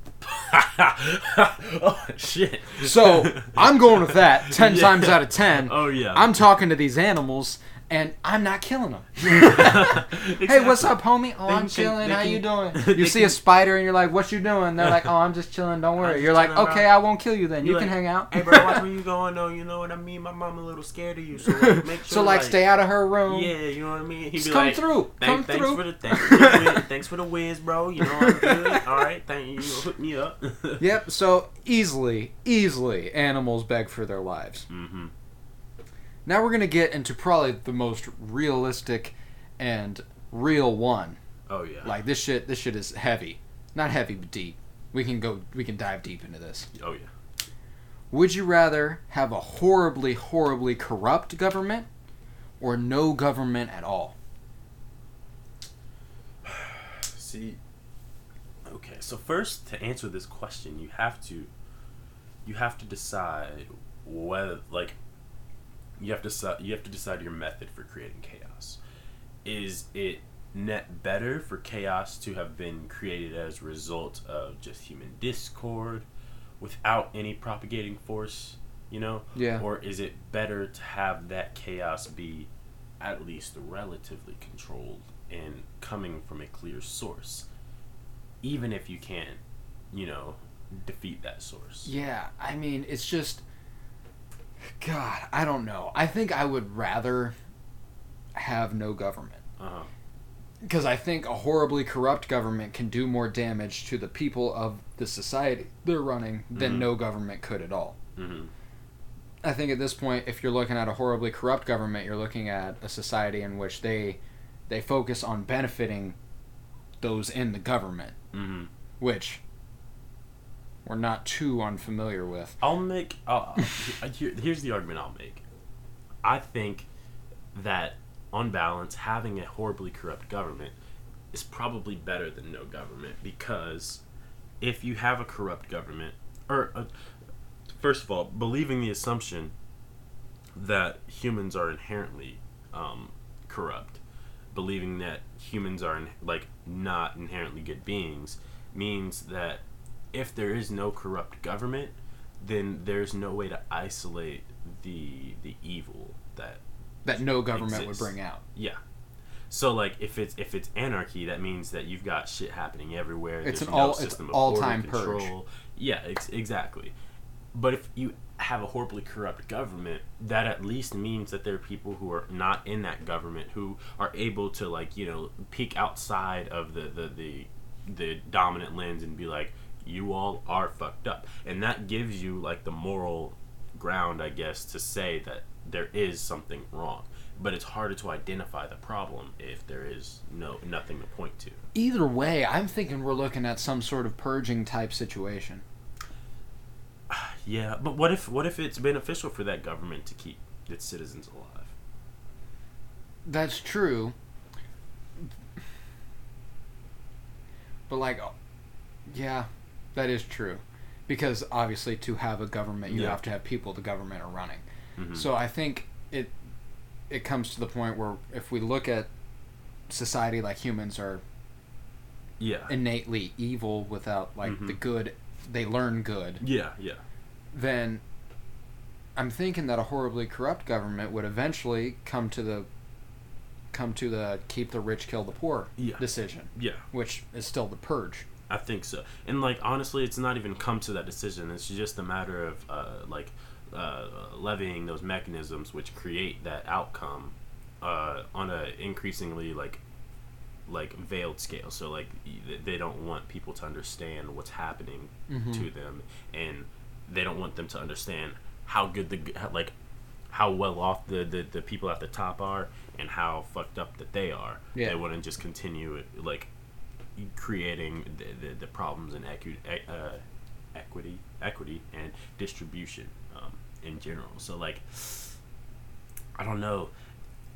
Speaker 2: oh shit
Speaker 1: So I'm going with that ten times out of ten.
Speaker 2: Oh, yeah.
Speaker 1: I'm talking to these animals and I'm not killing them. Hey, what's up, homie? Oh, I'm
Speaker 2: can-
Speaker 1: chilling.
Speaker 2: they
Speaker 1: How
Speaker 2: can-
Speaker 1: you
Speaker 2: they
Speaker 1: doing? You see a
Speaker 2: can-
Speaker 1: spider and you're like, "What you doing?" They're like, "Oh, I'm just chilling. Don't worry."
Speaker 2: just
Speaker 1: You're like,
Speaker 2: chilling
Speaker 1: "Okay,
Speaker 2: around."
Speaker 1: I won't kill you then. You
Speaker 2: You're
Speaker 1: can
Speaker 2: like,
Speaker 1: hang out."
Speaker 2: hey bro watch where you going though you know what i mean my mom a little scared of you so like, make sure
Speaker 1: So like, stay out of her room.
Speaker 2: Yeah, you know what I mean. He'd
Speaker 1: Just
Speaker 2: be
Speaker 1: come
Speaker 2: like,
Speaker 1: through.
Speaker 2: "Thank-
Speaker 1: Come
Speaker 2: thanks
Speaker 1: through."
Speaker 2: For the, thanks, for the whiz, thanks for the whiz, bro. You know I'm good. All right, thank you. You hooked me up.
Speaker 1: Yep. So easily, easily, animals beg for their lives.
Speaker 2: mm-hmm.
Speaker 1: Now we're gonna get into probably the most realistic and real one.
Speaker 2: Oh yeah.
Speaker 1: Like this shit. This shit is heavy. Not heavy, but deep. We can go. We can dive deep into this.
Speaker 2: oh yeah.
Speaker 1: Would you rather have a horribly, horribly corrupt government, or no government at all?
Speaker 2: See. Okay, so first to answer this question, you have to, you have to decide whether like, you have to si- you have to decide your method for creating chaos. Is it net better for chaos to have been created as a result of just human discord, without any propagating force, you know?
Speaker 1: Yeah.
Speaker 2: Or is it better to have that chaos be at least relatively controlled and coming from a clear source, even if you can't, you know, defeat that source?
Speaker 1: Yeah, I mean, it's just. God, I don't know. I think I would rather have no government.
Speaker 2: Uh-huh.
Speaker 1: because I think a horribly corrupt government can do more damage to the people of the society they're running than
Speaker 2: Mhm.
Speaker 1: no government could at all.
Speaker 2: Mm-hmm.
Speaker 1: I think at this point, if you're looking at a horribly corrupt government, you're looking at a society in which they they focus on benefiting those in the government,
Speaker 2: Mm-hmm.
Speaker 1: which we're not too unfamiliar with.
Speaker 2: I'll make. I'll, I'll- here, here's the argument I'll make. I think that, on balance, having a horribly corrupt government is probably better than no government because if you have a corrupt government, or uh, first of all, believing the assumption that humans are inherently um, corrupt, believing that humans are in, like not inherently good beings, means that if there is no corrupt government, then there's no way to isolate the the evil that
Speaker 1: That no government
Speaker 2: Exists.
Speaker 1: would bring out.
Speaker 2: yeah. So like if it's if it's anarchy, that means that you've got shit happening everywhere.
Speaker 1: It's
Speaker 2: There's
Speaker 1: an
Speaker 2: no
Speaker 1: all- it's
Speaker 2: system of
Speaker 1: all-time
Speaker 2: border
Speaker 1: purge.
Speaker 2: control. Yeah, ex- exactly. But if you have a horribly corrupt government, that at least means that there are people who are not in that government who are able to like you know peek outside of the the the, the dominant lens and be like, you all are fucked up, and that gives you like the moral ground, I guess, to say that there is something wrong. But it's harder to identify the problem if there is no nothing to point to.
Speaker 1: Either way, I'm thinking we're looking at some sort of purging type situation.
Speaker 2: Yeah, but what if what if it's beneficial for that government to keep its citizens alive?
Speaker 1: That's true. But like uh, yeah, that is true. Because obviously to have a government you
Speaker 2: Yeah.
Speaker 1: have to have people the government are running.
Speaker 2: Mhm.
Speaker 1: So I think it it comes to the point where if we look at society like humans are
Speaker 2: Yeah.
Speaker 1: innately evil without like the
Speaker 2: Mhm.
Speaker 1: good they learn good
Speaker 2: yeah, yeah.
Speaker 1: then I'm thinking that a horribly corrupt government would eventually come to the come to the keep the rich, kill the poor
Speaker 2: Yeah.
Speaker 1: decision,
Speaker 2: Yeah.
Speaker 1: which is still the purge.
Speaker 2: I think so. And like honestly, it's not even come to that decision. It's just a matter of uh, like uh, levying those mechanisms which create that outcome uh, on a increasingly like like veiled scale. So like y- they don't want people to understand what's happening
Speaker 1: Mhm.
Speaker 2: to them, and they don't want them to understand how good the g- how, like how well off the, the the people at the top are and how fucked up that they are.
Speaker 1: Yeah.
Speaker 2: They want to just continue it, like creating the, the, the problems in equi- e- uh, equity equity and distribution um, in general. So like I don't know.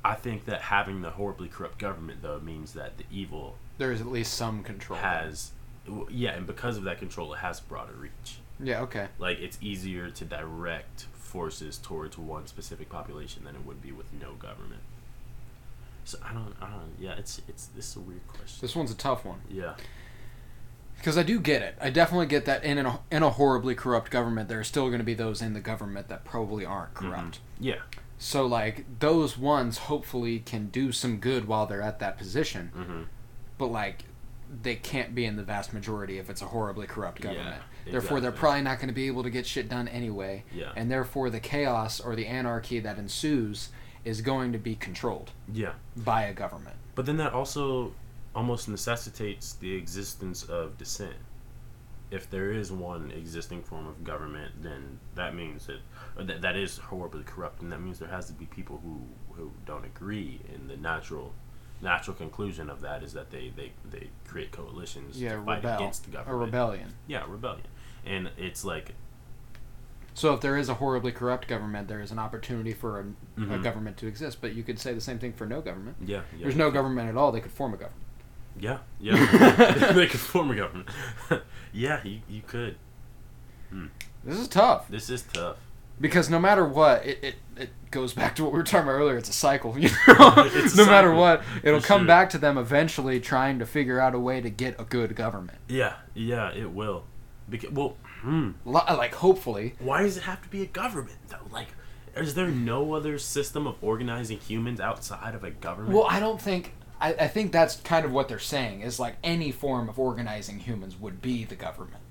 Speaker 2: I think that having the horribly corrupt government though means that the evil
Speaker 1: There is at least some control.
Speaker 2: has w- yeah, and because of that control it has broader reach.
Speaker 1: Yeah. Okay.
Speaker 2: Like it's easier to direct forces towards one specific population than it would be with no government. So I don't I don't yeah, it's it's this is a weird question.
Speaker 1: This one's a tough one
Speaker 2: Yeah.
Speaker 1: because I do get it. I definitely get that in an, in a horribly corrupt government, there are still going to be those in the government that probably aren't
Speaker 2: Mm-hmm.
Speaker 1: corrupt.
Speaker 2: Yeah.
Speaker 1: So like those ones hopefully can do some good while they're at that position,
Speaker 2: Mhm.
Speaker 1: but like they can't be in the vast majority if it's a horribly corrupt
Speaker 2: Yeah,
Speaker 1: government. Therefore, they're
Speaker 2: exactly.
Speaker 1: probably not going to be able to get shit done anyway.
Speaker 2: Yeah.
Speaker 1: and therefore the chaos or the anarchy that ensues is going to be controlled
Speaker 2: Yeah.
Speaker 1: by a government.
Speaker 2: But then that also almost necessitates the existence of dissent. If there is one existing form of government, then that means that or that, that is horribly corrupt, and that means there has to be people who, who don't agree. And the natural natural conclusion of that is that they, they, they create coalitions
Speaker 1: Yeah,
Speaker 2: to fight
Speaker 1: rebel
Speaker 2: against the
Speaker 1: a
Speaker 2: government.
Speaker 1: rebellion.
Speaker 2: Yeah, rebellion. And it's like
Speaker 1: So if there is a horribly corrupt government, there is an opportunity for a, a
Speaker 2: Mhm.
Speaker 1: government to exist. But you could say the same thing for no government.
Speaker 2: yeah, yeah
Speaker 1: There's no government at all. They could form a government.
Speaker 2: yeah yeah they could form a government. yeah, you, you could.
Speaker 1: This is tough
Speaker 2: This is tough.
Speaker 1: because no matter what, it, it, it goes back to what we were talking about earlier. It's a cycle. You know?
Speaker 2: It's a
Speaker 1: no matter
Speaker 2: cycle,
Speaker 1: what, it'll
Speaker 2: for
Speaker 1: come
Speaker 2: sure.
Speaker 1: back to them eventually, trying to figure out a way to get a good government.
Speaker 2: Yeah, yeah, it will. Because well, hmm,
Speaker 1: Li- Like hopefully,
Speaker 2: why does it have to be a government though? Like, is there no other system of organizing humans outside of a government?
Speaker 1: Well, I don't think. I, I think that's kind of what they're saying is like any form of organizing humans would be the government.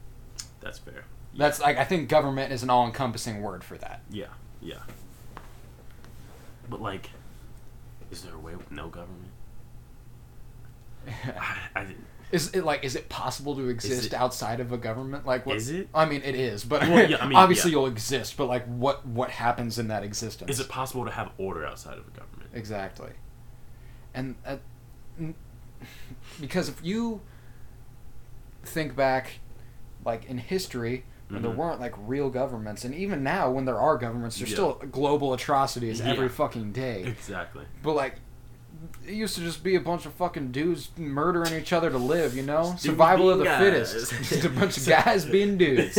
Speaker 2: that's fair.
Speaker 1: That's like I think government is an all-encompassing word for that.
Speaker 2: Yeah, yeah. But like, is there a way with no government? I, I,
Speaker 1: Is it like is it possible to exist
Speaker 2: it-
Speaker 1: outside of a government? Like what?
Speaker 2: Is it?
Speaker 1: I mean, it is, but
Speaker 2: Well, yeah, I mean,
Speaker 1: obviously
Speaker 2: yeah.
Speaker 1: you'll exist. But like, what what happens in that existence?
Speaker 2: is it possible to have order outside of a government?
Speaker 1: Exactly. And uh, n- because if you think back, like in history, when there
Speaker 2: Mhm.
Speaker 1: weren't like real governments, and even now when there are governments, there's
Speaker 2: Yeah.
Speaker 1: still global atrocities every
Speaker 2: Yeah.
Speaker 1: fucking day.
Speaker 2: Exactly.
Speaker 1: But like, it used to just be a bunch of fucking dudes murdering each other to live, you know?
Speaker 2: Dudes
Speaker 1: Survival of the
Speaker 2: being
Speaker 1: fittest.
Speaker 2: guys.
Speaker 1: just a bunch of guys being dudes.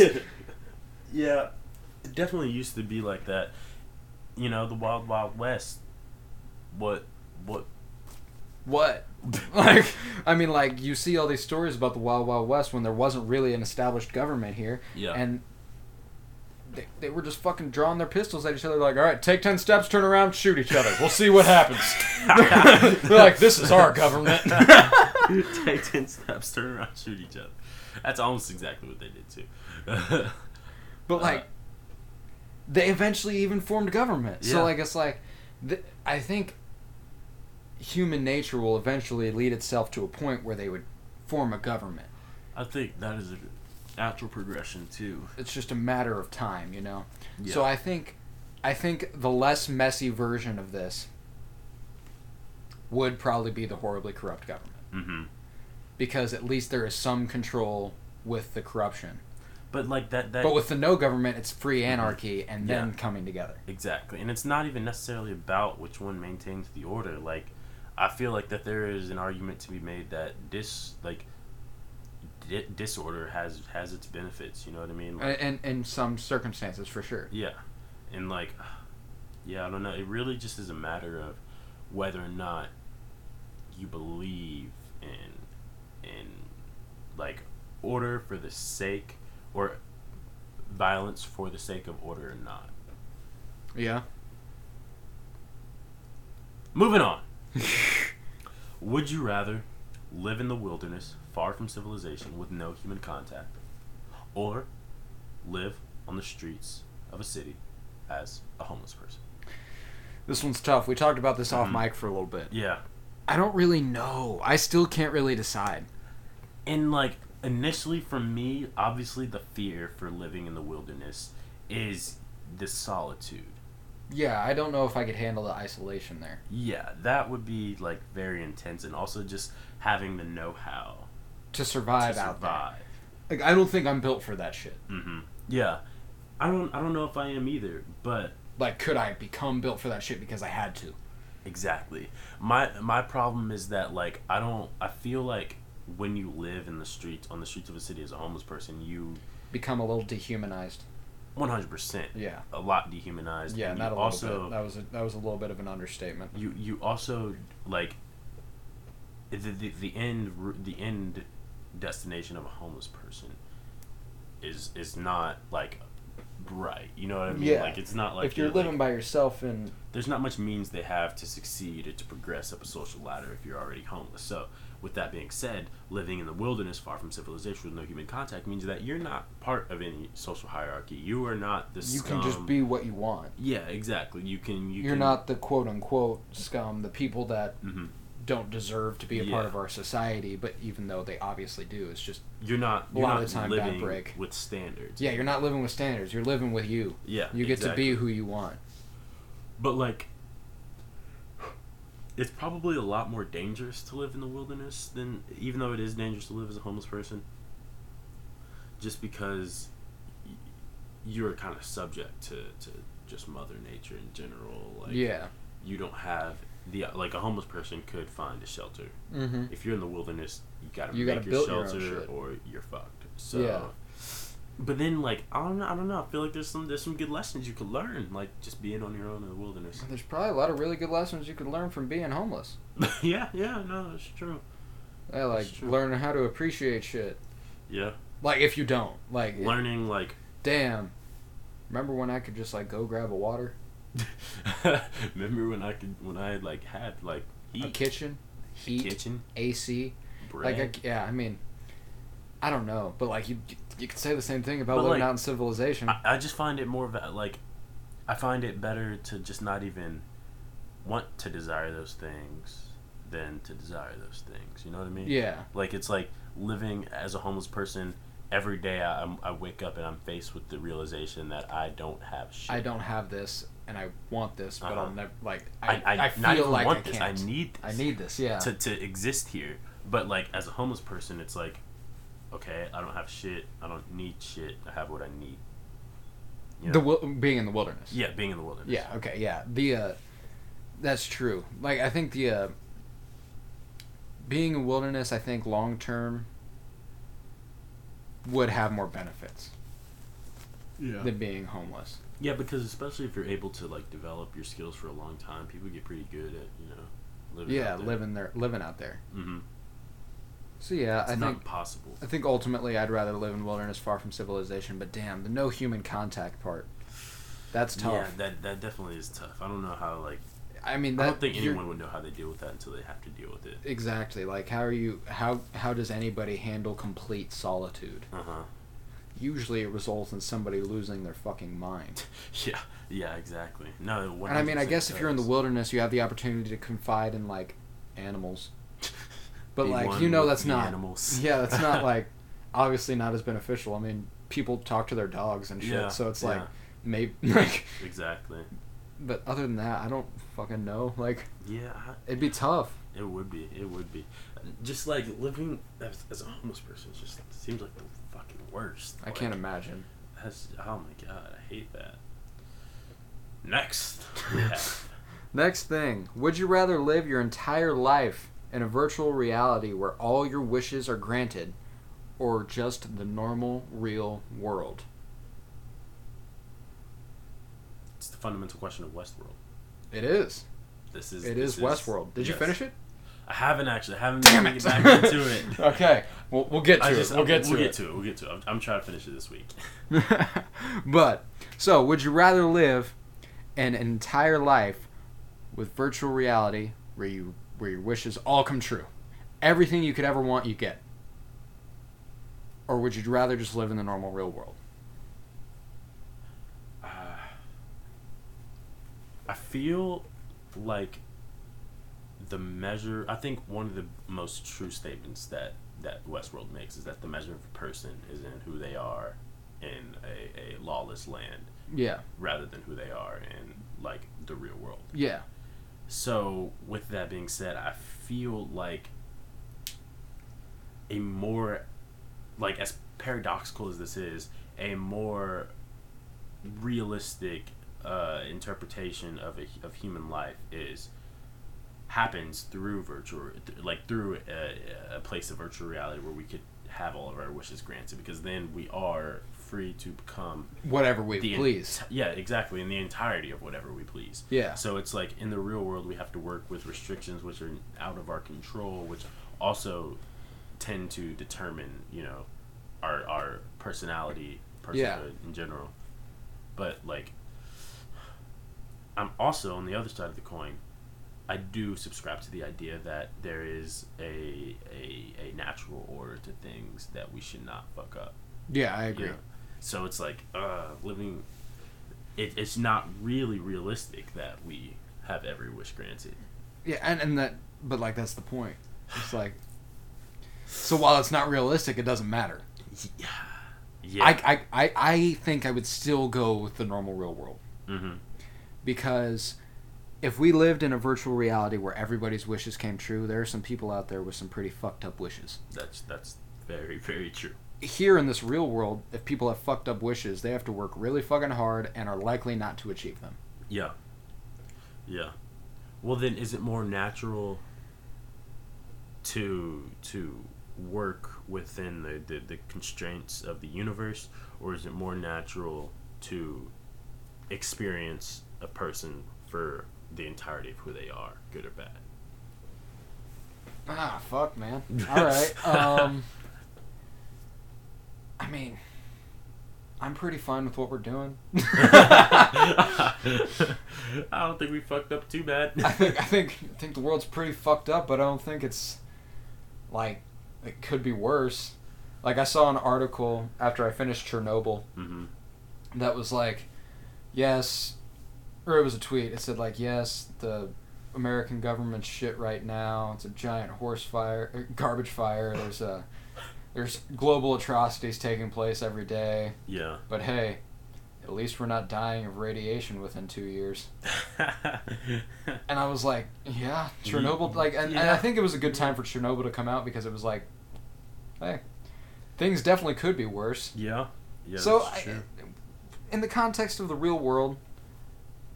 Speaker 2: yeah, it definitely used to be like that. You know, the Wild Wild West. What? What?
Speaker 1: What? Like, I mean, like you see all these stories about the Wild Wild West when there wasn't really an established government here,
Speaker 2: Yeah.
Speaker 1: and they, they were just fucking drawing their pistols at each other, like, all right, take ten steps, turn around, shoot each other. We'll see what happens. They're like, this is our government.
Speaker 2: Take ten steps, turn around, shoot each other. That's almost exactly what they did too. Uh,
Speaker 1: But like, they eventually even formed government.
Speaker 2: Yeah.
Speaker 1: So like, it's like, th- I think human nature will eventually lead itself to a point where they would form a government.
Speaker 2: I think that is a natural progression too.
Speaker 1: it's just a matter of time, you know.
Speaker 2: Yeah.
Speaker 1: So I think I think the less messy version of this would probably be the horribly corrupt government
Speaker 2: Mm-hmm.
Speaker 1: because at least there is some control with the corruption.
Speaker 2: But like that, that
Speaker 1: But with the no government, it's free anarchy and then
Speaker 2: Mm-hmm. Yeah.
Speaker 1: coming together.
Speaker 2: exactly, and it's not even necessarily about which one maintains the order. Like, I feel like that there is an argument to be made that dis like di- disorder has has its benefits. You know what I mean? Like,
Speaker 1: And and in some circumstances for sure.
Speaker 2: Yeah. And like yeah, I don't know. It really just is a matter of whether or not you believe in in like order for the sake or violence for the sake of order or not.
Speaker 1: Yeah.
Speaker 2: Moving on. Would you rather live in the wilderness, far from civilization, with no human contact, or live on the streets of a city as a homeless person.
Speaker 1: This one's tough. We talked about this
Speaker 2: Mm-hmm.
Speaker 1: off mic for a little bit.
Speaker 2: Yeah.
Speaker 1: I don't really know. I still can't really decide.
Speaker 2: And like initially for me, obviously the fear for living in the wilderness is the solitude.
Speaker 1: Yeah, I don't know if I could handle the isolation there.
Speaker 2: Yeah, that would be like very intense and also just having the know-how
Speaker 1: To survive,
Speaker 2: to survive.
Speaker 1: out there. Like, I don't think I'm built for that shit.
Speaker 2: hmm Yeah. I don't I don't know if I am either, but
Speaker 1: Like, could I become built for that shit because I had to?
Speaker 2: Exactly. My my problem is that like I don't I feel like when you live in the streets on the streets of a city as a homeless person, you
Speaker 1: Become a little dehumanized.
Speaker 2: 100%
Speaker 1: Yeah.
Speaker 2: a lot dehumanized.
Speaker 1: Yeah,
Speaker 2: and
Speaker 1: not
Speaker 2: you
Speaker 1: a little
Speaker 2: also,
Speaker 1: bit. That was a, that was a little bit of an understatement.
Speaker 2: you you also like the, the the end ru- the end destination of a homeless person is is not like bright. You know what I mean?
Speaker 1: Yeah.
Speaker 2: Like it's not like
Speaker 1: if you're
Speaker 2: like-
Speaker 1: living by yourself and
Speaker 2: there's not much means they have to succeed or to progress up a social ladder if you're already homeless. So, with that being said, living in the wilderness, far from civilization, with no human contact, means that you're not part of any social hierarchy. You are not the
Speaker 1: you
Speaker 2: scum.
Speaker 1: can just be what you want.
Speaker 2: Yeah, exactly. You can. You
Speaker 1: You're
Speaker 2: can,
Speaker 1: not the quote unquote scum, the people that
Speaker 2: Mhm.
Speaker 1: don't deserve to be a part
Speaker 2: Yeah.
Speaker 1: of our society, but even though they obviously do, it's just
Speaker 2: You're not. You're
Speaker 1: lot
Speaker 2: not
Speaker 1: of the time, bad
Speaker 2: living
Speaker 1: break.
Speaker 2: with standards.
Speaker 1: yeah, you're not living with standards. You're living with you.
Speaker 2: Yeah.
Speaker 1: You get
Speaker 2: exactly.
Speaker 1: to be who you want.
Speaker 2: But like, it's probably a lot more dangerous to live in the wilderness than, even though it is dangerous to live as a homeless person. Just because y- you're kind of subject to, to just Mother Nature in general. Like,
Speaker 1: yeah.
Speaker 2: You don't have the like a homeless person could find a shelter.
Speaker 1: Mm-hmm.
Speaker 2: If you're in the wilderness, you gotta
Speaker 1: You
Speaker 2: make
Speaker 1: gotta
Speaker 2: your
Speaker 1: build your own
Speaker 2: shelter
Speaker 1: shit.
Speaker 2: or you're fucked. So.
Speaker 1: Yeah.
Speaker 2: But then, like, I don't, know, I don't know. I feel like there's some, there's some good lessons you could learn, like just being on your own in the wilderness.
Speaker 1: There's probably a lot of really good lessons you could learn from being homeless.
Speaker 2: yeah, yeah, no, it's true.
Speaker 1: Yeah, like
Speaker 2: That's true.
Speaker 1: learning how to appreciate shit.
Speaker 2: Yeah,
Speaker 1: Like if you don't, like
Speaker 2: learning like
Speaker 1: damn. Remember when I could just like go grab a water,
Speaker 2: remember when I could when I like had like
Speaker 1: a
Speaker 2: heat,
Speaker 1: kitchen, heat,
Speaker 2: kitchen,
Speaker 1: AC,
Speaker 2: bread.
Speaker 1: Like, I, yeah, I mean, I don't know, but like you, you could say the same thing about
Speaker 2: But,
Speaker 1: living
Speaker 2: like,
Speaker 1: out in civilization.
Speaker 2: I, I just find it more of a, like I find it better to just not even want to desire those things than to desire those things. You know what I mean?
Speaker 1: yeah,
Speaker 2: Like it's like living as a homeless person. Every day I, I'm- I wake up and I'm faced with the realization that I don't have shit.
Speaker 1: I don't have this, and I want this, but I'll
Speaker 2: Uh-huh.
Speaker 1: never like.
Speaker 2: I,
Speaker 1: I,
Speaker 2: I,
Speaker 1: I,
Speaker 2: not
Speaker 1: feel
Speaker 2: even
Speaker 1: like I
Speaker 2: want
Speaker 1: can't.
Speaker 2: this. I need this.
Speaker 1: I need this. Yeah,
Speaker 2: to, to exist here. But like as a homeless person, it's like, okay, I don't have shit. I don't need shit. I have what I need. You
Speaker 1: the
Speaker 2: know?
Speaker 1: wil- being in the wilderness.
Speaker 2: yeah, being in the wilderness.
Speaker 1: Yeah. Okay. Yeah. The uh, that's true. Like I think the uh, being in wilderness, I think long term would have more benefits
Speaker 2: yeah,
Speaker 1: than being homeless.
Speaker 2: yeah. Because especially if you're able to like develop your skills for a long time, people get pretty good at you know living.
Speaker 1: yeah, living there, living out there.
Speaker 2: Mm-hmm.
Speaker 1: So yeah,
Speaker 2: It's
Speaker 1: I
Speaker 2: not
Speaker 1: think
Speaker 2: possible.
Speaker 1: I think ultimately I'd rather live in wilderness far from civilization, but damn, the no human contact part. That's tough.
Speaker 2: Yeah, that that definitely is tough. I don't know how like
Speaker 1: I mean, that,
Speaker 2: I don't think
Speaker 1: you're-
Speaker 2: anyone would know how they deal with that until they have to deal with it.
Speaker 1: Exactly. Like, how are you? How how does anybody handle complete solitude?
Speaker 2: Uh huh.
Speaker 1: Usually, it results in somebody losing their fucking mind.
Speaker 2: Yeah. Yeah. Exactly. No.
Speaker 1: And I mean, I
Speaker 2: 100%
Speaker 1: guess if you're in the
Speaker 2: does.
Speaker 1: wilderness, you have the opportunity to confide in like animals. But
Speaker 2: Be
Speaker 1: like,
Speaker 2: one
Speaker 1: you know,
Speaker 2: with
Speaker 1: that's
Speaker 2: the
Speaker 1: not.
Speaker 2: animals.
Speaker 1: Yeah, that's not like obviously not as beneficial. I mean, people talk to their dogs and shit,
Speaker 2: Yeah,
Speaker 1: so it's like
Speaker 2: yeah.
Speaker 1: maybe like.
Speaker 2: Exactly.
Speaker 1: But other than that, I don't fucking know. Like,
Speaker 2: Yeah. I-
Speaker 1: it'd be tough.
Speaker 2: It would be. It would be. Just like living as, as a homeless person is just seems like the fucking worst.
Speaker 1: I
Speaker 2: Like,
Speaker 1: can't imagine.
Speaker 2: That's, oh my god, I hate that. Next, we have
Speaker 1: Next thing, would you rather live your entire life in a virtual reality where all your wishes are granted, or just the normal, real world?
Speaker 2: it's the fundamental question of Westworld.
Speaker 1: It is.
Speaker 2: This is
Speaker 1: It
Speaker 2: this
Speaker 1: is Westworld. Did you
Speaker 2: yes.
Speaker 1: finish it?
Speaker 2: I haven't actually. I haven't
Speaker 1: Damn
Speaker 2: been
Speaker 1: it!
Speaker 2: getting back into it.
Speaker 1: okay, we'll, we'll get to
Speaker 2: I just,
Speaker 1: it. We'll get to
Speaker 2: we'll
Speaker 1: it.
Speaker 2: get to it. We'll get to it. I'm, I'm trying to finish it this week.
Speaker 1: but so would you rather live an entire life with virtual reality where you where your wishes all come true everything you could ever want, you get? Or would you rather just live in the normal real world?
Speaker 2: Uh, I feel like the measure. I think one of the most true statements that that Westworld makes is that the measure of a person is in who they are in a, a lawless land,
Speaker 1: Yeah.
Speaker 2: rather than who they are in like the real world.
Speaker 1: Yeah.
Speaker 2: So, with that being said, I feel like a more, like, as paradoxical as this is, a more realistic uh, interpretation of, a, of human life is happens through virtual like through a, a place of virtual reality where we could have all of our wishes granted because then we are free to become
Speaker 1: Whatever we
Speaker 2: the en-
Speaker 1: please.
Speaker 2: yeah, exactly. In the entirety of whatever we please.
Speaker 1: Yeah.
Speaker 2: So it's like in the real world, we have to work with restrictions which are out of our control, which also tend to determine, you know, our our personality, personhood
Speaker 1: Yeah.
Speaker 2: in general. But like, I'm also on the other side of the coin. I do subscribe to the idea that there is a, a a natural order to things that we should not fuck up.
Speaker 1: yeah, I
Speaker 2: You
Speaker 1: agree.
Speaker 2: know? So it's like uh, living. It, it's not really realistic that we have every wish granted.
Speaker 1: Yeah, and, and that, but like, that's the point. It's like, so while it's not realistic, it doesn't matter.
Speaker 2: Yeah.
Speaker 1: I, I, I, I think I would still go with the normal real world
Speaker 2: mm-hmm.
Speaker 1: because if we lived in a virtual reality where everybody's wishes came true, there are some people out there with some pretty fucked up wishes.
Speaker 2: That's that's very very true.
Speaker 1: Here in this real world, if people have fucked up wishes, they have to work really fucking hard and are likely not to achieve them.
Speaker 2: Yeah. Yeah. Well, then, is it more natural to to work within the, the, the constraints of the universe, or is it more natural to experience a person for the entirety of who they are, good or bad?
Speaker 1: Ah, fuck, man. All right. Um, I mean, I'm pretty fine with what we're doing.
Speaker 2: I don't think we fucked up too bad.
Speaker 1: I think I think I think the world's pretty fucked up, but I don't think it's like it could be worse. Like I saw an article after I finished Chernobyl
Speaker 2: hmm
Speaker 1: that was like, yes, or it was a tweet. It said like, yes, the American government's shit right now. It's a giant horse fire, er, garbage fire. There's a there's global atrocities taking place every day.
Speaker 2: Yeah.
Speaker 1: But hey, at least we're not dying of radiation within two years. And I was like, yeah, Chernobyl. Like, and, and I
Speaker 2: Mm-hmm. Yeah.
Speaker 1: think it was a good time for Chernobyl to come out because it was like, hey, things definitely could be worse.
Speaker 2: yeah. Yeah.
Speaker 1: so,
Speaker 2: that's
Speaker 1: I,
Speaker 2: true.
Speaker 1: in the context of the real world,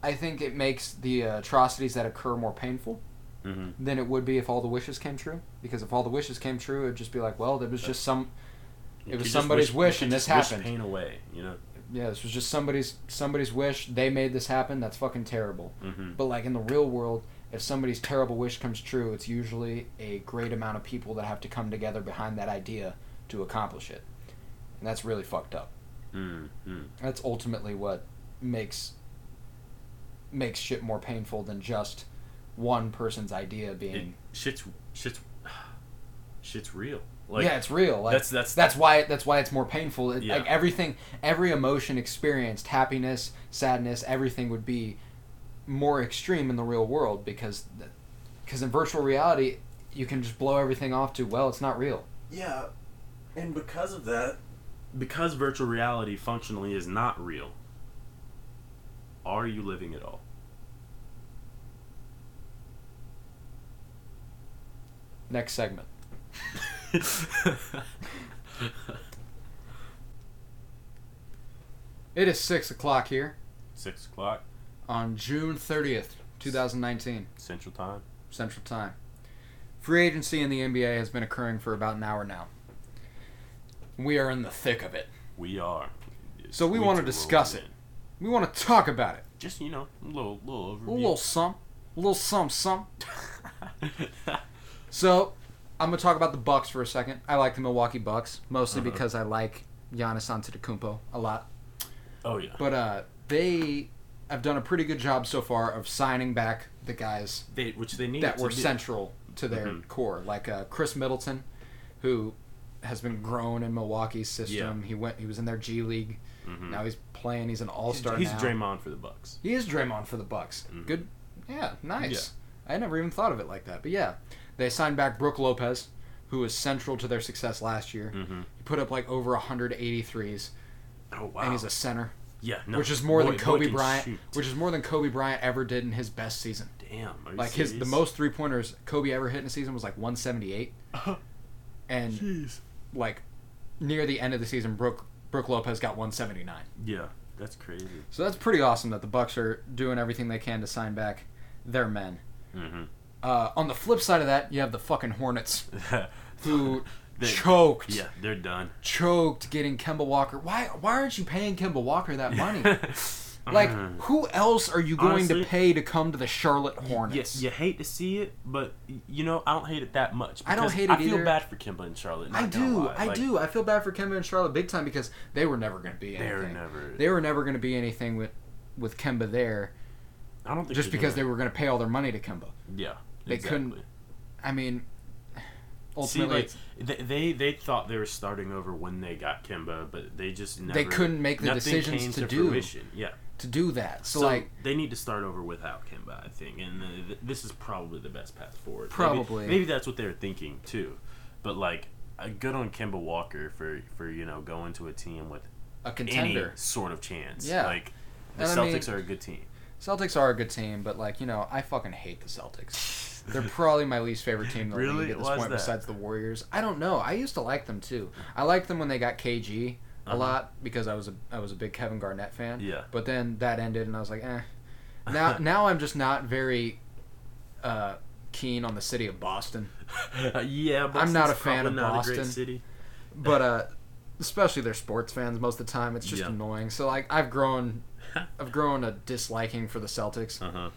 Speaker 1: I think it makes the uh, atrocities that occur more painful
Speaker 2: Mhm.
Speaker 1: than it would be if all the wishes came true. Because if all the wishes came true, it'd just be like, well, there was just some.
Speaker 2: You
Speaker 1: It was
Speaker 2: could just
Speaker 1: somebody's
Speaker 2: you
Speaker 1: wish
Speaker 2: could
Speaker 1: and this
Speaker 2: just wish
Speaker 1: happened.
Speaker 2: Pain away, you know.
Speaker 1: Yeah, this was just somebody's somebody's wish. They made this happen. That's fucking terrible.
Speaker 2: Mm-hmm.
Speaker 1: But like in the real world, if somebody's terrible wish comes true, it's usually a great amount of people that have to come together behind that idea to accomplish it. And that's really fucked up.
Speaker 2: Mm-hmm.
Speaker 1: That's ultimately what makes makes shit more painful than just one person's idea
Speaker 2: It,
Speaker 1: being
Speaker 2: shit's shit's shit's real. Like
Speaker 1: yeah, it's real. Like,
Speaker 2: that's that's
Speaker 1: that's why that's why it's more painful. It,
Speaker 2: Yeah.
Speaker 1: Like everything, every emotion experienced, happiness, sadness, everything would be more extreme in the real world because because in virtual reality you can just blow everything off to well, it's not real.
Speaker 4: Yeah, and because of that,
Speaker 2: because virtual reality functionally is not real. Are you living at all?
Speaker 1: Next segment. It is six o'clock here
Speaker 2: Six o'clock
Speaker 1: on June thirtieth, two thousand nineteen,
Speaker 2: Central Time.
Speaker 1: Central Time. Free agency in the NBA has been occurring for about an hour now. We are in the thick of it.
Speaker 2: We are.
Speaker 1: So we
Speaker 2: Tweets
Speaker 1: wanna
Speaker 2: are
Speaker 1: discuss
Speaker 2: rolling in.
Speaker 1: We want to talk about it.
Speaker 2: Just you know, a little little overview.
Speaker 1: A little some, a little some, some. So, I'm gonna talk about the Bucks for a second. I like the Milwaukee Bucks mostly
Speaker 2: Uh-huh.
Speaker 1: because I like Giannis Antetokounmpo a lot.
Speaker 2: oh yeah.
Speaker 1: But uh, they have done a pretty good job so far of signing back the guys
Speaker 2: They, which they needed
Speaker 1: that
Speaker 2: to Mm-hmm.
Speaker 1: were
Speaker 2: do.
Speaker 1: central to their core. Like uh, Chris Middleton, who has been grown in Milwaukee's system. He went. He was in their G League. Now he's playing. He's an All Star.
Speaker 2: Mm-hmm. He's
Speaker 1: now.
Speaker 2: Draymond for the Bucks.
Speaker 1: He is Draymond for the Bucks.
Speaker 2: Mm-hmm.
Speaker 1: Good. Yeah, nice. I never even thought of it like that. But yeah, they signed back Brooke Lopez, who was central to their success last year.
Speaker 2: Mm. Mm-hmm.
Speaker 1: He put up like over 183s,
Speaker 2: Oh wow.
Speaker 1: and he's a center,
Speaker 2: yeah, no,
Speaker 1: which is more
Speaker 2: boy-
Speaker 1: than
Speaker 2: boy
Speaker 1: Kobe
Speaker 2: can
Speaker 1: Bryant,
Speaker 2: shoot.
Speaker 1: which is more than Kobe Bryant ever did in his best season.
Speaker 2: Damn. Are you
Speaker 1: Like his the
Speaker 2: serious?
Speaker 1: most three pointers Kobe ever hit in a season was like 178, and
Speaker 2: Jeez.
Speaker 1: like near the end of the season, Brooke Brooke Lopez got 179.
Speaker 2: Yeah, that's crazy.
Speaker 1: So that's pretty awesome that the Bucks are doing everything they can to sign back their men.
Speaker 2: Mhm.
Speaker 1: Uh, on the flip side of that, you have the fucking Hornets who
Speaker 2: They-
Speaker 1: choked,
Speaker 2: yeah, they're done.
Speaker 1: choked getting Kemba Walker. Why why aren't you paying Kemba Walker that money? like who else are you going
Speaker 2: Mm-hmm. Honestly-
Speaker 1: to pay to come to the Charlotte Hornets?
Speaker 2: Yes, you hate to see it, but y- you know I don't hate it that much.
Speaker 1: I don't
Speaker 2: because
Speaker 1: hate it
Speaker 2: I feel
Speaker 1: either.
Speaker 2: bad for Kimba and Charlotte. not
Speaker 1: I
Speaker 2: gonna
Speaker 1: do,
Speaker 2: lie.
Speaker 1: I
Speaker 2: Like,
Speaker 1: do. I feel bad for Kemba and Charlotte big time because they were never going to be
Speaker 2: They
Speaker 1: anything.
Speaker 2: were never.
Speaker 1: They were never going to be anything with with Kemba there,
Speaker 2: I don't think
Speaker 1: just
Speaker 2: they're
Speaker 1: because they
Speaker 2: gonna-
Speaker 1: were going to pay all their money to Kemba.
Speaker 2: Yeah,
Speaker 1: they couldn't-
Speaker 2: exactly.
Speaker 1: I mean,
Speaker 2: See,
Speaker 1: ultimately,
Speaker 2: like they, they they thought they were starting over when they got Kimba, but they just never,
Speaker 1: couldn't make the
Speaker 2: nothing
Speaker 1: decisions
Speaker 2: came
Speaker 1: to
Speaker 2: to
Speaker 1: do.
Speaker 2: Fruition. Yeah,
Speaker 1: to do that. So,
Speaker 2: So
Speaker 1: like,
Speaker 2: they need to start over without Kimba, I think, and th- th- this is probably the best path forward. Maybe-
Speaker 1: Probably.
Speaker 2: maybe, that's what they were thinking too, but like, uh, good on Kimba Walker for for you know going to a team with
Speaker 1: a
Speaker 2: any
Speaker 1: contender.
Speaker 2: sort of chance.
Speaker 1: Yeah.
Speaker 2: like the
Speaker 1: And I mean-
Speaker 2: Celtics are a good team.
Speaker 1: Celtics are a good team, but like you know, I fucking hate the Celtics. They're probably my least favorite team in the
Speaker 2: Really?
Speaker 1: league at this
Speaker 2: Why's
Speaker 1: point,
Speaker 2: that?
Speaker 1: besides the Warriors. I don't know. I used to like them too. I liked them when they got KG a lot because I was a I was a big Kevin Garnett fan.
Speaker 2: Uh-huh. Yeah.
Speaker 1: But then that ended, and I was like, eh. Now now I'm just not very uh, keen on the city of Boston,
Speaker 2: yeah,
Speaker 1: I'm not a fan of
Speaker 2: probably not A great
Speaker 1: Boston.
Speaker 2: city.
Speaker 1: but uh, especially their sports fans. Most of the time, it's just
Speaker 2: Yeah.
Speaker 1: annoying. So like I've grown, I've grown a disliking for the Celtics.
Speaker 2: Uh huh.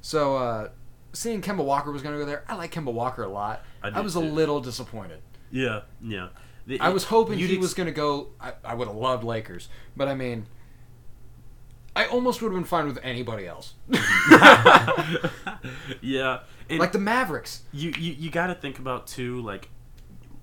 Speaker 1: So uh, seeing Kemba Walker was going to go there, I like Kemba Walker a lot.
Speaker 2: I
Speaker 1: I,
Speaker 2: do
Speaker 1: was a
Speaker 2: too.
Speaker 1: little disappointed.
Speaker 2: Yeah, yeah. The-
Speaker 1: I was hoping
Speaker 2: you'd
Speaker 1: he
Speaker 2: ex-
Speaker 1: was going to go. I, I would have loved Lakers, but I mean, I almost would have been fine with anybody else,
Speaker 2: yeah, and
Speaker 1: like the Mavericks.
Speaker 2: you you, you got to think about too, like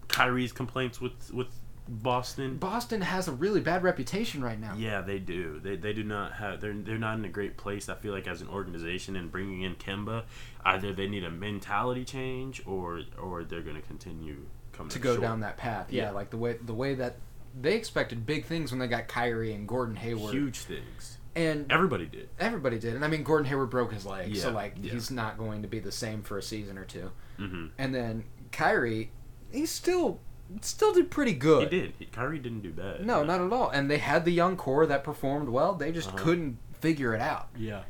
Speaker 2: Kyrie's complaints with with Boston.
Speaker 1: Boston has a really bad reputation right now.
Speaker 2: Yeah, they do. They, they do not have. They're they're not in a great place. I feel like as an organization and bringing in Kemba, either they need a mentality change or or they're going to continue coming
Speaker 1: To go
Speaker 2: short.
Speaker 1: down that path, yeah,
Speaker 2: Yeah.
Speaker 1: like the way the way that they expected big things when they got Kyrie and Gordon Hayward,
Speaker 2: huge things.
Speaker 1: and
Speaker 2: Everybody did.
Speaker 1: everybody did. And I mean, Gordon Hayward broke his leg, so
Speaker 2: Yeah,
Speaker 1: like
Speaker 2: yeah.
Speaker 1: he's not going to be the same for a season or two.
Speaker 2: Mm-hmm.
Speaker 1: And then Kyrie, he still still did pretty good.
Speaker 2: He did. He, Kyrie didn't do bad.
Speaker 1: No, not at all. And they had the young core that performed well. They just couldn't figure it out.
Speaker 2: Uh-huh. Yeah.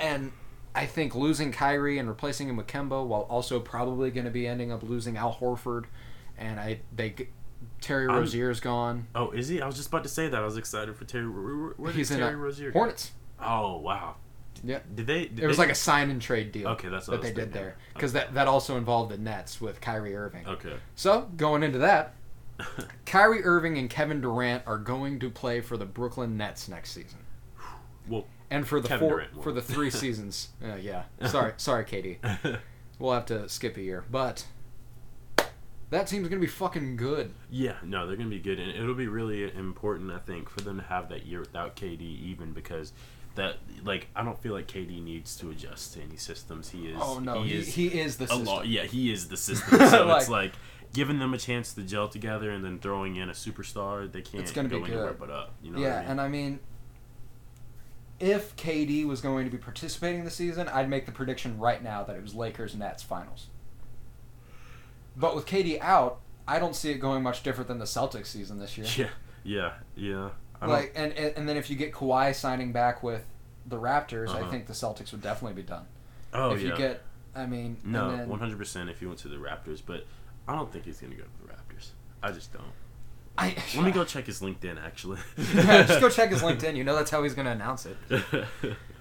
Speaker 1: And I think losing Kyrie and replacing him with Kemba, while also probably going to be ending up losing Al Horford, and I they g- Terry
Speaker 2: I'm-
Speaker 1: Rozier's gone.
Speaker 2: Oh, is he? I was just about to say that. I was excited for Terry. Where, where- where did
Speaker 1: He's in
Speaker 2: Terry
Speaker 1: a-
Speaker 2: Rozier go?
Speaker 1: Hornets.
Speaker 2: Oh wow.
Speaker 1: Yeah.
Speaker 2: Did they? Did
Speaker 1: It was
Speaker 2: they-
Speaker 1: like a sign and trade deal.
Speaker 2: Okay, that's what I
Speaker 1: that
Speaker 2: was
Speaker 1: they did
Speaker 2: thinking.
Speaker 1: there because that that also involved the Nets with Kyrie Irving.
Speaker 2: Okay.
Speaker 1: So going into that, Kyrie Irving and Kevin Durant are going to play for the Brooklyn Nets next season,
Speaker 2: Well,
Speaker 1: and for the
Speaker 2: Kevin
Speaker 1: four,
Speaker 2: Durant will.
Speaker 1: for the three seasons. Uh, yeah, sorry, sorry, Katie. We'll have to skip a year, but that team's gonna be fucking good.
Speaker 2: yeah, no, they're gonna be good, and it'll be really important, I think, for them to have that year without KD, even because that, like, I don't feel like KD needs to adjust to any systems. He is.
Speaker 1: Oh no, he, he is the
Speaker 2: a
Speaker 1: system.
Speaker 2: lot. Yeah, he is the system. So
Speaker 1: Like-
Speaker 2: it's like giving them a chance to gel together, and then throwing in a superstar. They can't
Speaker 1: gonna be
Speaker 2: go anywhere
Speaker 1: good.
Speaker 2: but up. You know.
Speaker 1: Yeah,
Speaker 2: What I mean?
Speaker 1: and I mean, if KD was going to be participating this season, I'd make the prediction right now that it was Lakers Nets finals. But with KD out, I don't see it going much different than the Celtics season this year.
Speaker 2: Yeah. Yeah. Yeah. I don't-
Speaker 1: like, and, and and then if you get Kawhi signing back with the Raptors, I
Speaker 2: Uh-huh.
Speaker 1: think the Celtics would definitely be done.
Speaker 2: oh
Speaker 1: if
Speaker 2: yeah.
Speaker 1: you get, I mean, and
Speaker 2: no,
Speaker 1: then-
Speaker 2: one hundred percent. If he went to the Raptors, but I don't think he's gonna go to the Raptors. I just don't.
Speaker 1: I,
Speaker 2: Let me go check his LinkedIn actually.
Speaker 1: Yeah, just go check his LinkedIn. You know that's how he's gonna announce it,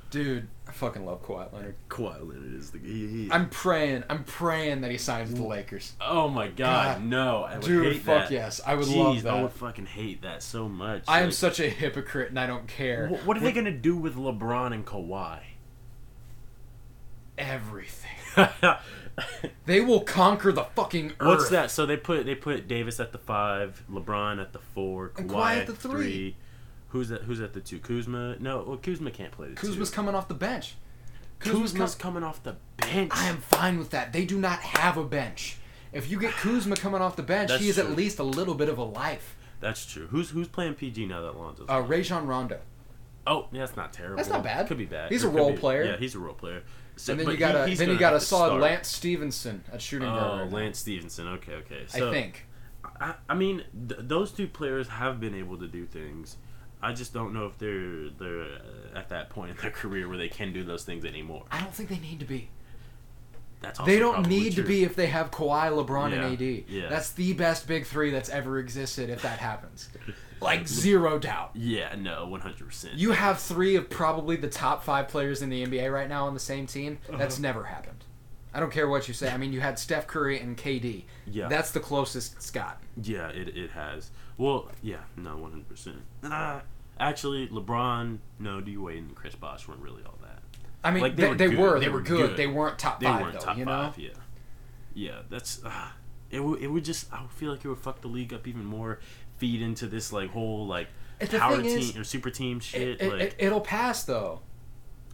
Speaker 1: dude. I fucking love Kawhi Leonard.
Speaker 2: Kawhi Leonard is the. He, he-
Speaker 1: I'm praying, I'm praying that he signs with the Lakers.
Speaker 2: oh my god,
Speaker 1: God.
Speaker 2: no! I would
Speaker 1: Dude,
Speaker 2: hate
Speaker 1: fuck
Speaker 2: that.
Speaker 1: yes. I would
Speaker 2: Jeez,
Speaker 1: love that.
Speaker 2: I would fucking hate that so much.
Speaker 1: I am
Speaker 2: Like,
Speaker 1: such a hypocrite and I don't care.
Speaker 2: wh- What are they gonna do with LeBron and Kawhi?
Speaker 1: Everything. They will conquer the fucking earth.
Speaker 2: What's that? So they put they put Davis at the five, LeBron at the four, Kawhi,
Speaker 1: And Kawhi
Speaker 2: at the three. Who's at Who's at the two? Kuzma? No, well, Kuzma can't play the
Speaker 1: Kuzma's
Speaker 2: two.
Speaker 1: coming off the bench.
Speaker 2: Kuzma's,
Speaker 1: Kuzma's, com-
Speaker 2: coming off the bench.
Speaker 1: I am fine with that. They do not have a bench. If you get Kuzma coming off the bench,
Speaker 2: That's
Speaker 1: he is
Speaker 2: true.
Speaker 1: at least a little bit of a life.
Speaker 2: That's true. Who's Who's playing PG now that Lonzo's?
Speaker 1: Uh,
Speaker 2: out?
Speaker 1: Rajon Rondo.
Speaker 2: oh, yeah, that's not terrible.
Speaker 1: That's not bad.
Speaker 2: Could be bad.
Speaker 1: He's
Speaker 2: It
Speaker 1: a
Speaker 2: could
Speaker 1: role
Speaker 2: be-
Speaker 1: player.
Speaker 2: Yeah, he's a role player. So,
Speaker 1: And then
Speaker 2: but
Speaker 1: you got
Speaker 2: he-
Speaker 1: a
Speaker 2: he's
Speaker 1: then you
Speaker 2: gonna
Speaker 1: got a
Speaker 2: have to
Speaker 1: solid
Speaker 2: start.
Speaker 1: Lance Stevenson at shooting guard.
Speaker 2: Oh,
Speaker 1: right now,
Speaker 2: Lance Stevenson. Okay, okay. So,
Speaker 1: I think.
Speaker 2: I, I mean, th- those two players have been able to do things. I just don't know if they're they're uh, at that point in their career where they can do those things anymore.
Speaker 1: I don't think they need to be.
Speaker 2: That's also
Speaker 1: They don't
Speaker 2: probably
Speaker 1: need to
Speaker 2: true.
Speaker 1: be if they have Kawhi, LeBron, and
Speaker 2: Yeah,
Speaker 1: AD.
Speaker 2: yeah.
Speaker 1: That's the best big three that's ever existed. If that happens, like zero doubt.
Speaker 2: Yeah, no, one hundred percent.
Speaker 1: You have three of probably the top five players in the NBA right now on the same team.
Speaker 2: Uh-huh.
Speaker 1: That's never happened. I don't care what you say. I mean, you had Steph Curry and KD.
Speaker 2: Yeah.
Speaker 1: That's the closest it's gotten.
Speaker 2: Yeah, it it has. Well, yeah, no, one hundred percent. Actually, LeBron, no, D Wade, and Chris Bosh weren't really all that.
Speaker 1: I mean,
Speaker 2: Like,
Speaker 1: they, they,
Speaker 2: they were good.
Speaker 1: were. They, were good. They weren't top
Speaker 2: They
Speaker 1: five,
Speaker 2: weren't
Speaker 1: though,
Speaker 2: top
Speaker 1: you know?
Speaker 2: five. Yeah, yeah, that's. Uh, it would it would just I would feel like it would fuck the league up even more. Feed into this like whole like
Speaker 1: And the
Speaker 2: power
Speaker 1: thing
Speaker 2: team
Speaker 1: is,
Speaker 2: or super team shit.
Speaker 1: It, it,
Speaker 2: like,
Speaker 1: it, it'll pass, though.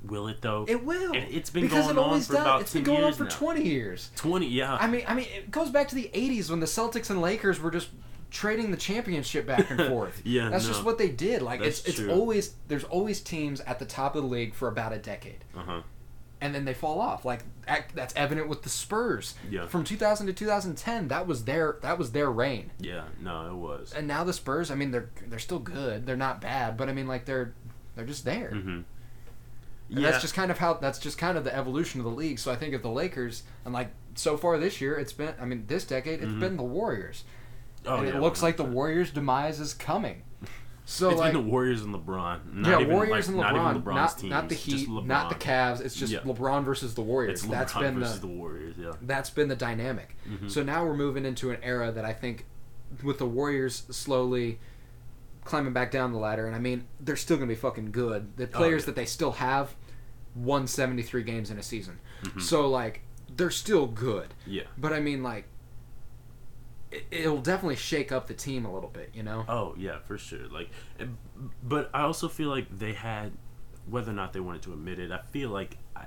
Speaker 2: will it though?
Speaker 1: It will.
Speaker 2: And it's been
Speaker 1: because
Speaker 2: going
Speaker 1: it
Speaker 2: on
Speaker 1: always
Speaker 2: for
Speaker 1: does.
Speaker 2: about
Speaker 1: It's been
Speaker 2: 10
Speaker 1: going on
Speaker 2: years
Speaker 1: for
Speaker 2: now.
Speaker 1: 20 years.
Speaker 2: Twenty. Yeah.
Speaker 1: I mean, I mean, it goes back to the '80s when the Celtics and Lakers were just trading the championship back and forth.
Speaker 2: Yeah,
Speaker 1: that's
Speaker 2: no.
Speaker 1: just what they did. Like
Speaker 2: That's
Speaker 1: it's it's
Speaker 2: true.
Speaker 1: always there's always teams at the top of the league for about a decade,
Speaker 2: uh huh.
Speaker 1: and then they fall off. Like ac- that's evident with the Spurs.
Speaker 2: Yeah.
Speaker 1: from 2000 to 2010, that was their that was their reign.
Speaker 2: Yeah. No, it was.
Speaker 1: And now the Spurs, I mean, they're they're still good. They're not bad, but I mean, like they're they're just there. And
Speaker 2: Mm-hmm. yeah.
Speaker 1: that's just kind of how that's just kind of the evolution of the league. So I think if the Lakers and like so far this year, it's been I mean this decade it's been the Warriors,
Speaker 2: Mm-hmm. oh,
Speaker 1: and it
Speaker 2: yeah,
Speaker 1: looks like the
Speaker 2: 100%.
Speaker 1: Warriors' demise is coming. So
Speaker 2: It's
Speaker 1: like
Speaker 2: been the Warriors and LeBron. Not
Speaker 1: yeah,
Speaker 2: even,
Speaker 1: Warriors
Speaker 2: like,
Speaker 1: and LeBron,
Speaker 2: not
Speaker 1: not,
Speaker 2: even LeBron's
Speaker 1: not,
Speaker 2: teams,
Speaker 1: the Heat,
Speaker 2: just LeBron.
Speaker 1: not the Cavs. It's just
Speaker 2: Yeah.
Speaker 1: LeBron versus the Warriors.
Speaker 2: It's LeBron
Speaker 1: that's been
Speaker 2: versus
Speaker 1: the,
Speaker 2: the, Warriors. Yeah, Mm-hmm.
Speaker 1: that's been the dynamic. So now we're moving into an era that I think with the Warriors slowly climbing back down the ladder and I mean they're still going to be fucking good. The players
Speaker 2: yeah.
Speaker 1: that they still have won 73 games in a season. So like they're still good.
Speaker 2: yeah.
Speaker 1: But I mean like it, it'll definitely shake up the team a little bit, you know.
Speaker 2: Oh yeah, for sure. Like, it- but I also feel like they had, whether or not they wanted to admit it, I feel like I,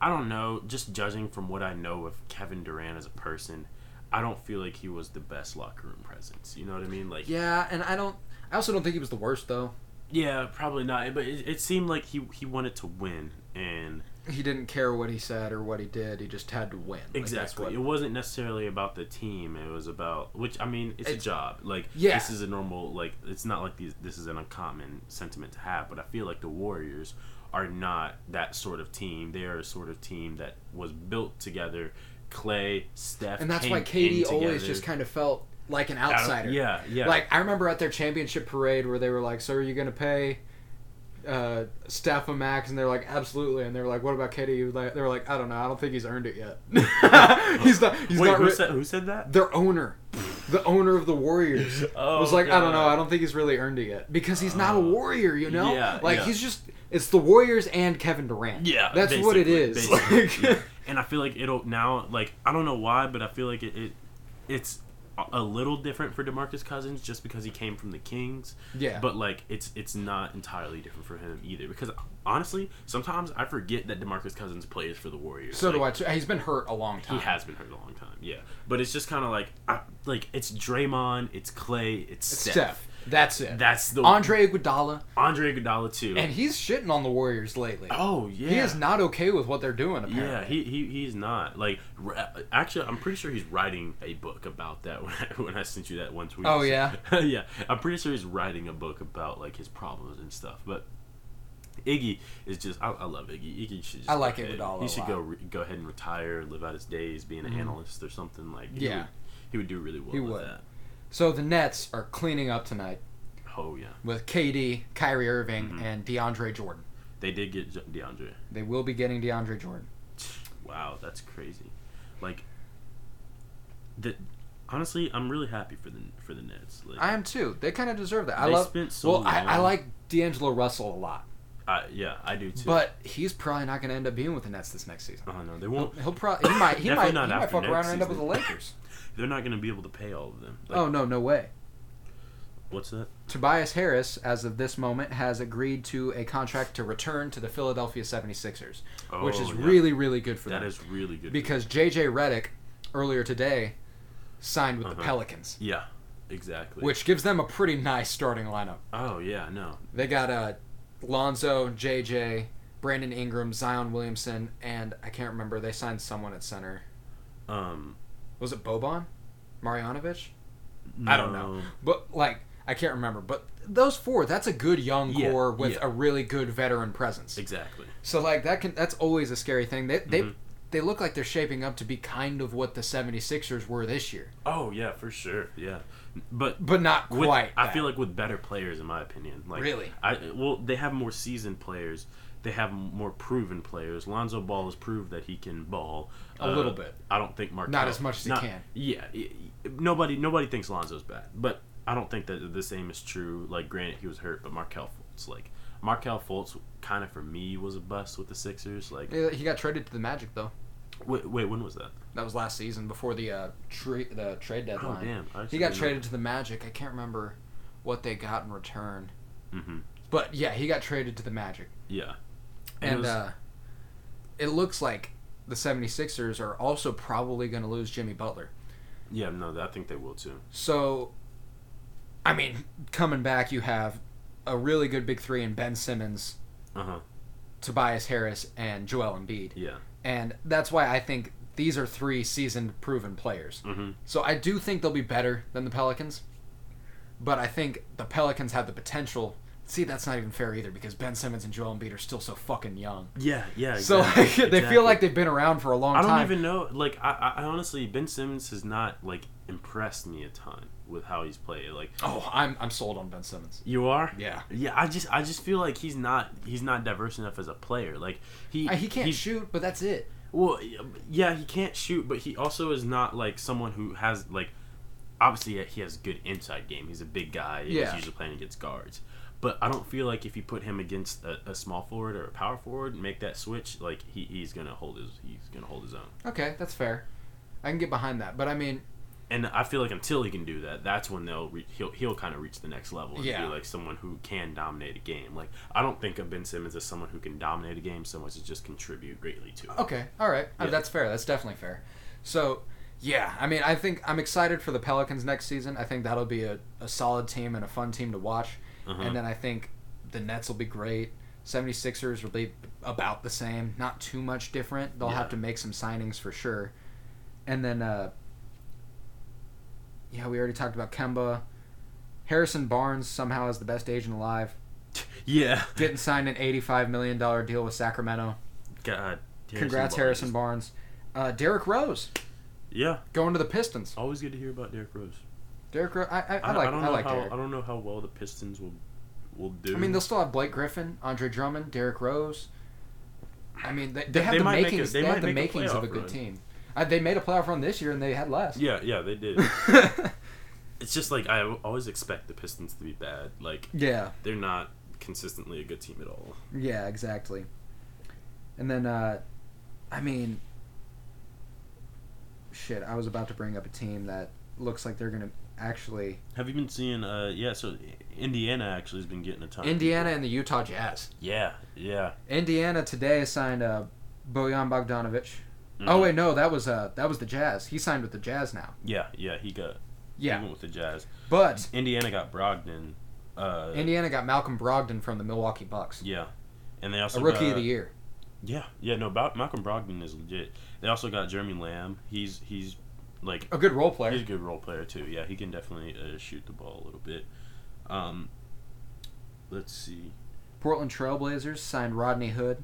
Speaker 2: I don't know. Just judging from what I know of Kevin Durant as a person, I don't feel like he was the best locker room presence. You know what I mean? Like,
Speaker 1: Yeah, and I don't I also don't think he was the worst though.
Speaker 2: yeah, probably not. But it, it seemed like he he wanted to win and.
Speaker 1: He didn't care what he said or what he did. He just had to win. Like, that's
Speaker 2: Exactly.
Speaker 1: what-
Speaker 2: it wasn't necessarily about the team. It was about which I mean, it's,
Speaker 1: It's-
Speaker 2: a job. Like
Speaker 1: Yeah.
Speaker 2: this is a normal like it's not like these this is an uncommon sentiment to have, but I feel like the Warriors are not that sort of team. They are a sort of team that was built together. Clay, Steph,
Speaker 1: and that's
Speaker 2: came
Speaker 1: why
Speaker 2: in
Speaker 1: Katie always
Speaker 2: together.
Speaker 1: just kind of felt like an
Speaker 2: Out-
Speaker 1: outsider.
Speaker 2: Yeah, yeah.
Speaker 1: Like I remember at their championship parade where they were like, "So are you going to pay uh, Steph a max?" And they're like, "Absolutely." And they were like, "What about Katie?" He was like- They were like, "I don't know. I don't think he's earned it yet." he's not. He's
Speaker 2: Wait,
Speaker 1: not.
Speaker 2: who
Speaker 1: re-
Speaker 2: said who said that?
Speaker 1: their owner, the owner of the Warriors,
Speaker 2: Oh,
Speaker 1: was like, "I don't know.
Speaker 2: God. Oh,
Speaker 1: I don't think he's really earned it yet because he's not a warrior. You know,
Speaker 2: yeah,
Speaker 1: like
Speaker 2: yeah.
Speaker 1: he's just." It's the Warriors and Kevin Durant.
Speaker 2: Yeah,
Speaker 1: that's what it
Speaker 2: basically,
Speaker 1: is.
Speaker 2: basically,
Speaker 1: Like-
Speaker 2: yeah. And I feel like it'll now like I don't know why, but I feel like it, it it's a- a little different for DeMarcus Cousins just because he came from the Kings.
Speaker 1: Yeah.
Speaker 2: But like it's it's not entirely different for him either because honestly, sometimes I forget that DeMarcus Cousins plays for the Warriors.
Speaker 1: so
Speaker 2: like,
Speaker 1: do I. Too. He's been hurt a long time.
Speaker 2: He has been hurt a long time. Yeah. But it's just kind of like I, like it's Draymond, it's Clay, it's,
Speaker 1: Steph.
Speaker 2: Steph.
Speaker 1: That's it.
Speaker 2: That's the
Speaker 1: Andre Iguodala,
Speaker 2: Andre Iguodala too.
Speaker 1: and he's shitting on the Warriors lately.
Speaker 2: oh yeah.
Speaker 1: He is not okay with what they're doing. Apparently,
Speaker 2: Yeah, he, he he's not like. ra- Actually, I'm pretty sure he's writing a book about that. When I, when I sent you that one tweet.
Speaker 1: Oh, yeah?
Speaker 2: yeah. I'm pretty sure he's writing a book about like his problems and stuff. But Iggy is just I, I love Iggy. Iggy should. Just
Speaker 1: I like
Speaker 2: go ahead-
Speaker 1: Iguodala
Speaker 2: He
Speaker 1: a
Speaker 2: should
Speaker 1: lot. Mm-hmm.
Speaker 2: go re- go ahead and retire, live out his days, being an analyst or something like. He
Speaker 1: Yeah.
Speaker 2: Would, he would do really well.
Speaker 1: He
Speaker 2: with
Speaker 1: would.
Speaker 2: That.
Speaker 1: So the Nets are cleaning up tonight
Speaker 2: Oh yeah,
Speaker 1: with KD, Kyrie Irving,
Speaker 2: Mm-hmm.
Speaker 1: and DeAndre Jordan.
Speaker 2: they did get J- DeAndre.
Speaker 1: They will be getting DeAndre Jordan.
Speaker 2: Wow, that's crazy. Like. The, honestly, I'm really happy for the for the Nets. Like,
Speaker 1: I am too. They kind of deserve that. I
Speaker 2: They
Speaker 1: love.
Speaker 2: spent so
Speaker 1: well, I, I
Speaker 2: long-
Speaker 1: like D'Angelo Russell a lot.
Speaker 2: I, yeah, I do too.
Speaker 1: But he's probably not going to end up being with the Nets this next season.
Speaker 2: oh no, they won't.
Speaker 1: He'll probably he might he
Speaker 2: Definitely
Speaker 1: might,
Speaker 2: not
Speaker 1: he might
Speaker 2: after
Speaker 1: fuck around
Speaker 2: next
Speaker 1: and end up with the
Speaker 2: season.
Speaker 1: Lakers.
Speaker 2: They're not going to be able to pay all of them. Like,
Speaker 1: oh no, no way.
Speaker 2: what's that?
Speaker 1: Tobias Harris, as of this moment, has agreed to a contract to return to the Philadelphia 76ers, which is
Speaker 2: Oh, yeah.
Speaker 1: really, really good for
Speaker 2: That
Speaker 1: them.
Speaker 2: is really good.
Speaker 1: because JJ Redick, earlier today, signed with the
Speaker 2: Uh-huh.
Speaker 1: Pelicans,
Speaker 2: yeah, exactly.
Speaker 1: which gives them a pretty nice starting lineup.
Speaker 2: oh yeah, no,
Speaker 1: They got uh, Lonzo, JJ, Brandon Ingram, Zion Williamson, and I can't remember. They signed someone at center.
Speaker 2: um,
Speaker 1: Was it Boban? Marjanovic? I don't
Speaker 2: no.
Speaker 1: know. But, like, I can't remember. But those four, that's a good young
Speaker 2: Yeah,
Speaker 1: core with
Speaker 2: yeah.
Speaker 1: a really good veteran presence.
Speaker 2: Exactly.
Speaker 1: So like that can that's always a scary thing. They they
Speaker 2: Mhm.
Speaker 1: they look like they're shaping up to be kind of what the 76ers were this year,
Speaker 2: Oh yeah, for sure. Yeah, but
Speaker 1: but not
Speaker 2: with,
Speaker 1: quite.
Speaker 2: I
Speaker 1: that.
Speaker 2: feel like with better players, in my opinion. Like
Speaker 1: Really?
Speaker 2: I well, they have more seasoned players. They have more proven players. Lonzo Ball has proved that he can ball Uh,
Speaker 1: A little bit.
Speaker 2: I don't think Mark
Speaker 1: Not as much as he can.
Speaker 2: Yeah, y- y- nobody nobody thinks Lonzo's bad, but I don't think that the same is true. Like, granted, he was hurt, but Markel Fultz, like Markel Fultz, kind of for me was a bust with the Sixers. Like,
Speaker 1: Yeah, he got traded to the Magic though.
Speaker 2: wait, wait when was that?
Speaker 1: That was last season before the uh, tra- the trade deadline.
Speaker 2: Oh, damn. I
Speaker 1: he
Speaker 2: actually
Speaker 1: got
Speaker 2: didn't know.
Speaker 1: traded to the Magic. I can't remember what they got in return.
Speaker 2: Mhm.
Speaker 1: But yeah, he got traded to the Magic.
Speaker 2: Yeah, it
Speaker 1: And
Speaker 2: was-
Speaker 1: uh, it looks like the 76ers are also probably going to lose Jimmy Butler.
Speaker 2: yeah, no, I think they will too.
Speaker 1: So, I mean, coming back, you have a really good big three in Ben Simmons,
Speaker 2: Uh huh.
Speaker 1: Tobias Harris, and Joel Embiid.
Speaker 2: Yeah.
Speaker 1: And that's why I think these are three seasoned, proven players.
Speaker 2: Mm-hmm.
Speaker 1: So I do think they'll be better than the Pelicans, but I think the Pelicans have the potential. See, that's not even fair either because Ben Simmons and Joel Embiid are still so fucking young.
Speaker 2: Yeah, yeah.
Speaker 1: So like,
Speaker 2: exactly,
Speaker 1: they
Speaker 2: exactly.
Speaker 1: feel like they've been around for a long
Speaker 2: I don't
Speaker 1: time.
Speaker 2: even know. Like I, I I honestly, Ben Simmons has not like impressed me a ton with how he's played. Like
Speaker 1: Oh, I'm I'm sold on Ben Simmons.
Speaker 2: you are.
Speaker 1: Yeah.
Speaker 2: Yeah, I just I just feel like he's not he's not diverse enough as a player. Like he
Speaker 1: Uh, He can't
Speaker 2: he's-
Speaker 1: shoot, but that's it.
Speaker 2: Well, yeah, he can't shoot, but he also is not like someone who has like obviously he has good inside game. He's a big guy. and
Speaker 1: Yeah.
Speaker 2: He's usually playing against guards. But I don't feel like if you put him against a, a small forward or a power forward and make that switch, like he, he's gonna hold his he's gonna hold his own.
Speaker 1: Okay, that's fair. I can get behind that, but I mean,
Speaker 2: and I feel like until he can do that, that's when they'll re- he'll he'll kind of reach the next level and
Speaker 1: Yeah.
Speaker 2: be like someone who can dominate a game. Like I don't think of Ben Simmons as someone who can dominate a game so much as just contribute greatly to it.
Speaker 1: okay, all right, Uh,
Speaker 2: Yeah.
Speaker 1: that's fair. That's definitely fair. So, yeah, I mean, I think I'm excited for the Pelicans next season. I think that'll be a, a solid team and a fun team to watch.
Speaker 2: Uh-huh.
Speaker 1: And then I think the Nets will be great. 76ers will be about the same, not too much different. They'll
Speaker 2: Yeah.
Speaker 1: have to make some signings for sure. And then, uh, yeah, we already talked about Kemba. Harrison Barnes somehow is the best agent alive.
Speaker 2: Yeah.
Speaker 1: Getting signed an $85 million deal with Sacramento.
Speaker 2: God.
Speaker 1: Congrats, Harrison
Speaker 2: Barnes.
Speaker 1: Barnes. Uh, Derek Rose
Speaker 2: Yeah.
Speaker 1: going to the Pistons.
Speaker 2: Always good to hear about Derrick Rose.
Speaker 1: Derek Rose, I, I, I
Speaker 2: I,
Speaker 1: like,
Speaker 2: I don't
Speaker 1: I,
Speaker 2: know
Speaker 1: like
Speaker 2: how
Speaker 1: Derek.
Speaker 2: I don't know how well the Pistons will will do.
Speaker 1: I mean, they'll still have Blake Griffin, Andre Drummond, Derek Rose. I mean, they, they,
Speaker 2: They-
Speaker 1: have
Speaker 2: they
Speaker 1: the
Speaker 2: might make
Speaker 1: makings.
Speaker 2: a-
Speaker 1: they
Speaker 2: they
Speaker 1: have
Speaker 2: might
Speaker 1: the
Speaker 2: make a
Speaker 1: makings of a
Speaker 2: playoff
Speaker 1: good
Speaker 2: run.
Speaker 1: team. Uh, they made a playoff run this year and they had less.
Speaker 2: Yeah, yeah, they did. it's just like I always expect the Pistons to be bad. Like
Speaker 1: yeah,
Speaker 2: they're not consistently a good team at all.
Speaker 1: yeah, exactly. And then, uh, I mean, shit. I was about to bring up a team that looks like they're gonna actually
Speaker 2: Have you been seeing? Uh, yeah, so Indiana actually has been getting a ton. of
Speaker 1: Indiana and the Utah Jazz.
Speaker 2: people. Yeah, yeah.
Speaker 1: Indiana today signed uh, Bojan Bogdanovic.
Speaker 2: Mm-hmm.
Speaker 1: Oh wait, no, that was uh, that was the Jazz. He signed with the Jazz now.
Speaker 2: Yeah, yeah. He got. He
Speaker 1: Yeah,
Speaker 2: went with the Jazz.
Speaker 1: but
Speaker 2: Indiana got Brogdon. Uh,
Speaker 1: Indiana got Malcolm Brogdon from the Milwaukee Bucks,
Speaker 2: yeah, and they also
Speaker 1: a rookie
Speaker 2: got,
Speaker 1: of the year.
Speaker 2: Yeah, yeah. No, about Malcolm Brogdon is legit. They also got Jeremy Lamb. He's he's like
Speaker 1: A good role
Speaker 2: he's
Speaker 1: player.
Speaker 2: a good role player too. Yeah, he can definitely uh, shoot the ball a little bit. Um, let's see.
Speaker 1: Portland Trailblazers signed Rodney Hood.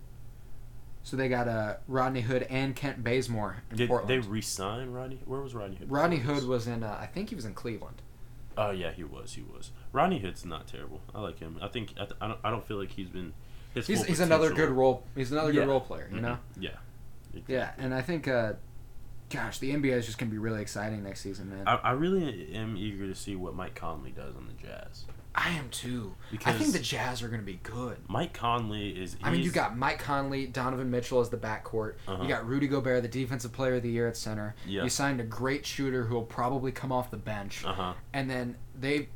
Speaker 1: So they got uh, Rodney Hood and Kent Bazemore in
Speaker 2: Did they
Speaker 1: Portland.
Speaker 2: re-sign Rodney? Where was Rodney Hood? before
Speaker 1: Rodney
Speaker 2: this?
Speaker 1: Hood was in, uh, I think he was in Cleveland.
Speaker 2: Oh yeah, he was. He was. Rodney Hood's not terrible. I like him. I think I, th- I don't. I don't feel like he's been. His
Speaker 1: He's,
Speaker 2: full
Speaker 1: he's another
Speaker 2: potential-
Speaker 1: good role. He's another
Speaker 2: Yeah.
Speaker 1: good role player, you know.
Speaker 2: Mhm. Yeah.
Speaker 1: Yeah, and I think uh, Gosh, the NBA is just gonna be really exciting next season, man.
Speaker 2: I, I really am eager to see what Mike Conley does on the Jazz.
Speaker 1: I am too. I
Speaker 2: Because-
Speaker 1: think the Jazz are going to be good.
Speaker 2: Mike Conley is.
Speaker 1: I mean, you
Speaker 2: he's-
Speaker 1: got Mike Conley, Donovan Mitchell as the backcourt.
Speaker 2: Uh-huh.
Speaker 1: You got Rudy Gobert, the defensive player of the year at center.
Speaker 2: Yeah.
Speaker 1: You signed a great shooter who will probably come off the bench.
Speaker 2: Uh-huh.
Speaker 1: And then they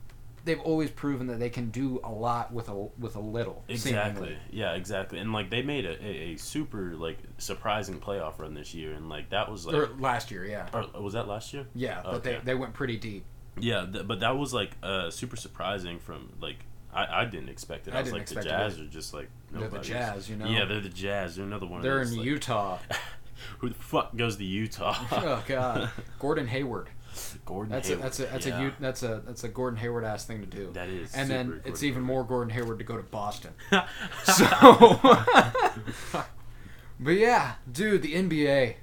Speaker 1: they've always proven that they can do a lot with a with a little.
Speaker 2: Exactly.
Speaker 1: seemingly.
Speaker 2: Yeah, exactly. And like they made a, a, a super like surprising playoff run this year, and like that was like
Speaker 1: Or last year, yeah.
Speaker 2: or was that last year?
Speaker 1: Yeah, but
Speaker 2: Okay.
Speaker 1: they, they went pretty deep.
Speaker 2: Yeah, th- but that was like uh, super surprising from like I, I didn't expect it. I,
Speaker 1: I
Speaker 2: was
Speaker 1: didn't
Speaker 2: like the
Speaker 1: expect it
Speaker 2: Jazz are just like
Speaker 1: They're
Speaker 2: nobody.
Speaker 1: the Jazz, you know?
Speaker 2: Yeah, they're the Jazz. They're another one.
Speaker 1: They're
Speaker 2: of
Speaker 1: in
Speaker 2: those, like,
Speaker 1: Utah.
Speaker 2: Who the fuck goes to Utah?
Speaker 1: oh god. Gordon Hayward.
Speaker 2: Gordon.
Speaker 1: That's a
Speaker 2: Hayward.
Speaker 1: that's a that's
Speaker 2: yeah.
Speaker 1: a U- that's a that's a Gordon Hayward ass thing to do.
Speaker 2: That is
Speaker 1: And then
Speaker 2: super
Speaker 1: it's
Speaker 2: Gordon
Speaker 1: even
Speaker 2: Hayward.
Speaker 1: more Gordon Hayward to go to Boston. so, but yeah, dude, the NBA,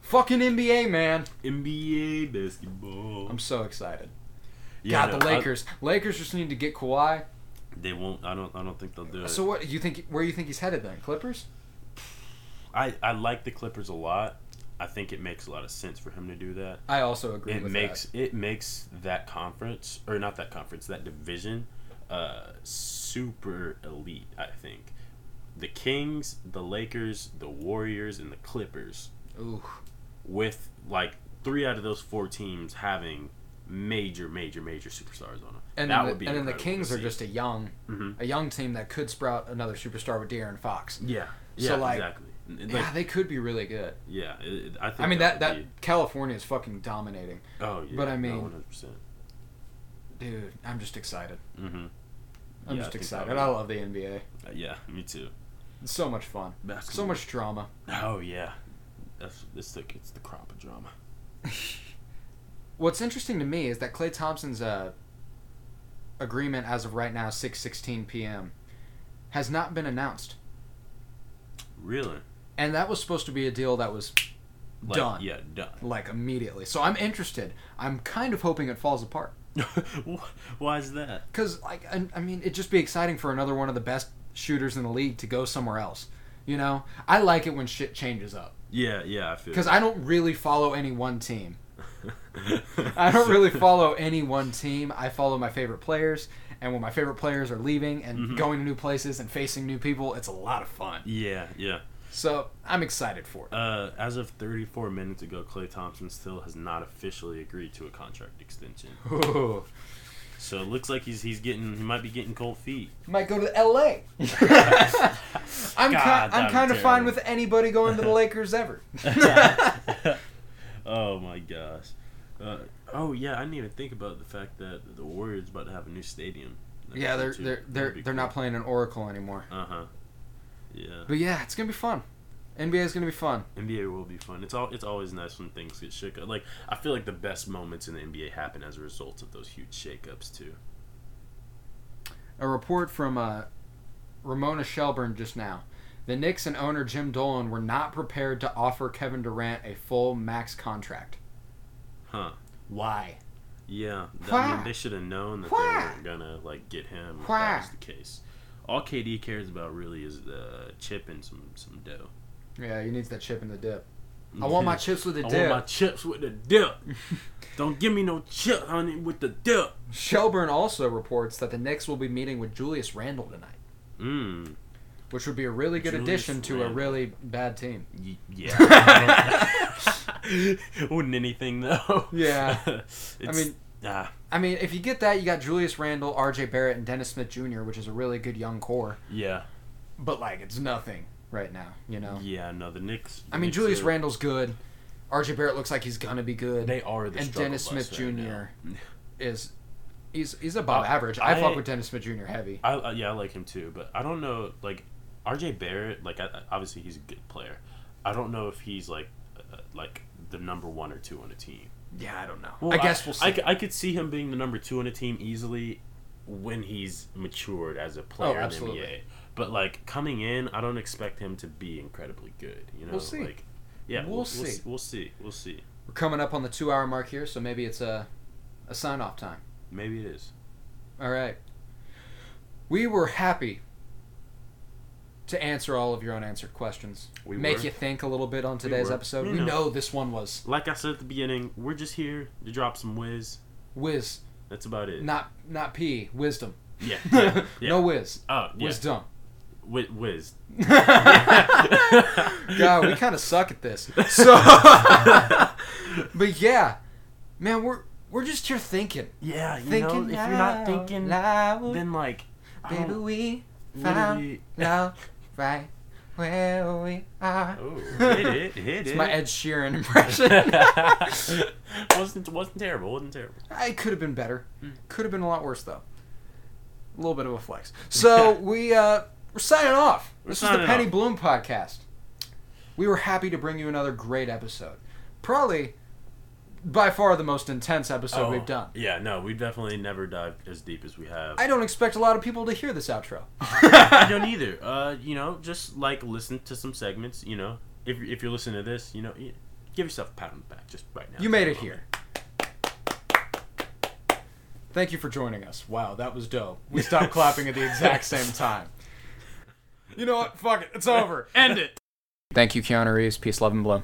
Speaker 1: fucking NBA, man,
Speaker 2: NBA basketball.
Speaker 1: I'm so excited.
Speaker 2: Yeah,
Speaker 1: God,
Speaker 2: no,
Speaker 1: the
Speaker 2: I-
Speaker 1: Lakers, Lakers just need to get Kawhi.
Speaker 2: they won't. I don't. I don't think they'll do it.
Speaker 1: So what you think? Where you think he's headed then? Clippers?
Speaker 2: I, I like the Clippers a lot. I think it makes a lot of sense for him to do that.
Speaker 1: I also agree
Speaker 2: It
Speaker 1: with
Speaker 2: makes
Speaker 1: that.
Speaker 2: it makes that conference or not that conference that division uh, super elite. I think the Kings, the Lakers, the Warriors, and the Clippers
Speaker 1: Ooh,
Speaker 2: with like three out of those four teams having major, major, major superstars on them.
Speaker 1: and
Speaker 2: that
Speaker 1: then
Speaker 2: would
Speaker 1: the,
Speaker 2: be
Speaker 1: and then the
Speaker 2: incredible to
Speaker 1: Kings are
Speaker 2: see.
Speaker 1: just a young,
Speaker 2: Mhm.
Speaker 1: a young team that could sprout another superstar with De'Aaron Fox.
Speaker 2: yeah, yeah,
Speaker 1: So, like-
Speaker 2: exactly. N-
Speaker 1: yeah,
Speaker 2: Like,
Speaker 1: they could be really good.
Speaker 2: yeah, it- it- I think.
Speaker 1: I mean that
Speaker 2: would
Speaker 1: that California is fucking dominating,
Speaker 2: be- oh yeah,
Speaker 1: but I mean-
Speaker 2: one hundred percent.
Speaker 1: dude. I'm just excited.
Speaker 2: Mm-hmm.
Speaker 1: I'm just excited. I love the NBA.
Speaker 2: Uh, yeah, me too.
Speaker 1: It's so much fun. So
Speaker 2: Basketball.
Speaker 1: much drama.
Speaker 2: Oh yeah, that's it's the it's the crop of drama.
Speaker 1: What's interesting to me is that Clay Thompson's uh, agreement as of right now, six sixteen p.m., has not been announced,
Speaker 2: Really?
Speaker 1: and that was supposed to be a deal that was
Speaker 2: Like,
Speaker 1: Done.
Speaker 2: Yeah, done.
Speaker 1: like immediately. So I'm interested. I'm kind of hoping it falls apart
Speaker 2: Wh- Why is that?
Speaker 1: because, like, I, I mean, it'd just be exciting for another one of the best shooters in the league to go somewhere else. You know, I like it when shit changes up
Speaker 2: Yeah, yeah, I feel.
Speaker 1: because I don't really follow any one team.
Speaker 2: that.
Speaker 1: I don't really follow any one team. I follow my favorite players, and when my favorite players are leaving and
Speaker 2: Mm-hmm.
Speaker 1: going to new places and facing new people, it's a lot of fun.
Speaker 2: Yeah, yeah.
Speaker 1: So I'm excited for it.
Speaker 2: Uh, as of 34 minutes ago, Clay Thompson still has not officially agreed to a contract extension.
Speaker 1: Ooh.
Speaker 2: So it looks like he's he's getting he might be getting cold feet.
Speaker 1: Might go to L.A. I'm ki-
Speaker 2: God, that'd
Speaker 1: I'm
Speaker 2: be
Speaker 1: kind of fine
Speaker 2: terrible.
Speaker 1: with anybody going to the Lakers ever.
Speaker 2: Oh my gosh. Uh, oh yeah, I didn't even think about the fact that the Warriors about to have a new stadium.
Speaker 1: yeah, they're they're they're they're not playing an Oracle anymore.
Speaker 2: Uh huh. Yeah.
Speaker 1: But yeah, it's gonna be fun. NBA is gonna be fun.
Speaker 2: NBA will be fun. It's all it's always nice when things get shook up. Like I feel like the best moments in the NBA happen as a result of those huge shakeups too.
Speaker 1: a report from uh, Ramona Shelburne just now. The Knicks and owner Jim Dolan were not prepared to offer Kevin Durant a full max contract.
Speaker 2: Huh.
Speaker 1: Why?
Speaker 2: Yeah. Th- I
Speaker 1: Why?
Speaker 2: mean, they should have known that
Speaker 1: Why?
Speaker 2: they weren't gonna like get him if
Speaker 1: Why?
Speaker 2: that was the case. All KD cares about really is uh, chip and some some dough.
Speaker 1: Yeah, he needs that chip in the dip. I want my chips with the
Speaker 2: I
Speaker 1: dip.
Speaker 2: want my chips with the dip. Don't give me no chip, honey, with the dip.
Speaker 1: Shelburne also reports that the Knicks will be meeting with Julius Randle tonight, Mm,
Speaker 2: Mmm.
Speaker 1: which would be a really good
Speaker 2: Julius
Speaker 1: addition to a
Speaker 2: Randle.
Speaker 1: really bad team.
Speaker 2: Y- yeah. Wouldn't anything though.
Speaker 1: Yeah.
Speaker 2: it's,
Speaker 1: mean-
Speaker 2: ah,
Speaker 1: I mean, if you get that, you got Julius Randle, R.J. Barrett, and Dennis Smith Jr., which is a really good young core.
Speaker 2: yeah.
Speaker 1: But like, it's nothing right now, you know.
Speaker 2: Yeah, no, the Knicks.
Speaker 1: Oh. I mean,
Speaker 2: Knicks
Speaker 1: Julius
Speaker 2: are-
Speaker 1: Randle's good. R.J. Barrett looks like he's gonna be good.
Speaker 2: They are the
Speaker 1: and
Speaker 2: struggle
Speaker 1: Dennis
Speaker 2: bus
Speaker 1: Smith Jr.
Speaker 2: right now.
Speaker 1: is he's he's above
Speaker 2: Uh,
Speaker 1: average. I,
Speaker 2: I-
Speaker 1: fuck with Dennis Smith Jr. heavy.
Speaker 2: I, I yeah, I like him too, but I don't know. Like R.J. Barrett, like I, I- obviously he's a good player. I don't know if he's like uh, like the number one or two on a team.
Speaker 1: Yeah, I don't know.
Speaker 2: Well,
Speaker 1: I guess we'll see.
Speaker 2: I, c- I could see him being the number two on a team easily when he's matured as a player in the
Speaker 1: absolutely.
Speaker 2: NBA. But like coming in, I don't expect him to be incredibly good. You know,
Speaker 1: We'll see.
Speaker 2: like yeah,
Speaker 1: We'll
Speaker 2: we'll, we'll
Speaker 1: see.
Speaker 2: see. We'll see. We'll see.
Speaker 1: We're coming up on the two hour mark here, so maybe it's a a sign off time.
Speaker 2: Maybe it is.
Speaker 1: All right. We were happy to answer all of your unanswered questions.
Speaker 2: We
Speaker 1: Make
Speaker 2: were.
Speaker 1: you think a little bit on today's
Speaker 2: were.
Speaker 1: episode.
Speaker 2: You
Speaker 1: we
Speaker 2: know.
Speaker 1: know this one was
Speaker 2: Like I said at the beginning, we're just here to drop some whiz.
Speaker 1: whiz,
Speaker 2: That's about it.
Speaker 1: not not p wisdom.
Speaker 2: Yeah. yeah, yeah.
Speaker 1: No whiz,
Speaker 2: Oh, yeah.
Speaker 1: whiz dumb.
Speaker 2: Whi- whiz.
Speaker 1: God, we kind of suck at this. So, but yeah, man, we're we're just here thinking.
Speaker 2: Yeah, you
Speaker 1: Thinking
Speaker 2: know, if you're not
Speaker 1: out
Speaker 2: thinking,
Speaker 1: loud,
Speaker 2: then like, I
Speaker 1: baby,
Speaker 2: don't
Speaker 1: we found
Speaker 2: literally.
Speaker 1: love right where we are.
Speaker 2: Oh, hit it, hit
Speaker 1: It's
Speaker 2: it.
Speaker 1: my Ed Sheeran impression.
Speaker 2: wasn't wasn't terrible. Wasn't terrible.
Speaker 1: I could have been better.
Speaker 2: Hmm.
Speaker 1: Could have been a lot worse though. A little bit of a flex. So we uh, we're signing off. this is the
Speaker 2: signing
Speaker 1: Penny
Speaker 2: off.
Speaker 1: Bloom podcast. We were happy to bring you another great episode. Probably by far the most intense episode Oh,
Speaker 2: Oh.
Speaker 1: we've done.
Speaker 2: Yeah, no, we definitely never dived as deep as we have.
Speaker 1: I don't expect a lot of people to hear this outro.
Speaker 2: I don't either. Uh, you know, just like listen to some segments. You know, if if you're listening to this, you know, y- give yourself a pat on the back just right now.
Speaker 1: You made it here. Thank you for joining us. Wow, that was dope. We stopped clapping at the exact same time. You know what? Fuck it. It's over.
Speaker 2: End it.
Speaker 1: Thank you, Keanu Reeves. Peace, love, and bloom.